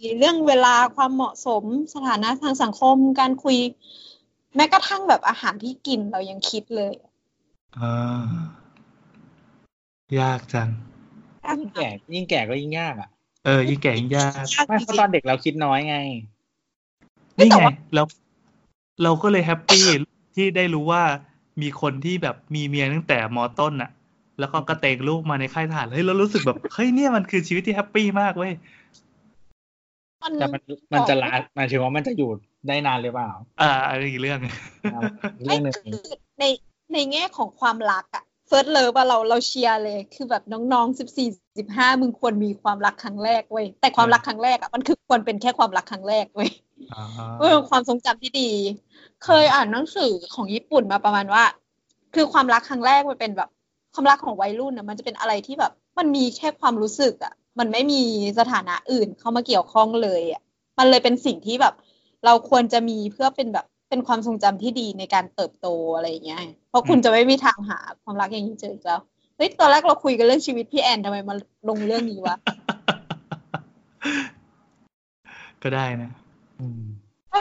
Speaker 5: มีเรื่องเวลาความเหมาะสมสถานะทางสังคมการคุย แม้กระทั่งแบบอาหารที่กินเรายังคิดเลย
Speaker 3: อ่ายากจัง
Speaker 4: ยิ่งแก่ยิ่งแก่ก็ยิ่งยากอะ
Speaker 3: เออยิ่งแก่ยิ่งยาก
Speaker 4: ไม่เพราะตอนเด็กเราคิดน้อยไง
Speaker 3: นี่ไงเราเราก็เลยแฮปปี้ที่ได้รู้ว่ามีคนที่แบบมีเมียตั้งแต่มอต้นน่ะ แล้วก็กระเตงลูกมาในค่ายทหารเฮ้ยเรารู้สึกแบบ เฮ้ยเนี่ยมันคือชีวิตที่แฮปปี้มากเว้ย
Speaker 5: มัน
Speaker 4: แต่มันมันจะลาหมายถึงว่ามันจะอยู่ได้นานหรือเปล่า
Speaker 3: อ่าอะไรอีกเรื่อง
Speaker 4: อ่ะเรื่องหนึ่ง
Speaker 5: ไม่คือในในแง่ของความรักอะเฟิร์สเลิฟอะเราเราเชียร์เลย คือแบบน้องๆสิบสี่สิบห้ามึงควรมีความรักครั้งแรกเว้ยแต่ความรักครั้งแรกอะมันคือควรเป็นแค่ความรักครั้งแรกเว้ย
Speaker 3: อ่า
Speaker 5: เออความทรงจำที่ดี เคยอ่านหนังสือของญี่ปุ่นมาประมาณว่า คือความรักครั้งแรกมันเป็นแบบความรักของวัยรุ่นนะมันจะเป็นอะไรที่แบบ มันมีแค่ความรู้สึกอะมันไม่มีสถานะอื่นเข้ามาเกี่ยวข้องเลยอะมันเลยเป็นสิ่งที่แบบ เราควรจะมีเพื่อเป็นแบบเป็นความทรงจำที่ดีในการเติบโตอะไรอย่างเงี้ย เพราะคุณจะไม่มีทางหาความรักอย่างนี้เจออีกแล้วเฮ้ยตอนแรกเราคุยกันเรื่องชีวิตพี่แอนทำไมมาลงเรื่องนี้วะ
Speaker 3: ก็ได้นะ
Speaker 5: ไม่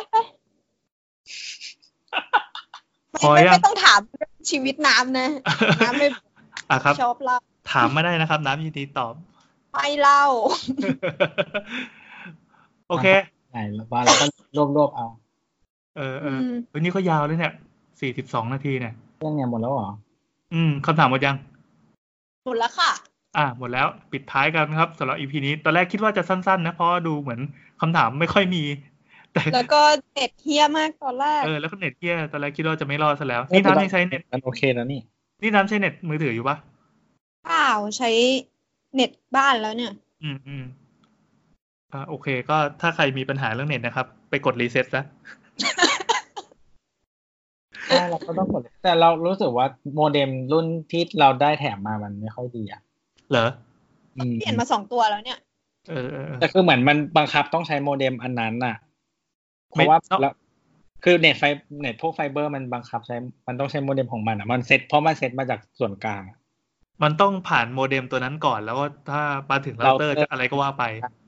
Speaker 3: พอ
Speaker 5: ไม่
Speaker 3: ยัง
Speaker 5: ไม่ต้องถามเรื่องชีวิตน้ำ นะน้ำไม่
Speaker 3: อ่ะครับ
Speaker 5: ชอบเล่า
Speaker 3: ถามมาได้นะครับ น้ำยินดีต อบ
Speaker 5: ไม่เล่า
Speaker 3: โอเค
Speaker 4: ไหนว่าเราก็รวบรวบเอา
Speaker 3: เออเอ
Speaker 5: อื
Speaker 3: อ
Speaker 5: ม
Speaker 3: วันนี้ก็ยาวเลยเนี่ยสี่สิบสองนาทีเนี่ย
Speaker 4: เรื่องเนี่ยหมดแล้วเหรอ
Speaker 3: อืมคำถามหมดยัง
Speaker 5: หมดแล้ว ค่ะ
Speaker 3: อ่ะหมดแล้วปิดท้ายกันครับสำหรับอีพีนี้ ตอนแรกคิดว่าจะสั้น ๆ นะ เพราะดูเหมือนคำถามไม่ค่อยมี แต่
Speaker 5: แล้วก็เด็ดเฮี้ยมากตอนแรก
Speaker 3: เออแล้วก็เน็ตเที่ยตอนแรกคิดว่าจะไม่รอดซะแล้ว
Speaker 4: ไม่
Speaker 3: นี่
Speaker 4: เป็นไร
Speaker 3: น้ำยังใช้เน็ต
Speaker 4: มันโอเคแล้วนี่
Speaker 3: นี่น้ำใช้เน็ตมือถืออยู่ปะ
Speaker 5: เปล่าใช้เน็ตบ้านแล้วเนี่ย
Speaker 3: อืมอืมอ่ะโอเค ก็ถ้าใครมีปัญหาเรื่องเน็ตนะครับ ไปกดรีเซ็ตซะ
Speaker 4: ใช่เราก็ต้องกด แต่เรารู้สึกว่าโมเด็มรุ่นที่เราได้แถมมามันไม่ค่อยดีอ่ะ
Speaker 3: เหรอ
Speaker 4: อืม
Speaker 5: เปลี่ยนมาสองตัวแล้วเนี่ย
Speaker 3: เออเออเออ
Speaker 4: แต่คือเหมือนมันบังคับต้องใช้โมเด็มอันนั้นน่ะ เพ
Speaker 3: ไม่
Speaker 4: ราะว่า
Speaker 3: ต้อง
Speaker 4: แล้วคือเน็ตไฟเน็ตพวกไฟเบอร์มันบังคับใช้ มันต้องใช้โมเด็มของมันอ่ะ มันเซ็ตเพราะมันเซ็ตมาจากส่วนกลางอะ
Speaker 3: มันต้องผ่านโมเด็มตัวนั้นก่อน แล้วก็ถ้ามาถึงเราเตอร์จะอะไรก็ว่าไป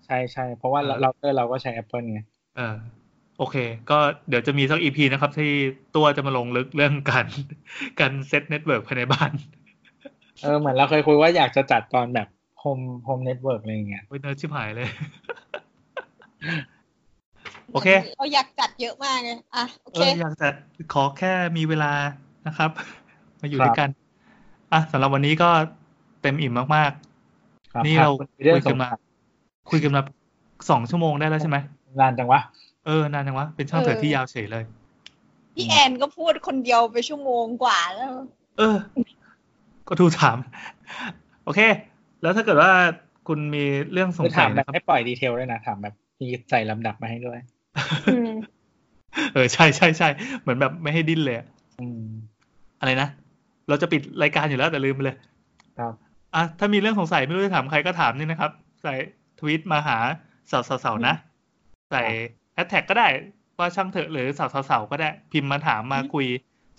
Speaker 4: ใช่ใช่เพราะว่า
Speaker 3: เออ
Speaker 4: เราเตอร์เราก็ใช้ Apple ไง
Speaker 3: เออโอเค ก็เดี๋ยวจะมีสักอีพีนะครับ ที่ตัวจะมาลงลึกเรื่องการ การเซตเน็ตเวิร์กภายในบ้าน
Speaker 4: เออเหมือนเราเคยคุยว่าอยากจะจัดตอนแบบโฮมโฮมเน็ตเวิร์กอะไรอย่างเงี้ย
Speaker 3: เว้ยเนิร์ดชิบหายเลย โอเค
Speaker 5: เราอยากจัดเยอะมากเลย อ่ะ โอ
Speaker 3: เอ
Speaker 5: เค
Speaker 3: ออยากจะขอแค่มีเวลานะครับ มาอยู่
Speaker 4: ครับ
Speaker 3: ด้วยกัน อ่ะสำหรับวันนี้ก็เต็มอิ่มมาก
Speaker 4: ครับ
Speaker 3: ๆ นี่เรา
Speaker 4: คบ
Speaker 3: คุย
Speaker 4: เรื่องส
Speaker 3: กัน
Speaker 4: ง
Speaker 3: มา
Speaker 4: คราม
Speaker 3: คุยกันมาสองชั่วโมงได้แล้วใช่ไหม
Speaker 4: นานจังวะ
Speaker 3: เออนานจังวะ เป็นช่างเถิดที่ยาวเฉยเลย
Speaker 5: พี่แอนก็พูดคนเดียวไปชั่วโมงกว่าแล้ว
Speaker 3: เออ ก็ทูถาม โอเค แล้วถ้าเกิดว่าคุณมีเรื่องสง
Speaker 4: คือ
Speaker 3: สั
Speaker 4: ถาม
Speaker 3: ย
Speaker 4: แบบ
Speaker 3: นะครับ
Speaker 4: ไม่ปล่อยดีเทลด้วยนะ ถามแบบมีใส่ลำดับมาให้ด้วย
Speaker 5: อืม
Speaker 3: เออใช่ใช่ใช่เหมือนแบบไม่ให้ดิ้นเลยอะ
Speaker 4: อืม
Speaker 3: อะไรนะ เราจะปิดรายการอยู่แล้วแต่ลืมไปเลย
Speaker 4: ครับ
Speaker 3: อ่ะถ้ามีเรื่องสงสัยไม่รู้จะถามใครก็ถามนี่นะครับ ใส่ทวีตมาหาสาวสาวๆๆนะ ใส่แฮชแท็กก็ได้ว่าช่างเถอะหรือสาวสาวๆๆก็ได้ พิมพ์มาถามมา
Speaker 5: อืม
Speaker 3: คุย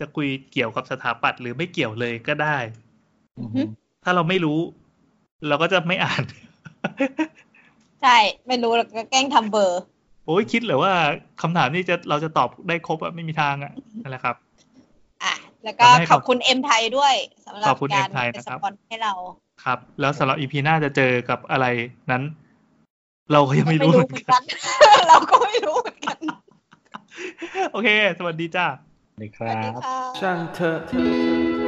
Speaker 3: จะคุยเกี่ยวกับสถาปัตย์หรือไม่เกี่ยวเลยก็ได้
Speaker 4: อืม
Speaker 5: อืม
Speaker 3: ถ้าเราไม่รู้ เราก็จะไม่อ่าน
Speaker 5: ใช่ ไม่รู้แล้วก็แกล้งทำเบอร์
Speaker 3: โอ้ยคิดเหรือว่าคำถามนี่จะเราจะตอบได้ครบอะไม่มีทางอะนั่นแหละครับ
Speaker 5: อ่ะ แล้วก็
Speaker 3: ข
Speaker 5: ข
Speaker 3: อบคุณ
Speaker 5: อบคุณเอ็มไทยด้วยสำหรั
Speaker 3: ข
Speaker 5: บ
Speaker 3: อบคุณ
Speaker 5: การ
Speaker 3: M ไทย
Speaker 5: เป็น
Speaker 3: นะ
Speaker 5: ส
Speaker 3: ครับ
Speaker 5: ปอนให้เรา
Speaker 3: ครับ แล้วสำหรับอีพีหน้าจะเจอกับอะไรนั้น เราก็ยังไม่รู้เหมือน กัน
Speaker 5: เราก็ไม่รู้เหมือน กัน
Speaker 3: โอเค สวัสดีจ้า
Speaker 4: สวัสดีค
Speaker 5: ส
Speaker 4: รั
Speaker 5: วัสดี
Speaker 4: บ
Speaker 5: ค่ะ
Speaker 1: ช่างเถอะ